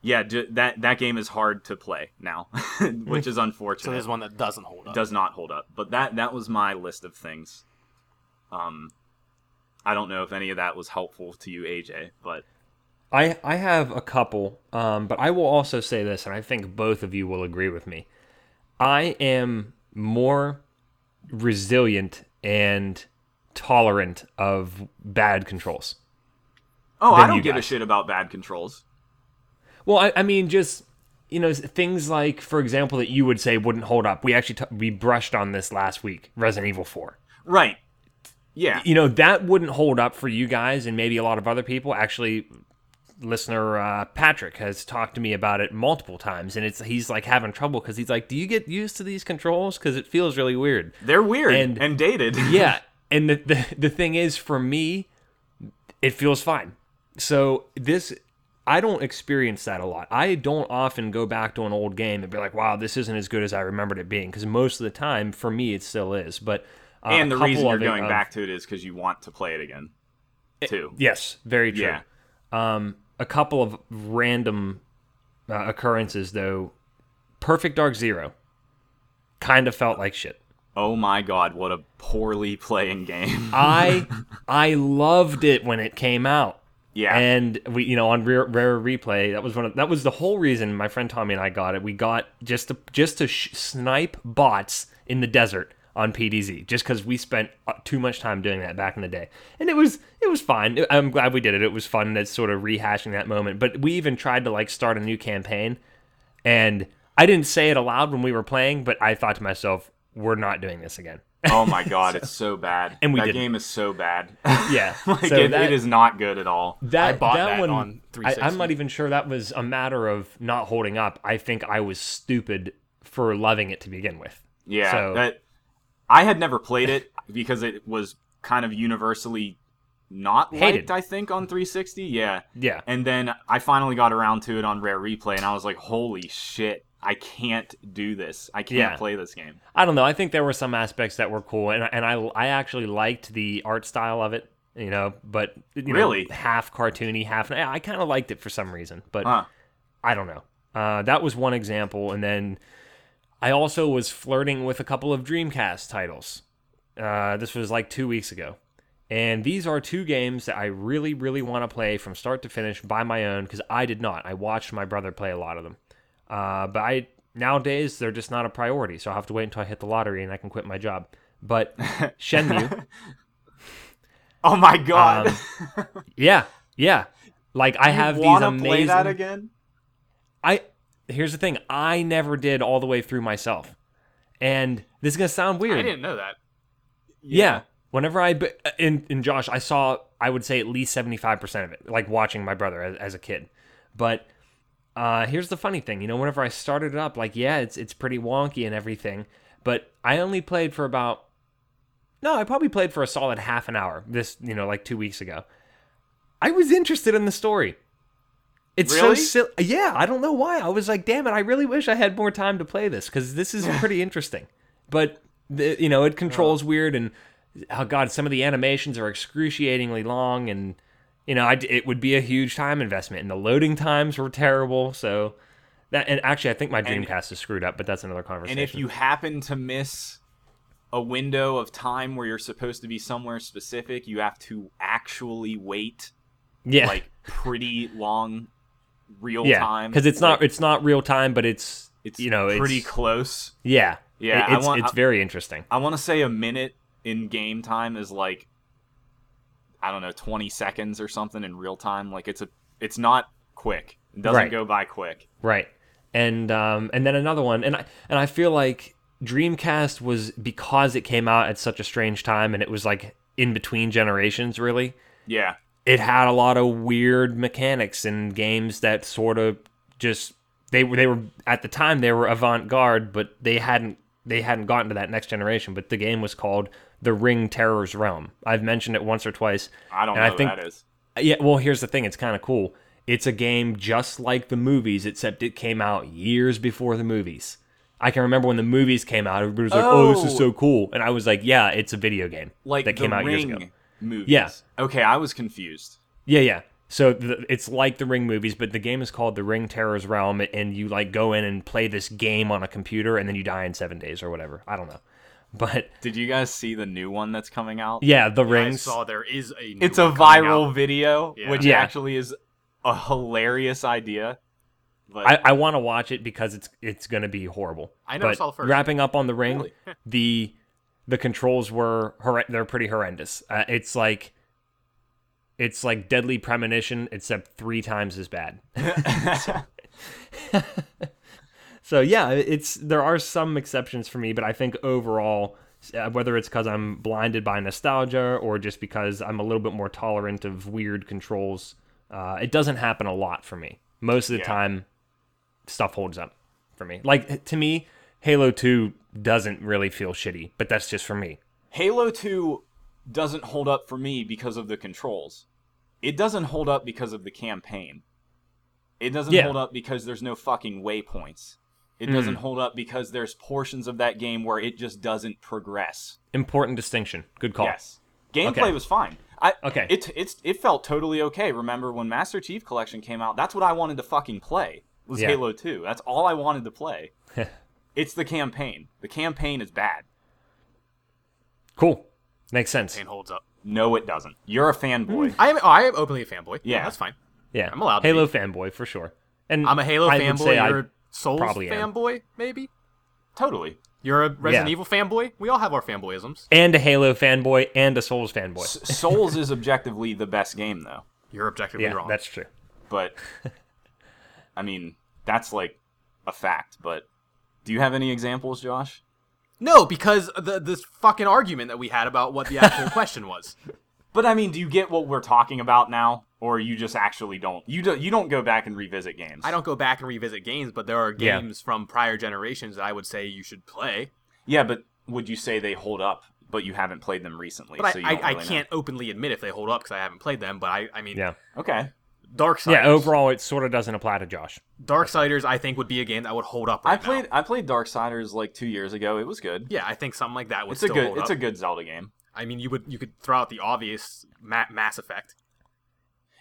[SPEAKER 1] yeah, ju- that that game is hard to play now, [LAUGHS] which is unfortunate.
[SPEAKER 3] so there's one that doesn't hold up.
[SPEAKER 1] does not hold up. But that that was my list of things. Um, I don't know if any of that was helpful to you, AJ, but
[SPEAKER 2] I I have a couple, um, but I will also say this, and I think both of you will agree with me. I am more resilient and tolerant of bad controls.
[SPEAKER 1] oh,
[SPEAKER 2] Then
[SPEAKER 1] I don't
[SPEAKER 2] you
[SPEAKER 1] give a
[SPEAKER 2] guys.
[SPEAKER 1] shit about bad controls.
[SPEAKER 2] Well, I, I mean, just you know, things like, for example, that you would say wouldn't hold up. We actually t- we brushed on this last week, Resident Evil Four.
[SPEAKER 1] Right? Yeah.
[SPEAKER 2] You know, that wouldn't hold up for you guys and maybe a lot of other people. Actually, listener uh, Patrick has talked to me about it multiple times, and it's he's like having trouble because he's like, "Do you get used to these controls? Because it feels really weird."
[SPEAKER 1] They're weird and,
[SPEAKER 2] And-
[SPEAKER 1] dated.
[SPEAKER 2] yeah [LAUGHS] and the, the the thing is for me it feels fine so this i don't experience that a lot i don't often go back to an old game and be like wow this isn't as good as i remembered it being because most of the time for me it still is but
[SPEAKER 1] [LAUGHS]
[SPEAKER 2] uh,
[SPEAKER 1] and
[SPEAKER 2] a
[SPEAKER 1] the
[SPEAKER 2] couple
[SPEAKER 1] reason you're
[SPEAKER 2] of it-
[SPEAKER 1] going
[SPEAKER 2] of-
[SPEAKER 1] back to it is because you want to play it again, too.
[SPEAKER 2] yes very true
[SPEAKER 1] Yeah.
[SPEAKER 2] um, a couple of random uh, occurrences though perfect dark zero kind of felt like shit
[SPEAKER 1] Oh my god, what a poorly playing [LAUGHS] game.
[SPEAKER 2] i i loved it when it came out
[SPEAKER 1] yeah.
[SPEAKER 2] And we, you know, on rare, rare replay, that was one of that was the whole reason my friend Tommy and I got it. We got just to just to sh- snipe bots in the desert on PDZ, just because we spent uh, too much time doing that back in the day. And it was it was fine. It- I'm glad we did it. It was fun. That's sort of rehashing that moment. But we even tried to like start a new campaign, and I didn't say it aloud when we were playing, but I thought to myself, "We're not doing this again."
[SPEAKER 1] oh
[SPEAKER 2] [LAUGHS]
[SPEAKER 1] my god, it's so bad.
[SPEAKER 2] And we
[SPEAKER 1] that
[SPEAKER 2] didn't.
[SPEAKER 1] game is so bad.
[SPEAKER 2] [LAUGHS] Yeah.
[SPEAKER 1] [LAUGHS] like
[SPEAKER 2] So
[SPEAKER 1] it,
[SPEAKER 2] that-
[SPEAKER 1] it is not good at all.
[SPEAKER 2] That,
[SPEAKER 3] I bought
[SPEAKER 2] that,
[SPEAKER 3] that
[SPEAKER 2] one
[SPEAKER 3] on
[SPEAKER 2] I, I'm
[SPEAKER 3] 360.
[SPEAKER 2] not even sure that was a matter of not holding up. I think I was stupid for loving it to begin with.
[SPEAKER 1] Yeah,
[SPEAKER 2] So-
[SPEAKER 1] that I had never played it because it was kind of universally not liked.
[SPEAKER 2] Hated.
[SPEAKER 1] I think on 360. Yeah,
[SPEAKER 2] Yeah.
[SPEAKER 1] and then I finally got around to it on Rare Replay, and I was like, "Holy shit! I can't do this. I can't
[SPEAKER 2] Yeah.
[SPEAKER 1] play this game."
[SPEAKER 2] I don't know. I think there were some aspects that were cool, and and I I actually liked the art style of it. You know, but you know,
[SPEAKER 1] Really?
[SPEAKER 2] half cartoony, half. eh, I kind of liked it for some reason, but
[SPEAKER 1] Huh.
[SPEAKER 2] I don't know. Uh, that was one example, and then I also was flirting with a couple of Dreamcast titles. Uh, this was like two weeks ago, and these are two games that I really, really want to play from start to finish by my own because I did not. I watched my brother play a lot of them, uh, but I nowadays they're just not a priority, so I will have to wait until I hit the lottery and I can quit my job.
[SPEAKER 1] [LAUGHS]
[SPEAKER 2] But Shenmue,
[SPEAKER 1] Oh my god!
[SPEAKER 2] Um, yeah, yeah, like I
[SPEAKER 1] [LAUGHS]
[SPEAKER 2] have
[SPEAKER 1] you
[SPEAKER 2] these
[SPEAKER 1] wanna
[SPEAKER 2] amazing.
[SPEAKER 1] play that again?
[SPEAKER 2] I here's the thing, I never did all the way through myself. And this is gonna sound
[SPEAKER 3] I
[SPEAKER 2] weird.
[SPEAKER 3] didn't know that.
[SPEAKER 2] yeah. Whenever I b- and, and uh, Josh, I saw I would say at least 75% of it, like watching my brother as, as a kid. But uh, here's the funny thing, you know, whenever I started it up, like, yeah, it's it's pretty wonky and everything, but I only played for about no, I probably played for a solid half an hour this, you know, like two weeks ago. I was interested in the story. It's
[SPEAKER 1] Really?
[SPEAKER 2] so silly. Yeah, I don't know why. I was like, damn it, I really wish I had more time to play this because this is pretty interesting. But, the, you know, it controls weird and, oh, God, some of the animations are excruciatingly long and, you know, I d it would be a huge time investment. And the loading times were terrible. So, that, and actually, I think my
[SPEAKER 1] And-
[SPEAKER 2] Dreamcast is screwed up, but that's another conversation.
[SPEAKER 1] And if you happen to miss a window of time where you're supposed to be somewhere specific, you have to actually wait
[SPEAKER 2] yeah.
[SPEAKER 1] like pretty long real
[SPEAKER 2] yeah,
[SPEAKER 1] time.
[SPEAKER 2] because it's not it's not real time, but it's
[SPEAKER 1] it's
[SPEAKER 2] you know
[SPEAKER 1] pretty
[SPEAKER 2] it's,
[SPEAKER 1] close.
[SPEAKER 2] yeah
[SPEAKER 1] Yeah,
[SPEAKER 2] It-
[SPEAKER 1] I
[SPEAKER 2] it's
[SPEAKER 1] want-
[SPEAKER 2] it's
[SPEAKER 1] I-
[SPEAKER 2] very interesting.
[SPEAKER 1] I want to say a minute in game time is like I don't know, 20 seconds or something in real time. Like it's a it's not quick. It doesn't
[SPEAKER 2] Right.
[SPEAKER 1] go by quick.
[SPEAKER 2] Right. And um and then another one and I and I feel like Dreamcast was because it came out at such a strange time and it was like in between generations really.
[SPEAKER 1] Yeah.
[SPEAKER 2] It had a lot of weird mechanics and games that sort of just they were they were at the time they were avant-garde but they hadn't they hadn't gotten to that next generation but the game was called The Ring Terror's Realm. I've mentioned it once or twice.
[SPEAKER 1] I don't
[SPEAKER 2] And
[SPEAKER 1] know
[SPEAKER 2] I
[SPEAKER 1] what
[SPEAKER 2] think-
[SPEAKER 1] that is.
[SPEAKER 2] Yeah, well, here's the thing. It's kind of cool. It's a game just like the movies, except it came out years before the movies. I can remember when the movies came out. Everybody was like, "Oh, this is
[SPEAKER 1] Oh.
[SPEAKER 2] so cool," and I was like, "Yeah, it's a video game
[SPEAKER 1] Like
[SPEAKER 2] that
[SPEAKER 1] the
[SPEAKER 2] came out
[SPEAKER 1] Ring
[SPEAKER 2] years ago."
[SPEAKER 1] movies.
[SPEAKER 2] Yeah.
[SPEAKER 1] Okay, I was confused.
[SPEAKER 2] Yeah, yeah. So the, it's like the Ring movies, but the game is called The Ring Terror's Realm, and you like go in and play this game on a computer, and then you die in seven days or whatever. I don't know, but
[SPEAKER 1] Did you guys see the new one that's coming out?
[SPEAKER 2] yeah, the
[SPEAKER 4] I
[SPEAKER 2] rings.
[SPEAKER 4] saw there is a. new
[SPEAKER 1] It's a
[SPEAKER 4] one coming
[SPEAKER 1] viral
[SPEAKER 4] out.
[SPEAKER 1] video,
[SPEAKER 4] Yeah.
[SPEAKER 1] which
[SPEAKER 2] Yeah.
[SPEAKER 1] actually is a hilarious idea. But
[SPEAKER 2] I, I want to watch it because it's it's going to be horrible.
[SPEAKER 4] I never
[SPEAKER 2] But
[SPEAKER 4] saw the first
[SPEAKER 2] Wrapping up on the ring,
[SPEAKER 1] Really?
[SPEAKER 2] [LAUGHS] the the controls were horre- they're pretty horrendous. Uh, it's like it's like Deadly Premonition except three times as bad. [LAUGHS] So yeah, it's there are some exceptions for me, but I think overall, uh, whether it's because I'm blinded by nostalgia or just because I'm a little bit more tolerant of weird controls, uh, it doesn't happen a lot for me. Most of the
[SPEAKER 1] Yeah.
[SPEAKER 2] time, stuff holds up for me. Like to me, Halo Two doesn't really feel shitty, but that's just for me.
[SPEAKER 1] Halo 2 doesn't hold up for me because of the controls. It doesn't hold up because of the campaign. It doesn't
[SPEAKER 2] Yeah. Mm.
[SPEAKER 1] hold up because there's no fucking waypoints. It doesn't hold up because there's portions of that game where it just doesn't progress.
[SPEAKER 2] Important distinction. Good call.
[SPEAKER 1] Yes. Gameplay
[SPEAKER 2] Okay.
[SPEAKER 1] was fine. I,
[SPEAKER 2] Okay.
[SPEAKER 1] It it's it felt totally okay. Remember when Master Chief Collection came out? That's what I wanted to fucking play. Was
[SPEAKER 2] Yeah.
[SPEAKER 1] Halo 2. That's all I wanted to
[SPEAKER 2] [LAUGHS]
[SPEAKER 1] play. it's the campaign. The campaign is bad.
[SPEAKER 2] Cool. Makes sense.
[SPEAKER 4] Campaign holds up.
[SPEAKER 1] No it doesn't. You're a fanboy.
[SPEAKER 2] Hmm.
[SPEAKER 4] I am. Oh, I am openly a fanboy.
[SPEAKER 1] Yeah.
[SPEAKER 4] that's fine.
[SPEAKER 2] Yeah,
[SPEAKER 4] I'm allowed to
[SPEAKER 2] Halo fanboy for sure. And
[SPEAKER 4] I'm a Halo
[SPEAKER 2] [LAUGHS] I would say
[SPEAKER 4] fanboy.
[SPEAKER 2] I-
[SPEAKER 4] You're a Souls
[SPEAKER 2] probably am.
[SPEAKER 4] fanboy, maybe.
[SPEAKER 1] Totally.
[SPEAKER 4] You're a Resident
[SPEAKER 2] Yeah.
[SPEAKER 4] Evil fanboy. We all have our fanboyisms.
[SPEAKER 2] and a Halo fanboy and a Souls fanboy.
[SPEAKER 1] S- Souls is objectively the best game though,
[SPEAKER 4] You're objectively
[SPEAKER 2] yeah,
[SPEAKER 4] wrong.
[SPEAKER 2] that's true.
[SPEAKER 1] but I mean that's like a fact. But do you have any examples, Josh?
[SPEAKER 4] No, because of the this fucking argument that we had about what the actual
[SPEAKER 2] [LAUGHS]
[SPEAKER 4] question was.
[SPEAKER 1] But I mean, do you get what we're talking about now, or you just actually don't? You do, you don't go back and revisit games.
[SPEAKER 4] I don't go back and revisit games, but there are
[SPEAKER 2] Yeah.
[SPEAKER 4] games from prior generations that I would say you should play.
[SPEAKER 1] Yeah, but would you say they hold up? But you haven't played them recently,
[SPEAKER 4] But
[SPEAKER 1] so you
[SPEAKER 4] I, I,
[SPEAKER 1] don't
[SPEAKER 4] I
[SPEAKER 1] really know.
[SPEAKER 4] can't openly admit if they hold up because I haven't played them. But I, I mean,
[SPEAKER 2] Yeah.
[SPEAKER 1] Okay,
[SPEAKER 4] Dark Darksiders.
[SPEAKER 2] Yeah, overall, it sort of doesn't apply to Josh.
[SPEAKER 4] Darksiders, I think would be a game that would hold up. Right
[SPEAKER 1] I played
[SPEAKER 4] Now.
[SPEAKER 1] I played Darksiders like two years ago. It was good.
[SPEAKER 4] Yeah, I think something like that would
[SPEAKER 1] it's a
[SPEAKER 4] still
[SPEAKER 1] good
[SPEAKER 4] hold
[SPEAKER 1] it's
[SPEAKER 4] up.
[SPEAKER 1] a good Zelda game.
[SPEAKER 4] I mean, you would you could throw out the obvious Ma- Mass Effect.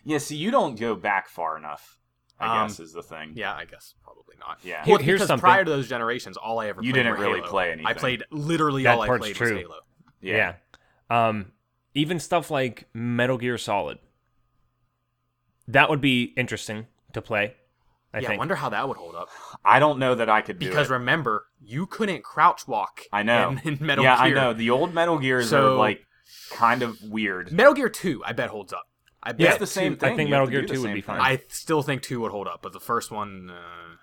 [SPEAKER 1] Yeah, see, you don't go back far enough. I
[SPEAKER 4] Um,
[SPEAKER 1] guess is the thing.
[SPEAKER 4] Yeah, I guess probably not.
[SPEAKER 1] Yeah.
[SPEAKER 2] Here-
[SPEAKER 4] Well,
[SPEAKER 2] here's
[SPEAKER 4] because
[SPEAKER 2] something.
[SPEAKER 4] prior to those generations, all I ever
[SPEAKER 1] You
[SPEAKER 4] played
[SPEAKER 1] didn't
[SPEAKER 4] were
[SPEAKER 1] really
[SPEAKER 4] Halo.
[SPEAKER 1] play
[SPEAKER 4] I
[SPEAKER 1] anything.
[SPEAKER 4] played literally
[SPEAKER 2] That
[SPEAKER 4] all I
[SPEAKER 2] part's
[SPEAKER 4] played
[SPEAKER 2] true.
[SPEAKER 4] was Halo.
[SPEAKER 2] Yeah. Um, even stuff like Metal Gear Solid. That would be interesting to play. I
[SPEAKER 4] yeah, I
[SPEAKER 2] think.
[SPEAKER 4] wonder how that would hold up.
[SPEAKER 1] I don't know that I could do
[SPEAKER 4] Because
[SPEAKER 1] it.
[SPEAKER 4] remember, you couldn't crouch walk.
[SPEAKER 1] I know.
[SPEAKER 4] In, in [LAUGHS] Metal
[SPEAKER 1] yeah,
[SPEAKER 4] Gear.
[SPEAKER 1] I know. The old Metal Gears are
[SPEAKER 4] So-
[SPEAKER 1] like kind of weird.
[SPEAKER 4] Metal Gear Two, I bet holds up. I bet
[SPEAKER 2] Yeah,
[SPEAKER 1] It's the same
[SPEAKER 2] I
[SPEAKER 1] thing.
[SPEAKER 2] think
[SPEAKER 1] You have
[SPEAKER 2] Metal
[SPEAKER 1] to
[SPEAKER 2] Gear
[SPEAKER 1] do the
[SPEAKER 2] 2 would
[SPEAKER 1] same
[SPEAKER 2] be fine.
[SPEAKER 1] thing.
[SPEAKER 4] I still think two would hold up, but the first one, uh,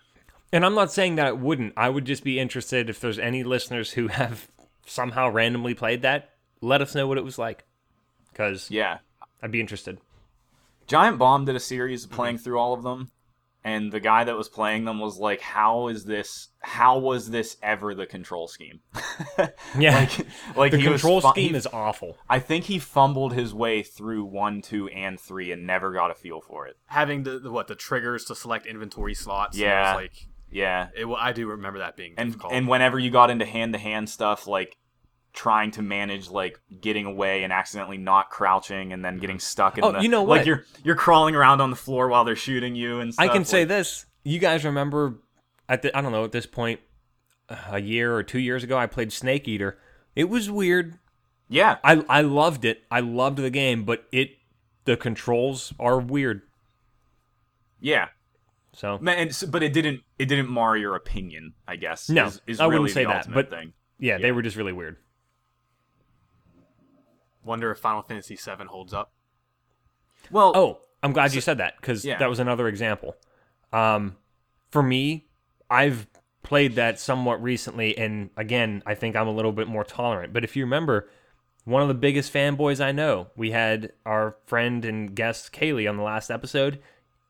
[SPEAKER 2] and I'm not saying that it wouldn't. I would just be interested if there's any listeners who have somehow randomly played that. Let us know what it was like. Because
[SPEAKER 1] Yeah.
[SPEAKER 2] I'd be interested.
[SPEAKER 1] Giant Bomb did a series
[SPEAKER 4] Mm-hmm.
[SPEAKER 1] of playing through all of them, and the guy that was playing them was like, "How is this? How was this ever the control scheme?"
[SPEAKER 2] Yeah,
[SPEAKER 1] like, [LAUGHS] like
[SPEAKER 2] the
[SPEAKER 1] he
[SPEAKER 2] control
[SPEAKER 1] was fu-
[SPEAKER 2] scheme
[SPEAKER 1] he-
[SPEAKER 2] is awful.
[SPEAKER 1] I think he fumbled his way through one, two, and three, and never got a feel for it.
[SPEAKER 4] having the, the what the triggers to select inventory slots. and
[SPEAKER 1] Yeah.
[SPEAKER 4] I was like
[SPEAKER 1] Yeah,
[SPEAKER 4] it, wa- I do remember that being
[SPEAKER 1] and
[SPEAKER 4] difficult.
[SPEAKER 1] and whenever you got into hand to hand stuff, like trying to manage like getting away and accidentally not crouching and then getting stuck in
[SPEAKER 2] Oh,
[SPEAKER 1] the
[SPEAKER 2] you know what?
[SPEAKER 1] like you're you're crawling around on the floor while they're shooting you and stuff.
[SPEAKER 2] I can say
[SPEAKER 1] like-
[SPEAKER 2] this: you guys remember at the I don't know at this point a year or two years ago I played Snake Eater. It was weird.
[SPEAKER 1] yeah
[SPEAKER 2] I I loved it. I loved the game, but it the controls are weird.
[SPEAKER 1] yeah
[SPEAKER 2] So
[SPEAKER 1] Ma- and s- but it didn't it didn't mar your opinion I guess
[SPEAKER 2] No,
[SPEAKER 1] is, is
[SPEAKER 2] I wouldn't
[SPEAKER 1] really
[SPEAKER 2] say
[SPEAKER 1] the
[SPEAKER 2] that,
[SPEAKER 1] ultimate
[SPEAKER 2] but-
[SPEAKER 1] thing
[SPEAKER 2] yeah, they were just really weird.
[SPEAKER 4] Wonder if Final Fantasy VII holds up.
[SPEAKER 1] well
[SPEAKER 2] Oh, I'm glad you said that because
[SPEAKER 1] yeah.
[SPEAKER 2] that was another example. Um, for me, I've played that somewhat recently, and again, I think I'm a little bit more tolerant. But if you remember, one of the biggest fanboys I know, we had our friend and guest Kaylee on the last episode.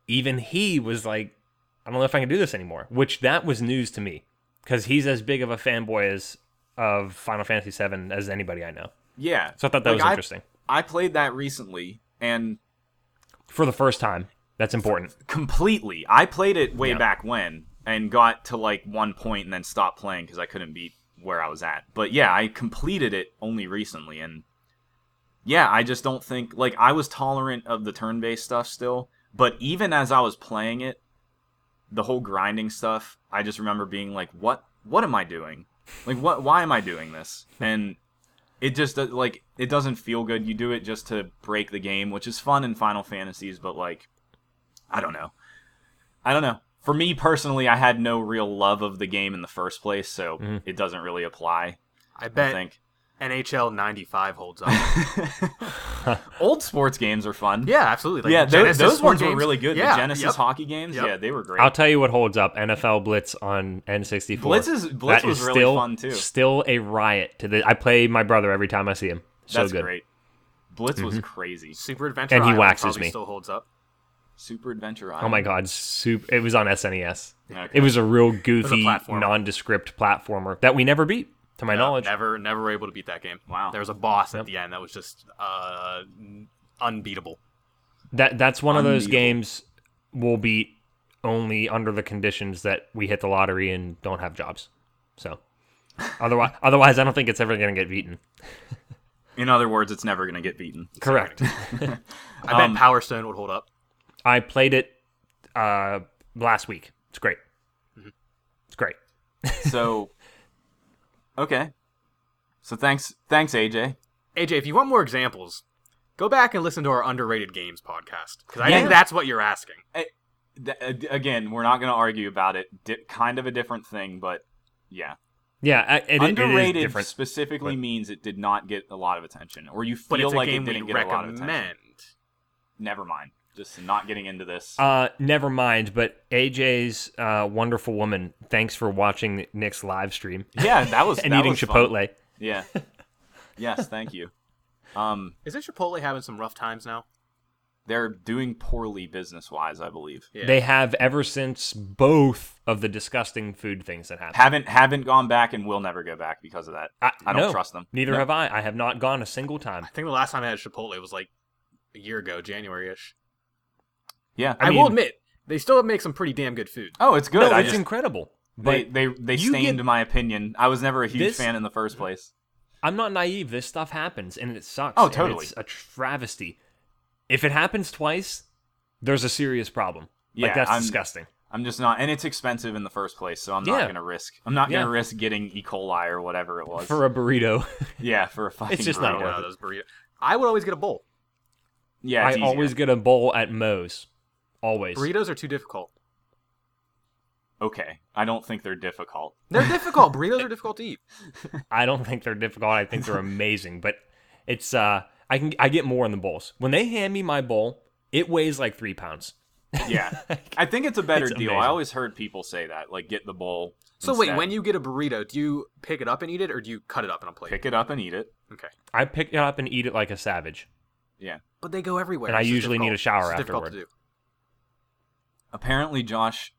[SPEAKER 2] Even he was like, I don't know if I can do this anymore, which that was news to me because he's as big of a fanboy as of Final Fantasy VII as anybody I know.
[SPEAKER 1] yeah
[SPEAKER 2] So I thought that
[SPEAKER 1] Like,
[SPEAKER 2] was
[SPEAKER 1] I-
[SPEAKER 2] interesting
[SPEAKER 1] I played that recently and
[SPEAKER 2] for the first time. That's important.
[SPEAKER 1] completely. I played it way
[SPEAKER 2] Yeah.
[SPEAKER 1] back when and got to like one point and then stopped playing because I couldn't beat where I was at. But yeah, I completed it only recently and yeah, I just don't think like I was tolerant of the turn based stuff still, but even as I was playing it, the whole grinding stuff, I just remember being like, What what am I doing? Like what why am I doing this? And it just uh, like it doesn't feel good. You do it just to break the game, which is fun in Final Fantasies, but like I don't know. I don't know. For me personally, I had no real love of the game in the first place, so
[SPEAKER 2] Mm-hmm.
[SPEAKER 1] it doesn't really apply.
[SPEAKER 4] I
[SPEAKER 1] I
[SPEAKER 4] bet
[SPEAKER 1] think
[SPEAKER 4] NHL '95 holds up.
[SPEAKER 1] old sports games are fun.
[SPEAKER 4] yeah, absolutely. Like
[SPEAKER 1] yeah, tho-
[SPEAKER 4] Genesis
[SPEAKER 1] those
[SPEAKER 4] board
[SPEAKER 1] ones were
[SPEAKER 4] games.
[SPEAKER 1] really good.
[SPEAKER 4] Yeah,
[SPEAKER 1] the Genesis
[SPEAKER 4] yep.
[SPEAKER 1] hockey games,
[SPEAKER 4] Yep.
[SPEAKER 1] yeah, they were great.
[SPEAKER 2] I'll tell you what holds up NFL Blitz on N64.
[SPEAKER 1] Blitz is- Blitz
[SPEAKER 2] That
[SPEAKER 1] was
[SPEAKER 2] is
[SPEAKER 1] really
[SPEAKER 2] still,
[SPEAKER 1] fun, too.
[SPEAKER 2] Still a riot to the. I play my brother every time I see him. So
[SPEAKER 1] That's
[SPEAKER 2] good. Mm-hmm.
[SPEAKER 1] great. Blitz was crazy.
[SPEAKER 4] Super Adventure
[SPEAKER 2] And he
[SPEAKER 4] Island
[SPEAKER 2] waxes
[SPEAKER 4] probably
[SPEAKER 2] me.
[SPEAKER 4] Still holds up.
[SPEAKER 1] Super Adventure
[SPEAKER 2] Oh
[SPEAKER 1] Island.
[SPEAKER 2] my god, super! It was on SNES.
[SPEAKER 1] Okay.
[SPEAKER 2] It was a real goofy,
[SPEAKER 4] platformer.
[SPEAKER 2] nondescript platformer that we never beat, to my knowledge.
[SPEAKER 4] Never, never were able to beat that game.
[SPEAKER 1] Wow.
[SPEAKER 4] There was a boss at the end that was just uh, n- unbeatable.
[SPEAKER 2] That that's one of those
[SPEAKER 1] Unbeatable.
[SPEAKER 2] games we'll beat only under the conditions that we hit the lottery and don't have jobs. So. Otherwise, [LAUGHS] otherwise, I don't think it's ever going to get beaten.
[SPEAKER 1] In other words, it's never gonna get beaten.
[SPEAKER 2] Correct.
[SPEAKER 4] I bet
[SPEAKER 1] Um,
[SPEAKER 4] Power Stone would hold up.
[SPEAKER 2] I played it uh, last week. It's great.
[SPEAKER 1] Mm-hmm.
[SPEAKER 2] It's great.
[SPEAKER 1] So, [LAUGHS] okay. So thanks, thanks AJ.
[SPEAKER 4] AJ, if you want more examples, go back and listen to our underrated games podcast because I
[SPEAKER 1] Yeah.
[SPEAKER 4] think that's what you're asking.
[SPEAKER 1] Th- a- again, we're not gonna argue about it. Di- kind of a different thing, but yeah.
[SPEAKER 2] Yeah, I- it, it- it is
[SPEAKER 1] underrated
[SPEAKER 2] different.
[SPEAKER 1] specifically means it did not get a lot of attention, or you
[SPEAKER 4] But
[SPEAKER 1] feel
[SPEAKER 4] it's a
[SPEAKER 1] like it
[SPEAKER 4] game we
[SPEAKER 1] didn't get a lot of attention.
[SPEAKER 4] recommend.
[SPEAKER 1] Never mind. Just not getting into this.
[SPEAKER 2] Uh, never mind. But AJ's uh, wonderful woman. Thanks for watching Nick's live stream
[SPEAKER 1] yeah, that was
[SPEAKER 2] [LAUGHS] and
[SPEAKER 1] that
[SPEAKER 2] eating
[SPEAKER 1] was fun.
[SPEAKER 2] Chipotle. [LAUGHS]
[SPEAKER 1] Yeah. yes, thank you. Um,
[SPEAKER 4] Isn't Chipotle having some rough times now?
[SPEAKER 1] they're doing poorly business wise, I believe.
[SPEAKER 4] Yeah.
[SPEAKER 2] They have ever since both of the disgusting food things that happened.
[SPEAKER 1] Haven't haven't gone back and will never go back because of that. I don't
[SPEAKER 2] no,
[SPEAKER 1] trust them.
[SPEAKER 2] Neither
[SPEAKER 1] No.
[SPEAKER 2] have I. I have not gone a single time.
[SPEAKER 4] I think the last time I had Chipotle was like a year ago, January ish.
[SPEAKER 1] Yeah.
[SPEAKER 2] I
[SPEAKER 4] I,
[SPEAKER 2] mean-
[SPEAKER 4] will admit they still make some pretty damn good food.
[SPEAKER 1] oh, it's good.
[SPEAKER 2] no,
[SPEAKER 1] I
[SPEAKER 2] it's
[SPEAKER 1] just
[SPEAKER 2] incredible.
[SPEAKER 1] they,
[SPEAKER 2] But
[SPEAKER 1] they they
[SPEAKER 2] you
[SPEAKER 1] stained
[SPEAKER 2] get-
[SPEAKER 1] my opinion. I was never a huge
[SPEAKER 2] This-
[SPEAKER 1] fan in the first place.
[SPEAKER 2] I'm not naive. This stuff happens, and it sucks.
[SPEAKER 1] Oh,
[SPEAKER 2] and
[SPEAKER 1] totally.
[SPEAKER 2] it's a travesty. If it happens twice, there's a serious problem.
[SPEAKER 1] Yeah,
[SPEAKER 2] like that's
[SPEAKER 1] I'm-
[SPEAKER 2] disgusting.
[SPEAKER 1] I'm just not, and it's expensive in the first place, so I'm
[SPEAKER 2] Yeah.
[SPEAKER 1] not gonna risk. I'm not gonna
[SPEAKER 2] Yeah.
[SPEAKER 1] risk getting E. coli or whatever it was.
[SPEAKER 2] For a burrito,
[SPEAKER 1] yeah, for a fucking.
[SPEAKER 2] It's just
[SPEAKER 1] burrito.
[SPEAKER 2] not
[SPEAKER 4] I don't
[SPEAKER 2] worth
[SPEAKER 4] know, those burritos. I would always get a bowl.
[SPEAKER 1] [LAUGHS] Yeah,
[SPEAKER 2] I
[SPEAKER 1] it's easier.
[SPEAKER 2] always get a bowl at Moe's. Always.
[SPEAKER 4] Burritos are too difficult.
[SPEAKER 1] Okay, I don't think they're difficult.
[SPEAKER 2] [LAUGHS]
[SPEAKER 4] They're difficult. Burritos are difficult to eat.
[SPEAKER 2] I don't think they're difficult. I
[SPEAKER 1] [LAUGHS]
[SPEAKER 2] think they're amazing, but it's uh, I can I get more in the bowls. When they hand me my bowl, it weighs like three pounds.
[SPEAKER 1] Yeah, I think it's a better
[SPEAKER 2] It's
[SPEAKER 1] deal. I
[SPEAKER 2] amazing.
[SPEAKER 1] always heard people say that, like get the bowl.
[SPEAKER 4] So wait,
[SPEAKER 1] instead.
[SPEAKER 4] when you get a burrito, do you pick it up and eat it, or do you cut it up on a plate?
[SPEAKER 1] pick it up and eat it,
[SPEAKER 4] Okay.
[SPEAKER 2] I pick it up and eat it like a savage.
[SPEAKER 1] Yeah.
[SPEAKER 3] but they go everywhere.
[SPEAKER 2] And I
[SPEAKER 3] It's just
[SPEAKER 2] usually need a
[SPEAKER 3] difficult.
[SPEAKER 2] shower
[SPEAKER 3] It's difficult to
[SPEAKER 2] afterward.
[SPEAKER 1] Apparently, Josh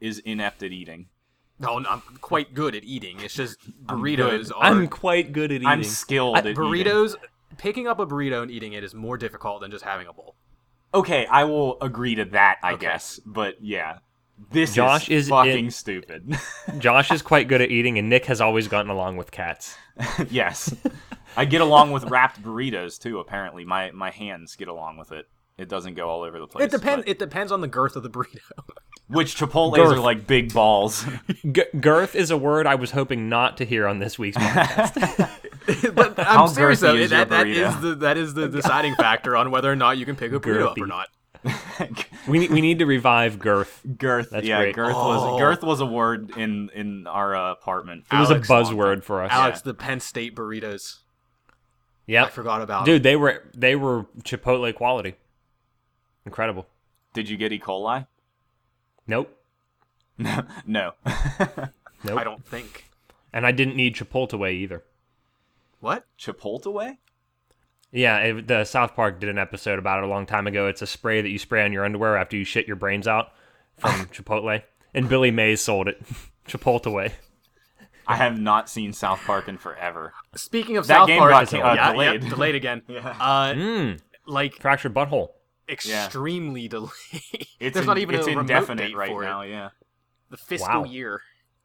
[SPEAKER 1] is inept at eating.
[SPEAKER 3] do. No, no, I'm quite good at eating. It's just
[SPEAKER 1] I'm
[SPEAKER 3] burritos
[SPEAKER 1] good.
[SPEAKER 2] [LAUGHS]
[SPEAKER 3] are
[SPEAKER 2] I'm quite good at eating.
[SPEAKER 1] I'm skilled at eating.
[SPEAKER 3] burritos. Picking up a burrito and eating it is more difficult than just having a bowl.
[SPEAKER 1] Okay, I will agree to that, I
[SPEAKER 3] Okay.
[SPEAKER 1] guess. But yeah, this
[SPEAKER 2] Josh
[SPEAKER 1] is,
[SPEAKER 2] is
[SPEAKER 1] fucking
[SPEAKER 2] in-
[SPEAKER 1] stupid. [LAUGHS]
[SPEAKER 2] Josh is quite good at eating, and Nick has always gotten along with cats.
[SPEAKER 1] yes, I get along with wrapped burritos too. Apparently, my my hands get along with it. It doesn't go all over the place.
[SPEAKER 3] It depends.
[SPEAKER 1] but-
[SPEAKER 3] It depends on the girth of
[SPEAKER 2] [LAUGHS]
[SPEAKER 3] the burrito. [LAUGHS]
[SPEAKER 1] Which Chipotle's
[SPEAKER 2] Girth.
[SPEAKER 1] are like big balls. [LAUGHS]
[SPEAKER 2] G- girth is a word I was hoping not to hear on this week's
[SPEAKER 3] [LAUGHS]
[SPEAKER 2] podcast.
[SPEAKER 3] but I'm
[SPEAKER 1] How
[SPEAKER 3] serious though.
[SPEAKER 1] girthy is
[SPEAKER 3] that,
[SPEAKER 1] your
[SPEAKER 3] that is
[SPEAKER 1] burrito?
[SPEAKER 3] the that
[SPEAKER 2] [LAUGHS]
[SPEAKER 3] is the deciding factor on whether or not you can pick a burrito up
[SPEAKER 2] Girthy.
[SPEAKER 3] or not.
[SPEAKER 2] we need, we need to revive girth.
[SPEAKER 1] girth.
[SPEAKER 2] That's
[SPEAKER 1] yeah,
[SPEAKER 2] great.
[SPEAKER 1] girth
[SPEAKER 3] Oh.
[SPEAKER 1] was girth was a word in in our uh, apartment.
[SPEAKER 2] It was a
[SPEAKER 3] Alex Long-
[SPEAKER 2] buzzword for us.
[SPEAKER 3] Alex, the Penn State burritos. I
[SPEAKER 2] Yep.
[SPEAKER 3] forgot about.
[SPEAKER 2] Dude, they were they were Chipotle quality. Incredible.
[SPEAKER 1] Did you get E. coli?
[SPEAKER 2] Nope.
[SPEAKER 1] no. [LAUGHS]
[SPEAKER 2] Nope.
[SPEAKER 3] I don't think.
[SPEAKER 2] and I didn't need Chipotle either.
[SPEAKER 3] What?
[SPEAKER 1] Chipotle?
[SPEAKER 2] Yeah, it, the South Park did an episode about it a long time ago. It's a spray that you spray on your underwear after you shit your brains out
[SPEAKER 3] [LAUGHS]
[SPEAKER 2] from Chipotle. And Billy Mays sold it. [LAUGHS] Chipotle.
[SPEAKER 1] I have not seen South Park in forever.
[SPEAKER 3] Speaking of
[SPEAKER 1] That
[SPEAKER 3] South
[SPEAKER 1] game
[SPEAKER 3] Park,
[SPEAKER 1] got uh,
[SPEAKER 3] yeah, [LAUGHS] yeah,
[SPEAKER 1] delayed. Hmm?
[SPEAKER 3] delayed again. Uh,
[SPEAKER 2] Mmm.
[SPEAKER 3] like
[SPEAKER 2] Fractured butthole.
[SPEAKER 3] extremely [LAUGHS] delayed.
[SPEAKER 1] It's
[SPEAKER 3] There's
[SPEAKER 1] in-
[SPEAKER 3] not even
[SPEAKER 1] it's
[SPEAKER 3] a remote
[SPEAKER 1] indefinite
[SPEAKER 3] date
[SPEAKER 1] right
[SPEAKER 3] for it.
[SPEAKER 1] now. Yeah.
[SPEAKER 3] The fiscal
[SPEAKER 2] Wow.
[SPEAKER 3] year.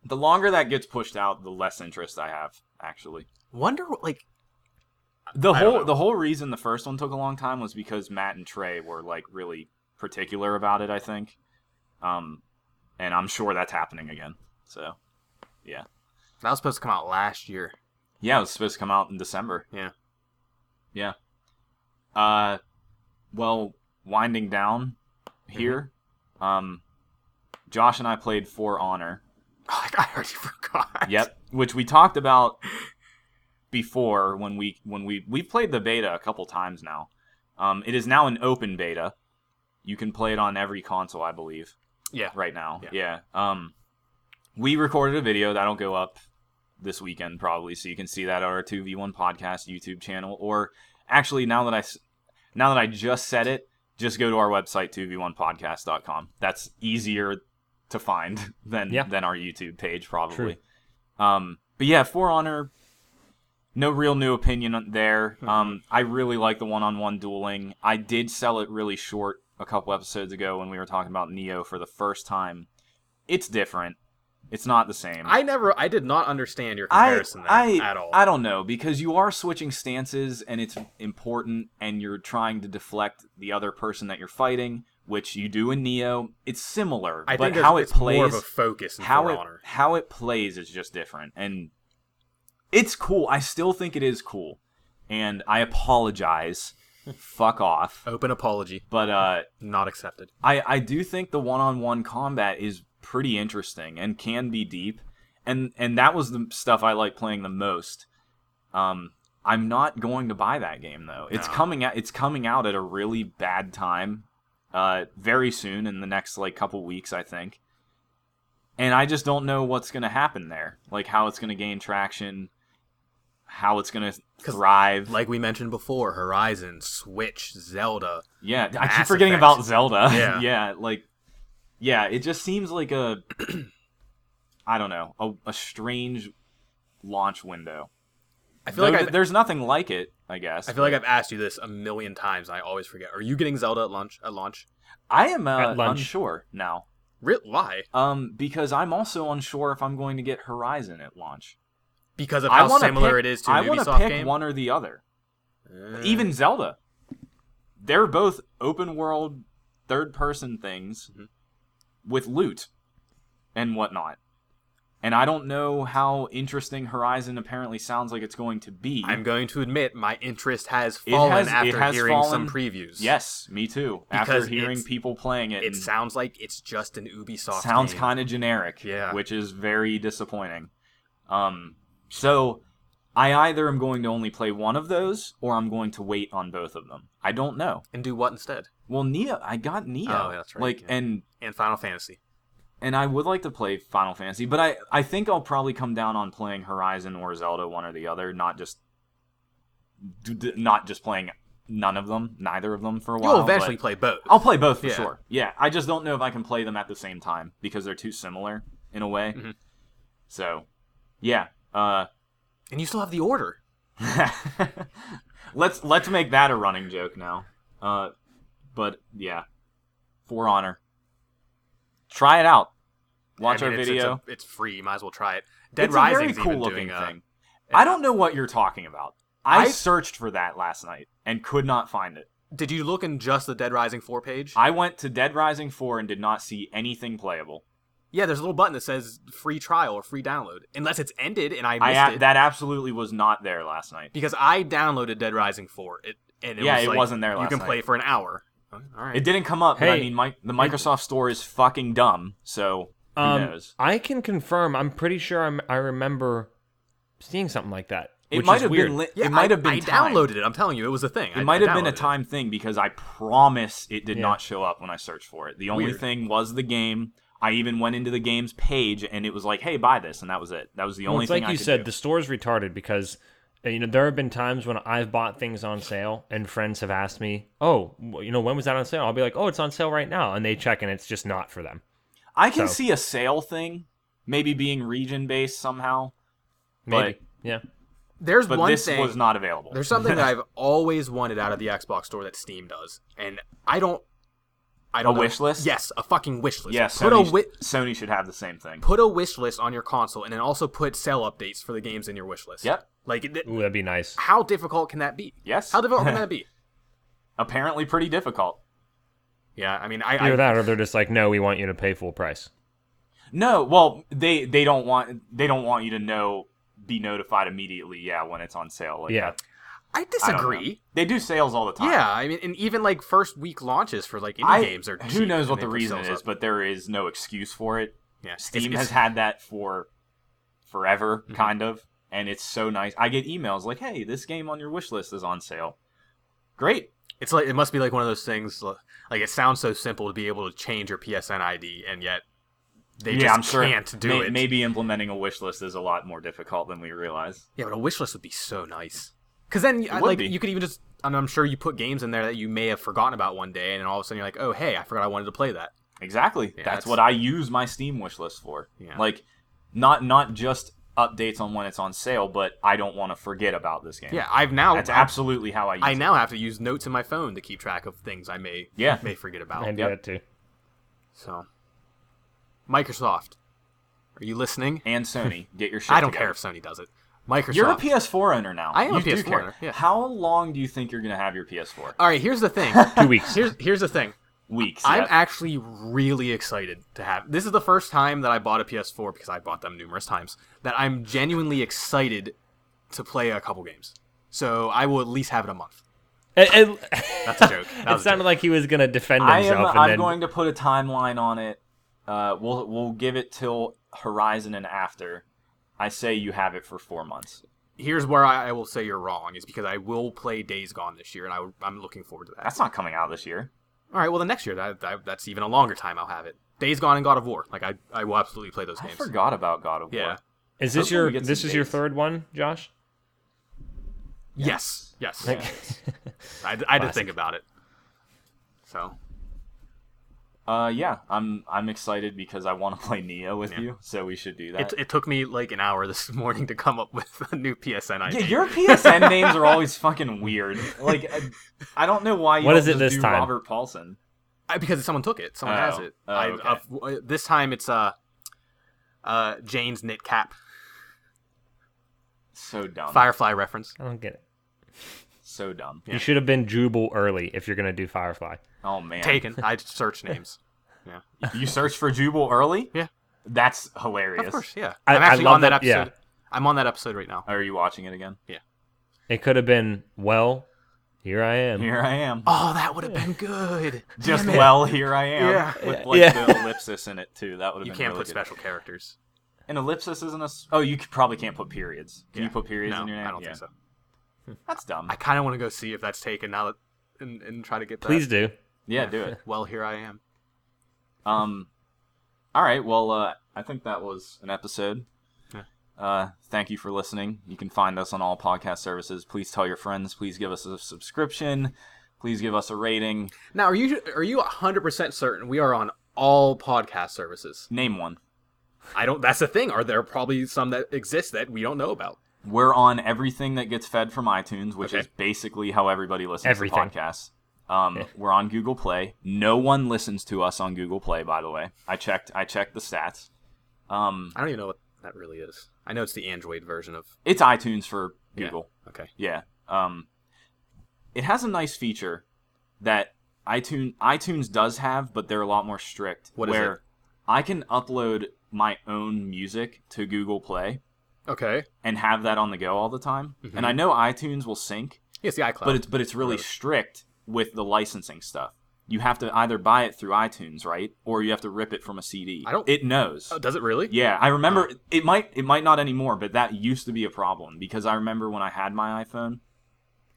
[SPEAKER 1] The longer that gets pushed out, the less interest I have. Actually,
[SPEAKER 3] Wonder what- like
[SPEAKER 1] the
[SPEAKER 3] I don't
[SPEAKER 1] whole
[SPEAKER 3] know.
[SPEAKER 1] the whole reason the first one took a long time was because Matt and Trey were like really particular about it. I think, um, and I'm sure that's happening again. So, yeah,
[SPEAKER 3] that was supposed to come out last year.
[SPEAKER 1] yeah, it was supposed to come out in December.
[SPEAKER 3] Yeah.
[SPEAKER 1] yeah. Uh, well, winding down
[SPEAKER 3] Mm-hmm.
[SPEAKER 1] here, um, Josh and I played For Honor.
[SPEAKER 3] Oh, [SIGHS] I already [LAUGHS] forgot.
[SPEAKER 1] Yep, which we talked about before when we when we we played the beta a couple times now. Um, it is now an open beta. You can play it on every console, I believe,
[SPEAKER 3] Yeah.
[SPEAKER 1] right now.
[SPEAKER 3] Yeah.
[SPEAKER 1] Yeah. Um, we recorded a video that'll go up this weekend probably, so you can see that on our Two V One Podcast YouTube channel. Or actually, now that I s- now that I just said it, just go to our website 2v1podcast.com. That's easier to find [LAUGHS] than
[SPEAKER 2] Yeah.
[SPEAKER 1] than our YouTube page probably. Um, but yeah, For Honor, no real new opinion on- there. Um, I really like the one-on-one dueling. I did sell it really short a couple episodes ago when we were talking about Neo for the first time. It's different. It's not the same.
[SPEAKER 3] I never. I did not understand your
[SPEAKER 1] I,
[SPEAKER 3] comparison
[SPEAKER 1] I,
[SPEAKER 3] there at all.
[SPEAKER 1] I don't know because you are switching stances and it's important and you're trying to deflect the other person that you're fighting, which you do in Neo. It's similar,
[SPEAKER 3] I
[SPEAKER 1] but
[SPEAKER 3] think there's-
[SPEAKER 1] how it
[SPEAKER 3] it's
[SPEAKER 1] plays
[SPEAKER 3] more of a focus in
[SPEAKER 1] how
[SPEAKER 3] For
[SPEAKER 1] it
[SPEAKER 3] Honor.
[SPEAKER 1] how it plays is just different and it's cool. I still think it is cool. And I apologize. Fuck off.
[SPEAKER 3] Open apology,
[SPEAKER 1] But uh
[SPEAKER 3] not accepted.
[SPEAKER 1] I, I do think the one on one combat is pretty interesting and can be deep, and and that was the stuff I like playing the most. Um, I'm not going to buy that game though. It's
[SPEAKER 3] No.
[SPEAKER 1] coming out. It's coming out at a really bad time, uh, very soon in the next like couple weeks, I think. And I just don't know what's going to happen there, like how it's going to gain traction, how it's going to
[SPEAKER 3] 'Cause,
[SPEAKER 1] thrive.
[SPEAKER 3] Like we mentioned before, Horizon, Switch, Zelda.
[SPEAKER 1] Yeah, I keep
[SPEAKER 3] Mass
[SPEAKER 1] forgetting
[SPEAKER 3] Effect.
[SPEAKER 1] about Zelda. [LAUGHS]
[SPEAKER 3] Yeah.
[SPEAKER 1] yeah, like, yeah, it just seems like a, [CLEARS THROAT] I don't know, a, a strange launch window.
[SPEAKER 3] I feel
[SPEAKER 1] Though
[SPEAKER 3] like
[SPEAKER 1] th-
[SPEAKER 3] I've,
[SPEAKER 1] there's nothing like it, I guess.
[SPEAKER 3] I feel like I've asked you this a million times. and I always forget. Are you getting Zelda at lunch? At launch?
[SPEAKER 1] I am uh,
[SPEAKER 2] At lunch.
[SPEAKER 1] unsure now,
[SPEAKER 3] Re- why?
[SPEAKER 1] um, because I'm also unsure if I'm going to get Horizon at launch.
[SPEAKER 3] Because of
[SPEAKER 1] I
[SPEAKER 3] how
[SPEAKER 1] want
[SPEAKER 3] similar
[SPEAKER 1] pick,
[SPEAKER 3] it is to
[SPEAKER 1] I
[SPEAKER 3] an
[SPEAKER 1] wanna
[SPEAKER 3] Ubisoft
[SPEAKER 1] pick
[SPEAKER 3] game.
[SPEAKER 1] one or the other.
[SPEAKER 3] Uh,
[SPEAKER 1] Even Zelda, they're both open world, third person things
[SPEAKER 3] Mhm.
[SPEAKER 1] with loot and whatnot. And I don't know how interesting Horizon apparently sounds like it's going to be.
[SPEAKER 3] I'm going to admit my interest has
[SPEAKER 1] It
[SPEAKER 3] fallen
[SPEAKER 1] has-
[SPEAKER 3] after
[SPEAKER 1] it has
[SPEAKER 3] hearing some
[SPEAKER 1] fallen-
[SPEAKER 3] previews.
[SPEAKER 1] yes, me too. After
[SPEAKER 3] Because
[SPEAKER 1] hearing
[SPEAKER 3] it's-
[SPEAKER 1] people playing it,
[SPEAKER 3] It
[SPEAKER 1] and
[SPEAKER 3] sounds like it's just an Ubisoft.
[SPEAKER 1] sounds
[SPEAKER 3] game.
[SPEAKER 1] kind of generic,
[SPEAKER 3] Yeah.
[SPEAKER 1] which is very disappointing. Um, so I either am going to only play one of those, or I'm going to wait on both of them. I don't know.
[SPEAKER 3] And do what instead?
[SPEAKER 1] Well, Neo, I got Neo.
[SPEAKER 3] Oh, that's right,
[SPEAKER 1] Like,
[SPEAKER 3] yeah.
[SPEAKER 1] and
[SPEAKER 3] And Final Fantasy.
[SPEAKER 1] and I would like to play Final Fantasy, but I, I think I'll probably come down on playing Horizon or Zelda, one or the other, not just d- d- not just playing none of them, neither of them for a while.
[SPEAKER 3] You'll eventually
[SPEAKER 1] but
[SPEAKER 3] play both.
[SPEAKER 1] I'll play both for
[SPEAKER 3] Yeah.
[SPEAKER 1] sure. Yeah, I just don't know if I can play them at the same time because they're too similar in a way.
[SPEAKER 3] Mm-hmm.
[SPEAKER 1] So, yeah. Uh, [LAUGHS]
[SPEAKER 3] and you still have the order.
[SPEAKER 1] let's let's make that a running joke now. Uh, but yeah, for honor, try it out. Watch
[SPEAKER 3] I
[SPEAKER 1] our
[SPEAKER 3] mean, it's-
[SPEAKER 1] video.
[SPEAKER 3] It's, a- it's free. You might as well try it. Dead
[SPEAKER 1] It's a very
[SPEAKER 3] Rising's
[SPEAKER 1] cool
[SPEAKER 3] even
[SPEAKER 1] looking
[SPEAKER 3] doing a-
[SPEAKER 1] thing. I don't know what you're talking about. I,
[SPEAKER 3] I-
[SPEAKER 1] searched for that last night and could not find it.
[SPEAKER 3] Did you look in just the Dead Rising four page?
[SPEAKER 1] I went to Dead Rising 4 and did not see anything playable.
[SPEAKER 3] yeah, there's a little button that says free trial or free download, unless it's ended and I missed
[SPEAKER 1] I a-
[SPEAKER 3] it.
[SPEAKER 1] that absolutely was not there last night.
[SPEAKER 3] because I downloaded Dead Rising four. It and it
[SPEAKER 1] Yeah,
[SPEAKER 3] was
[SPEAKER 1] it
[SPEAKER 3] like,
[SPEAKER 1] wasn't there
[SPEAKER 3] You
[SPEAKER 1] last
[SPEAKER 3] can
[SPEAKER 1] night.
[SPEAKER 3] play for an hour. All right.
[SPEAKER 1] It didn't come up, but I
[SPEAKER 2] Hey.
[SPEAKER 1] mean, my, the Microsoft Store is fucking dumb, so who
[SPEAKER 2] Um,
[SPEAKER 1] knows?
[SPEAKER 2] I can confirm. I'm pretty sure I'm, I remember seeing something like that.
[SPEAKER 1] It
[SPEAKER 2] which
[SPEAKER 1] might
[SPEAKER 2] is
[SPEAKER 1] have
[SPEAKER 2] weird.
[SPEAKER 1] been. Li-
[SPEAKER 3] yeah,
[SPEAKER 1] it might
[SPEAKER 3] I-
[SPEAKER 1] have been.
[SPEAKER 3] I
[SPEAKER 1] timed.
[SPEAKER 3] downloaded it. I'm telling you, it was a thing.
[SPEAKER 1] It might have been a
[SPEAKER 3] downloaded it.
[SPEAKER 1] time thing because I promise it did
[SPEAKER 2] Yeah.
[SPEAKER 1] not show up when I searched for it. The only
[SPEAKER 3] Weird.
[SPEAKER 1] thing was the game. I even went into the game's page and it was like, "Hey, buy this," and that was it. That was the
[SPEAKER 2] Well,
[SPEAKER 1] only
[SPEAKER 2] it's
[SPEAKER 1] thing
[SPEAKER 2] like
[SPEAKER 1] I
[SPEAKER 2] you
[SPEAKER 1] could
[SPEAKER 2] said,
[SPEAKER 1] do.
[SPEAKER 2] the store's retarded because uh, you know there have been times when I've bought things on sale and friends have asked me, "Oh, w- you know when was that on sale?" I'll be like, "Oh, it's on sale right now," and they check and it's just not for them.
[SPEAKER 1] I can
[SPEAKER 2] so-
[SPEAKER 1] see a sale thing, maybe being region based somehow,
[SPEAKER 2] Maybe, yeah.
[SPEAKER 5] There's
[SPEAKER 1] but
[SPEAKER 5] one
[SPEAKER 1] this
[SPEAKER 5] thing.
[SPEAKER 1] was not available.
[SPEAKER 3] [LAUGHS] There's something that
[SPEAKER 1] [LAUGHS]
[SPEAKER 3] I've always wanted out of the Xbox store that Steam does, and I don't. I don't know-
[SPEAKER 1] wish list?
[SPEAKER 3] Yes, a fucking wish list.
[SPEAKER 1] yeah,
[SPEAKER 3] put a
[SPEAKER 1] Sony,
[SPEAKER 3] wi-
[SPEAKER 1] Sony should have the same thing.
[SPEAKER 3] put a wish list on your console, and then also put sale updates for the games in your wish list.
[SPEAKER 1] Yep.
[SPEAKER 3] Like, it-
[SPEAKER 2] Ooh, that'd be nice.
[SPEAKER 3] how difficult can that be?
[SPEAKER 1] Yes.
[SPEAKER 3] How difficult
[SPEAKER 1] [LAUGHS]
[SPEAKER 3] can that be?
[SPEAKER 1] Apparently, pretty difficult.
[SPEAKER 3] Yeah, I mean, I, I
[SPEAKER 1] [LAUGHS]
[SPEAKER 2] Either that, or they're just like, "No, we want you to pay full price."
[SPEAKER 1] No, well, they they don't want they don't want you to know be notified immediately. Yeah, when it's on sale. Like
[SPEAKER 2] Yeah.
[SPEAKER 1] that.
[SPEAKER 3] I
[SPEAKER 1] I don't know.
[SPEAKER 3] disagree.
[SPEAKER 1] They do sales all the time.
[SPEAKER 3] yeah, I mean, and even like first week launches for like indie
[SPEAKER 1] I-
[SPEAKER 3] games are.
[SPEAKER 1] who
[SPEAKER 3] cheap,
[SPEAKER 1] knows
[SPEAKER 3] and
[SPEAKER 1] what
[SPEAKER 3] they
[SPEAKER 1] the
[SPEAKER 3] put
[SPEAKER 1] reason
[SPEAKER 3] sales
[SPEAKER 1] is,
[SPEAKER 3] up.
[SPEAKER 1] but there is no excuse for it.
[SPEAKER 3] yeah, it's-
[SPEAKER 1] Steam
[SPEAKER 3] it's- Mm-hmm.
[SPEAKER 1] has had that for forever, kind of, and it's so nice. I get emails like, "Hey, this game on your wish list is on sale." Great.
[SPEAKER 3] It's like it must be like one of those things. l- Like it sounds so simple to be able to change your PSN ID, and yet they
[SPEAKER 1] yeah,
[SPEAKER 3] just
[SPEAKER 1] I'm sure
[SPEAKER 3] can't do
[SPEAKER 1] may-
[SPEAKER 3] it.
[SPEAKER 1] Maybe implementing a wish list is a lot more difficult than we realize.
[SPEAKER 3] Yeah, but a wish list would be so nice. Cause then, I-
[SPEAKER 1] would
[SPEAKER 3] like,
[SPEAKER 1] be.
[SPEAKER 3] you could even just. I mean, I'm sure you put games in there that you may have forgotten about one day, and then all of a sudden you're like, oh hey, I forgot I wanted to play that.
[SPEAKER 1] Exactly.
[SPEAKER 3] Yeah,
[SPEAKER 1] that's,
[SPEAKER 3] that's-
[SPEAKER 1] what I use my Steam wish list for.
[SPEAKER 3] Yeah.
[SPEAKER 1] Like, not not just updates on when it's on sale, but I don't want to forget about this game.
[SPEAKER 3] Yeah, I've now.
[SPEAKER 1] That's
[SPEAKER 3] I-
[SPEAKER 1] absolutely how I use
[SPEAKER 3] I
[SPEAKER 1] it.
[SPEAKER 3] now have to use notes in my phone to keep track of things I may
[SPEAKER 1] Yeah.
[SPEAKER 3] may forget about.
[SPEAKER 2] I do
[SPEAKER 1] yep.
[SPEAKER 2] that too.
[SPEAKER 3] So, Microsoft, are you listening?
[SPEAKER 1] And Sony, get your shit
[SPEAKER 3] [LAUGHS] I don't
[SPEAKER 1] together.
[SPEAKER 3] care if Sony does it. Microsoft.
[SPEAKER 1] You're a PS4 owner now.
[SPEAKER 3] I am a
[SPEAKER 1] You do
[SPEAKER 3] PS4
[SPEAKER 1] care.
[SPEAKER 3] owner, yeah. Uh,
[SPEAKER 1] How long do you think you're going to have your PS4?
[SPEAKER 3] all right, here's the
[SPEAKER 1] [LAUGHS]
[SPEAKER 3] thing.
[SPEAKER 2] Two weeks.
[SPEAKER 3] here's here's the thing.
[SPEAKER 1] Weeks.
[SPEAKER 3] I'm
[SPEAKER 1] yeah.
[SPEAKER 3] actually really excited to have. This is the first time that I bought a PS4 because I bought them numerous times. That I'm genuinely excited to play a couple games. So I will at least have it a month.
[SPEAKER 2] It, it-
[SPEAKER 3] That's a joke.
[SPEAKER 2] [LAUGHS] it
[SPEAKER 3] That was a joke.
[SPEAKER 2] sounded like he was gonna defend
[SPEAKER 1] I am, uh,
[SPEAKER 2] himself,
[SPEAKER 1] I'm
[SPEAKER 2] and then
[SPEAKER 1] going to put a timeline on it. Uh, we'll we'll give it till Horizon and after. I say you have it for four months.
[SPEAKER 3] Here's where I, I will say you're wrong is because I will play Days Gone this year, and I, would- I'm looking forward to that.
[SPEAKER 1] That's not coming out this year.
[SPEAKER 3] All right, well, the next year, that, that, that's even a longer time I'll have it. Days Gone and God of War. Like, I, I will absolutely play those
[SPEAKER 1] I
[SPEAKER 3] games.
[SPEAKER 1] forgot about God of War.
[SPEAKER 3] Yeah.
[SPEAKER 2] is this
[SPEAKER 1] hopefully we
[SPEAKER 2] your
[SPEAKER 1] get
[SPEAKER 2] this
[SPEAKER 1] some
[SPEAKER 2] is your
[SPEAKER 1] dates.
[SPEAKER 2] third one, Josh?
[SPEAKER 3] Yes. Yes. I, I had to think about it. So,
[SPEAKER 1] Uh, yeah. I'm I'm excited because I want to [LAUGHS] play Neo with you, so we should do that.
[SPEAKER 3] it, it took me like an hour this [LAUGHS] morning to come up with a new PSN ID.
[SPEAKER 1] yeah, your PSN names are always fucking weird. Like, I, I don't know why you
[SPEAKER 2] What
[SPEAKER 1] don't
[SPEAKER 2] is it
[SPEAKER 1] just
[SPEAKER 2] this
[SPEAKER 1] do
[SPEAKER 2] time?
[SPEAKER 1] Robert Paulson.
[SPEAKER 3] I- because someone took it. Someone
[SPEAKER 1] Oh.
[SPEAKER 3] has it.
[SPEAKER 1] Oh,
[SPEAKER 3] I,
[SPEAKER 1] okay.
[SPEAKER 3] I've- uh, this time it's uh, uh, Jane's knit cap.
[SPEAKER 1] So dumb.
[SPEAKER 3] Firefly reference.
[SPEAKER 2] I don't get it.
[SPEAKER 1] So dumb.
[SPEAKER 2] You should have been Jubal early if you're gonna do Firefly.
[SPEAKER 1] Oh man.
[SPEAKER 3] Taken.
[SPEAKER 1] [LAUGHS]
[SPEAKER 3] I search names. Yeah.
[SPEAKER 1] You search for Jubal early?
[SPEAKER 3] Yeah.
[SPEAKER 1] That's hilarious.
[SPEAKER 3] Of course. Yeah.
[SPEAKER 2] I-
[SPEAKER 3] I'm
[SPEAKER 2] I
[SPEAKER 3] actually
[SPEAKER 2] love
[SPEAKER 3] on that,
[SPEAKER 2] that- yeah.
[SPEAKER 3] episode. I'm on that episode right now.
[SPEAKER 1] Are you watching it again?
[SPEAKER 2] It could have been well. Here I am.
[SPEAKER 1] Here I am.
[SPEAKER 3] Oh, that would have
[SPEAKER 1] [LAUGHS]
[SPEAKER 3] been good.
[SPEAKER 1] Just
[SPEAKER 3] Damn it.
[SPEAKER 1] well, here I am.
[SPEAKER 3] Yeah.
[SPEAKER 1] With like
[SPEAKER 2] Yeah.
[SPEAKER 1] the ellipsis in it too. That would have
[SPEAKER 3] You
[SPEAKER 1] been
[SPEAKER 3] can't
[SPEAKER 1] really
[SPEAKER 3] put
[SPEAKER 1] good.
[SPEAKER 3] special characters.
[SPEAKER 1] An ellipsis isn't a. s- Oh, you c- probably can't put periods. Can you
[SPEAKER 3] Yeah.
[SPEAKER 1] put periods
[SPEAKER 3] no,
[SPEAKER 1] in your name?
[SPEAKER 3] I don't
[SPEAKER 1] Yeah.
[SPEAKER 3] think so.
[SPEAKER 1] That's dumb.
[SPEAKER 3] I kind of want to go see if that's taken now that and, and try to get that.
[SPEAKER 2] Please do.
[SPEAKER 1] Yeah, do
[SPEAKER 3] [LAUGHS]
[SPEAKER 1] it.
[SPEAKER 3] Well, here I am.
[SPEAKER 1] Um, all right. Well, uh, I think that was an episode. Uh, thank you for listening. You can find us on all podcast services. Please tell your friends. Please give us a subscription. Please give us a rating.
[SPEAKER 3] Now, are you are you hundred percent certain we are on all podcast services?
[SPEAKER 1] Name one.
[SPEAKER 3] I don't. That's the thing. Are there probably some that exist that we don't know about?
[SPEAKER 1] We're on everything that gets fed from iTunes, which
[SPEAKER 3] Okay.
[SPEAKER 1] is basically how everybody listens
[SPEAKER 2] Everything.
[SPEAKER 1] to podcasts. Um, we're on Google Play. No one listens to us on Google Play, by the way. I checked. I checked the stats. Um,
[SPEAKER 3] I don't even know what that really is. I know it's the Android version of
[SPEAKER 1] it's iTunes for
[SPEAKER 3] Yeah.
[SPEAKER 1] Google.
[SPEAKER 3] okay.
[SPEAKER 1] Yeah. Um, it has a nice feature that iTunes iTunes does have, but they're a lot more strict.
[SPEAKER 3] What is
[SPEAKER 1] where
[SPEAKER 3] it?
[SPEAKER 1] I can upload my own music to Google Play
[SPEAKER 3] Okay.
[SPEAKER 1] and have that on the go all the time.
[SPEAKER 3] Mm-hmm.
[SPEAKER 1] And I know iTunes will sync,
[SPEAKER 3] Yes, the iCloud.
[SPEAKER 1] but it's but it's really strict with the licensing stuff. You have to either buy it through iTunes, right, or you have to rip it from a CD.
[SPEAKER 3] I don't-
[SPEAKER 1] It knows.
[SPEAKER 3] oh, does it Oh. really?
[SPEAKER 1] Yeah, I remember it might it might not anymore, but that used to be a problem because I remember when I had my iPhone,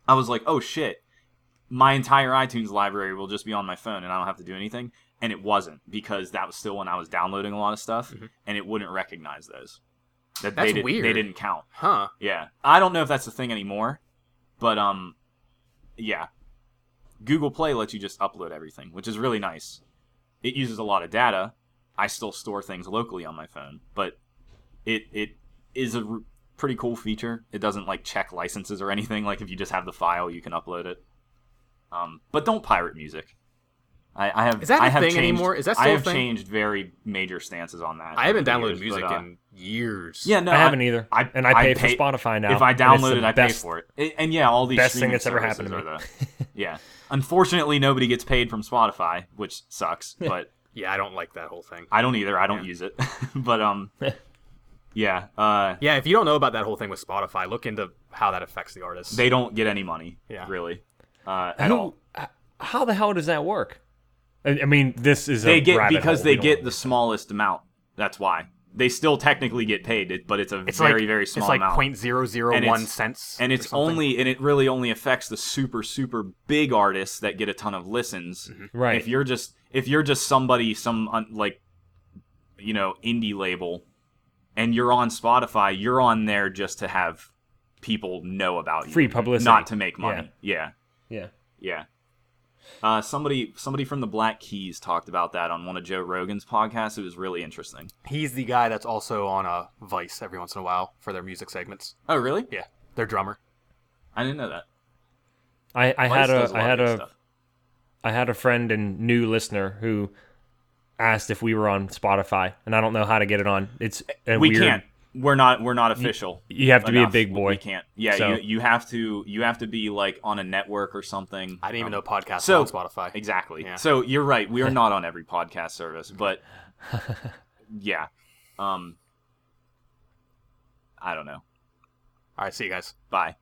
[SPEAKER 1] I was like, "Oh shit, my entire iTunes library will just be on my phone and I don't have to do anything." And it wasn't because that was still when I was downloading a lot of stuff and it wouldn't recognize those. That
[SPEAKER 3] Mm-hmm. That's
[SPEAKER 1] they did, They
[SPEAKER 3] weird.
[SPEAKER 1] didn't count.
[SPEAKER 3] Huh.
[SPEAKER 1] Yeah. I don't know if that's the thing anymore, but um yeah. Google Play lets you just upload everything, which is really nice. It uses a lot of data. I still store things locally on my phone, but it it is a r- pretty cool feature. It doesn't like check licenses or anything. Like if you just have the file, you can upload it. Um, but don't pirate music. I, I have
[SPEAKER 3] Is that
[SPEAKER 1] I
[SPEAKER 3] a
[SPEAKER 1] have
[SPEAKER 3] thing
[SPEAKER 1] changed,
[SPEAKER 3] anymore? Is that
[SPEAKER 1] I
[SPEAKER 3] still a
[SPEAKER 1] have
[SPEAKER 3] thing?
[SPEAKER 1] changed very major stances on that.
[SPEAKER 3] I haven't
[SPEAKER 1] over the
[SPEAKER 3] downloaded
[SPEAKER 1] years,
[SPEAKER 3] music
[SPEAKER 1] but, uh,
[SPEAKER 3] in years.
[SPEAKER 1] yeah, no,
[SPEAKER 2] I haven't either.
[SPEAKER 1] I-
[SPEAKER 2] and I
[SPEAKER 1] I
[SPEAKER 2] pay,
[SPEAKER 1] pay-
[SPEAKER 2] for Spotify now.
[SPEAKER 1] if I
[SPEAKER 2] and it's
[SPEAKER 1] download
[SPEAKER 2] the
[SPEAKER 1] it, I
[SPEAKER 2] best-
[SPEAKER 1] pay for it. And- And yeah, all these
[SPEAKER 2] best thing
[SPEAKER 1] streaming
[SPEAKER 2] that's ever happened
[SPEAKER 1] services
[SPEAKER 2] to
[SPEAKER 1] are
[SPEAKER 2] [LAUGHS]
[SPEAKER 1] the- yeah, unfortunately, nobody gets paid from Spotify, which
[SPEAKER 2] [LAUGHS]
[SPEAKER 1] sucks. But
[SPEAKER 3] Yeah, I don't like that whole thing.
[SPEAKER 1] I don't either. I don't use it. [LAUGHS] but
[SPEAKER 2] [LAUGHS]
[SPEAKER 1] um, yeah, uh,
[SPEAKER 3] Yeah, if you don't know about that whole thing with Spotify, look into how that affects the artist.
[SPEAKER 1] they don't get any money.
[SPEAKER 3] Yeah.
[SPEAKER 1] really, uh, at
[SPEAKER 2] Who-
[SPEAKER 1] all.
[SPEAKER 2] h- How the hell does that work? I I mean, this is
[SPEAKER 1] They
[SPEAKER 2] a
[SPEAKER 1] get
[SPEAKER 2] rabbit
[SPEAKER 1] because
[SPEAKER 2] hole.
[SPEAKER 1] they
[SPEAKER 2] We
[SPEAKER 1] get
[SPEAKER 2] don't-
[SPEAKER 1] the smallest amount. That's why they still technically get paid, it- but it's a very very small
[SPEAKER 3] It's like
[SPEAKER 1] amount.
[SPEAKER 3] point zero zero
[SPEAKER 1] And
[SPEAKER 3] one
[SPEAKER 1] it's-
[SPEAKER 3] cents,
[SPEAKER 1] and
[SPEAKER 3] or
[SPEAKER 1] it's
[SPEAKER 3] something.
[SPEAKER 1] only and it really only affects the super super big artists that get a ton of listens.
[SPEAKER 2] right.
[SPEAKER 1] If you're just if you're just somebody some un, like you know indie label and you're on Spotify, you're on there just to have people know about you.
[SPEAKER 2] Free publicity.
[SPEAKER 1] Not to make money. Yeah.
[SPEAKER 2] yeah.
[SPEAKER 1] Yeah. Uh, somebody somebody from the Black Keys talked about that on one of Joe Rogan's podcasts. It was really interesting.
[SPEAKER 3] he's the guy that's also on a Vice every once in a while for their music segments.
[SPEAKER 1] Oh, really?
[SPEAKER 3] Yeah, their drummer.
[SPEAKER 1] I didn't know that.
[SPEAKER 2] I, I
[SPEAKER 1] Vice
[SPEAKER 2] had a
[SPEAKER 1] does
[SPEAKER 2] I
[SPEAKER 1] lot of
[SPEAKER 2] had
[SPEAKER 1] good
[SPEAKER 2] a
[SPEAKER 1] stuff.
[SPEAKER 2] I had a friend and new listener who asked if we were on Spotify, and I don't know how to get it on. It's a
[SPEAKER 1] we
[SPEAKER 2] weird,
[SPEAKER 1] can't. We're not we're not official.
[SPEAKER 2] You have to
[SPEAKER 1] enough.
[SPEAKER 2] be a big
[SPEAKER 1] We-
[SPEAKER 2] boy.
[SPEAKER 1] We can't. Yeah,
[SPEAKER 2] So-
[SPEAKER 1] you, you have to you have to be like on a network or something.
[SPEAKER 3] I didn't even know podcasts
[SPEAKER 1] so-
[SPEAKER 3] were on Spotify.
[SPEAKER 1] Exactly.
[SPEAKER 3] Yeah.
[SPEAKER 1] So you're right. We are not on every podcast service, but yeah. Um I don't know.
[SPEAKER 3] All right, see you guys.
[SPEAKER 1] Bye.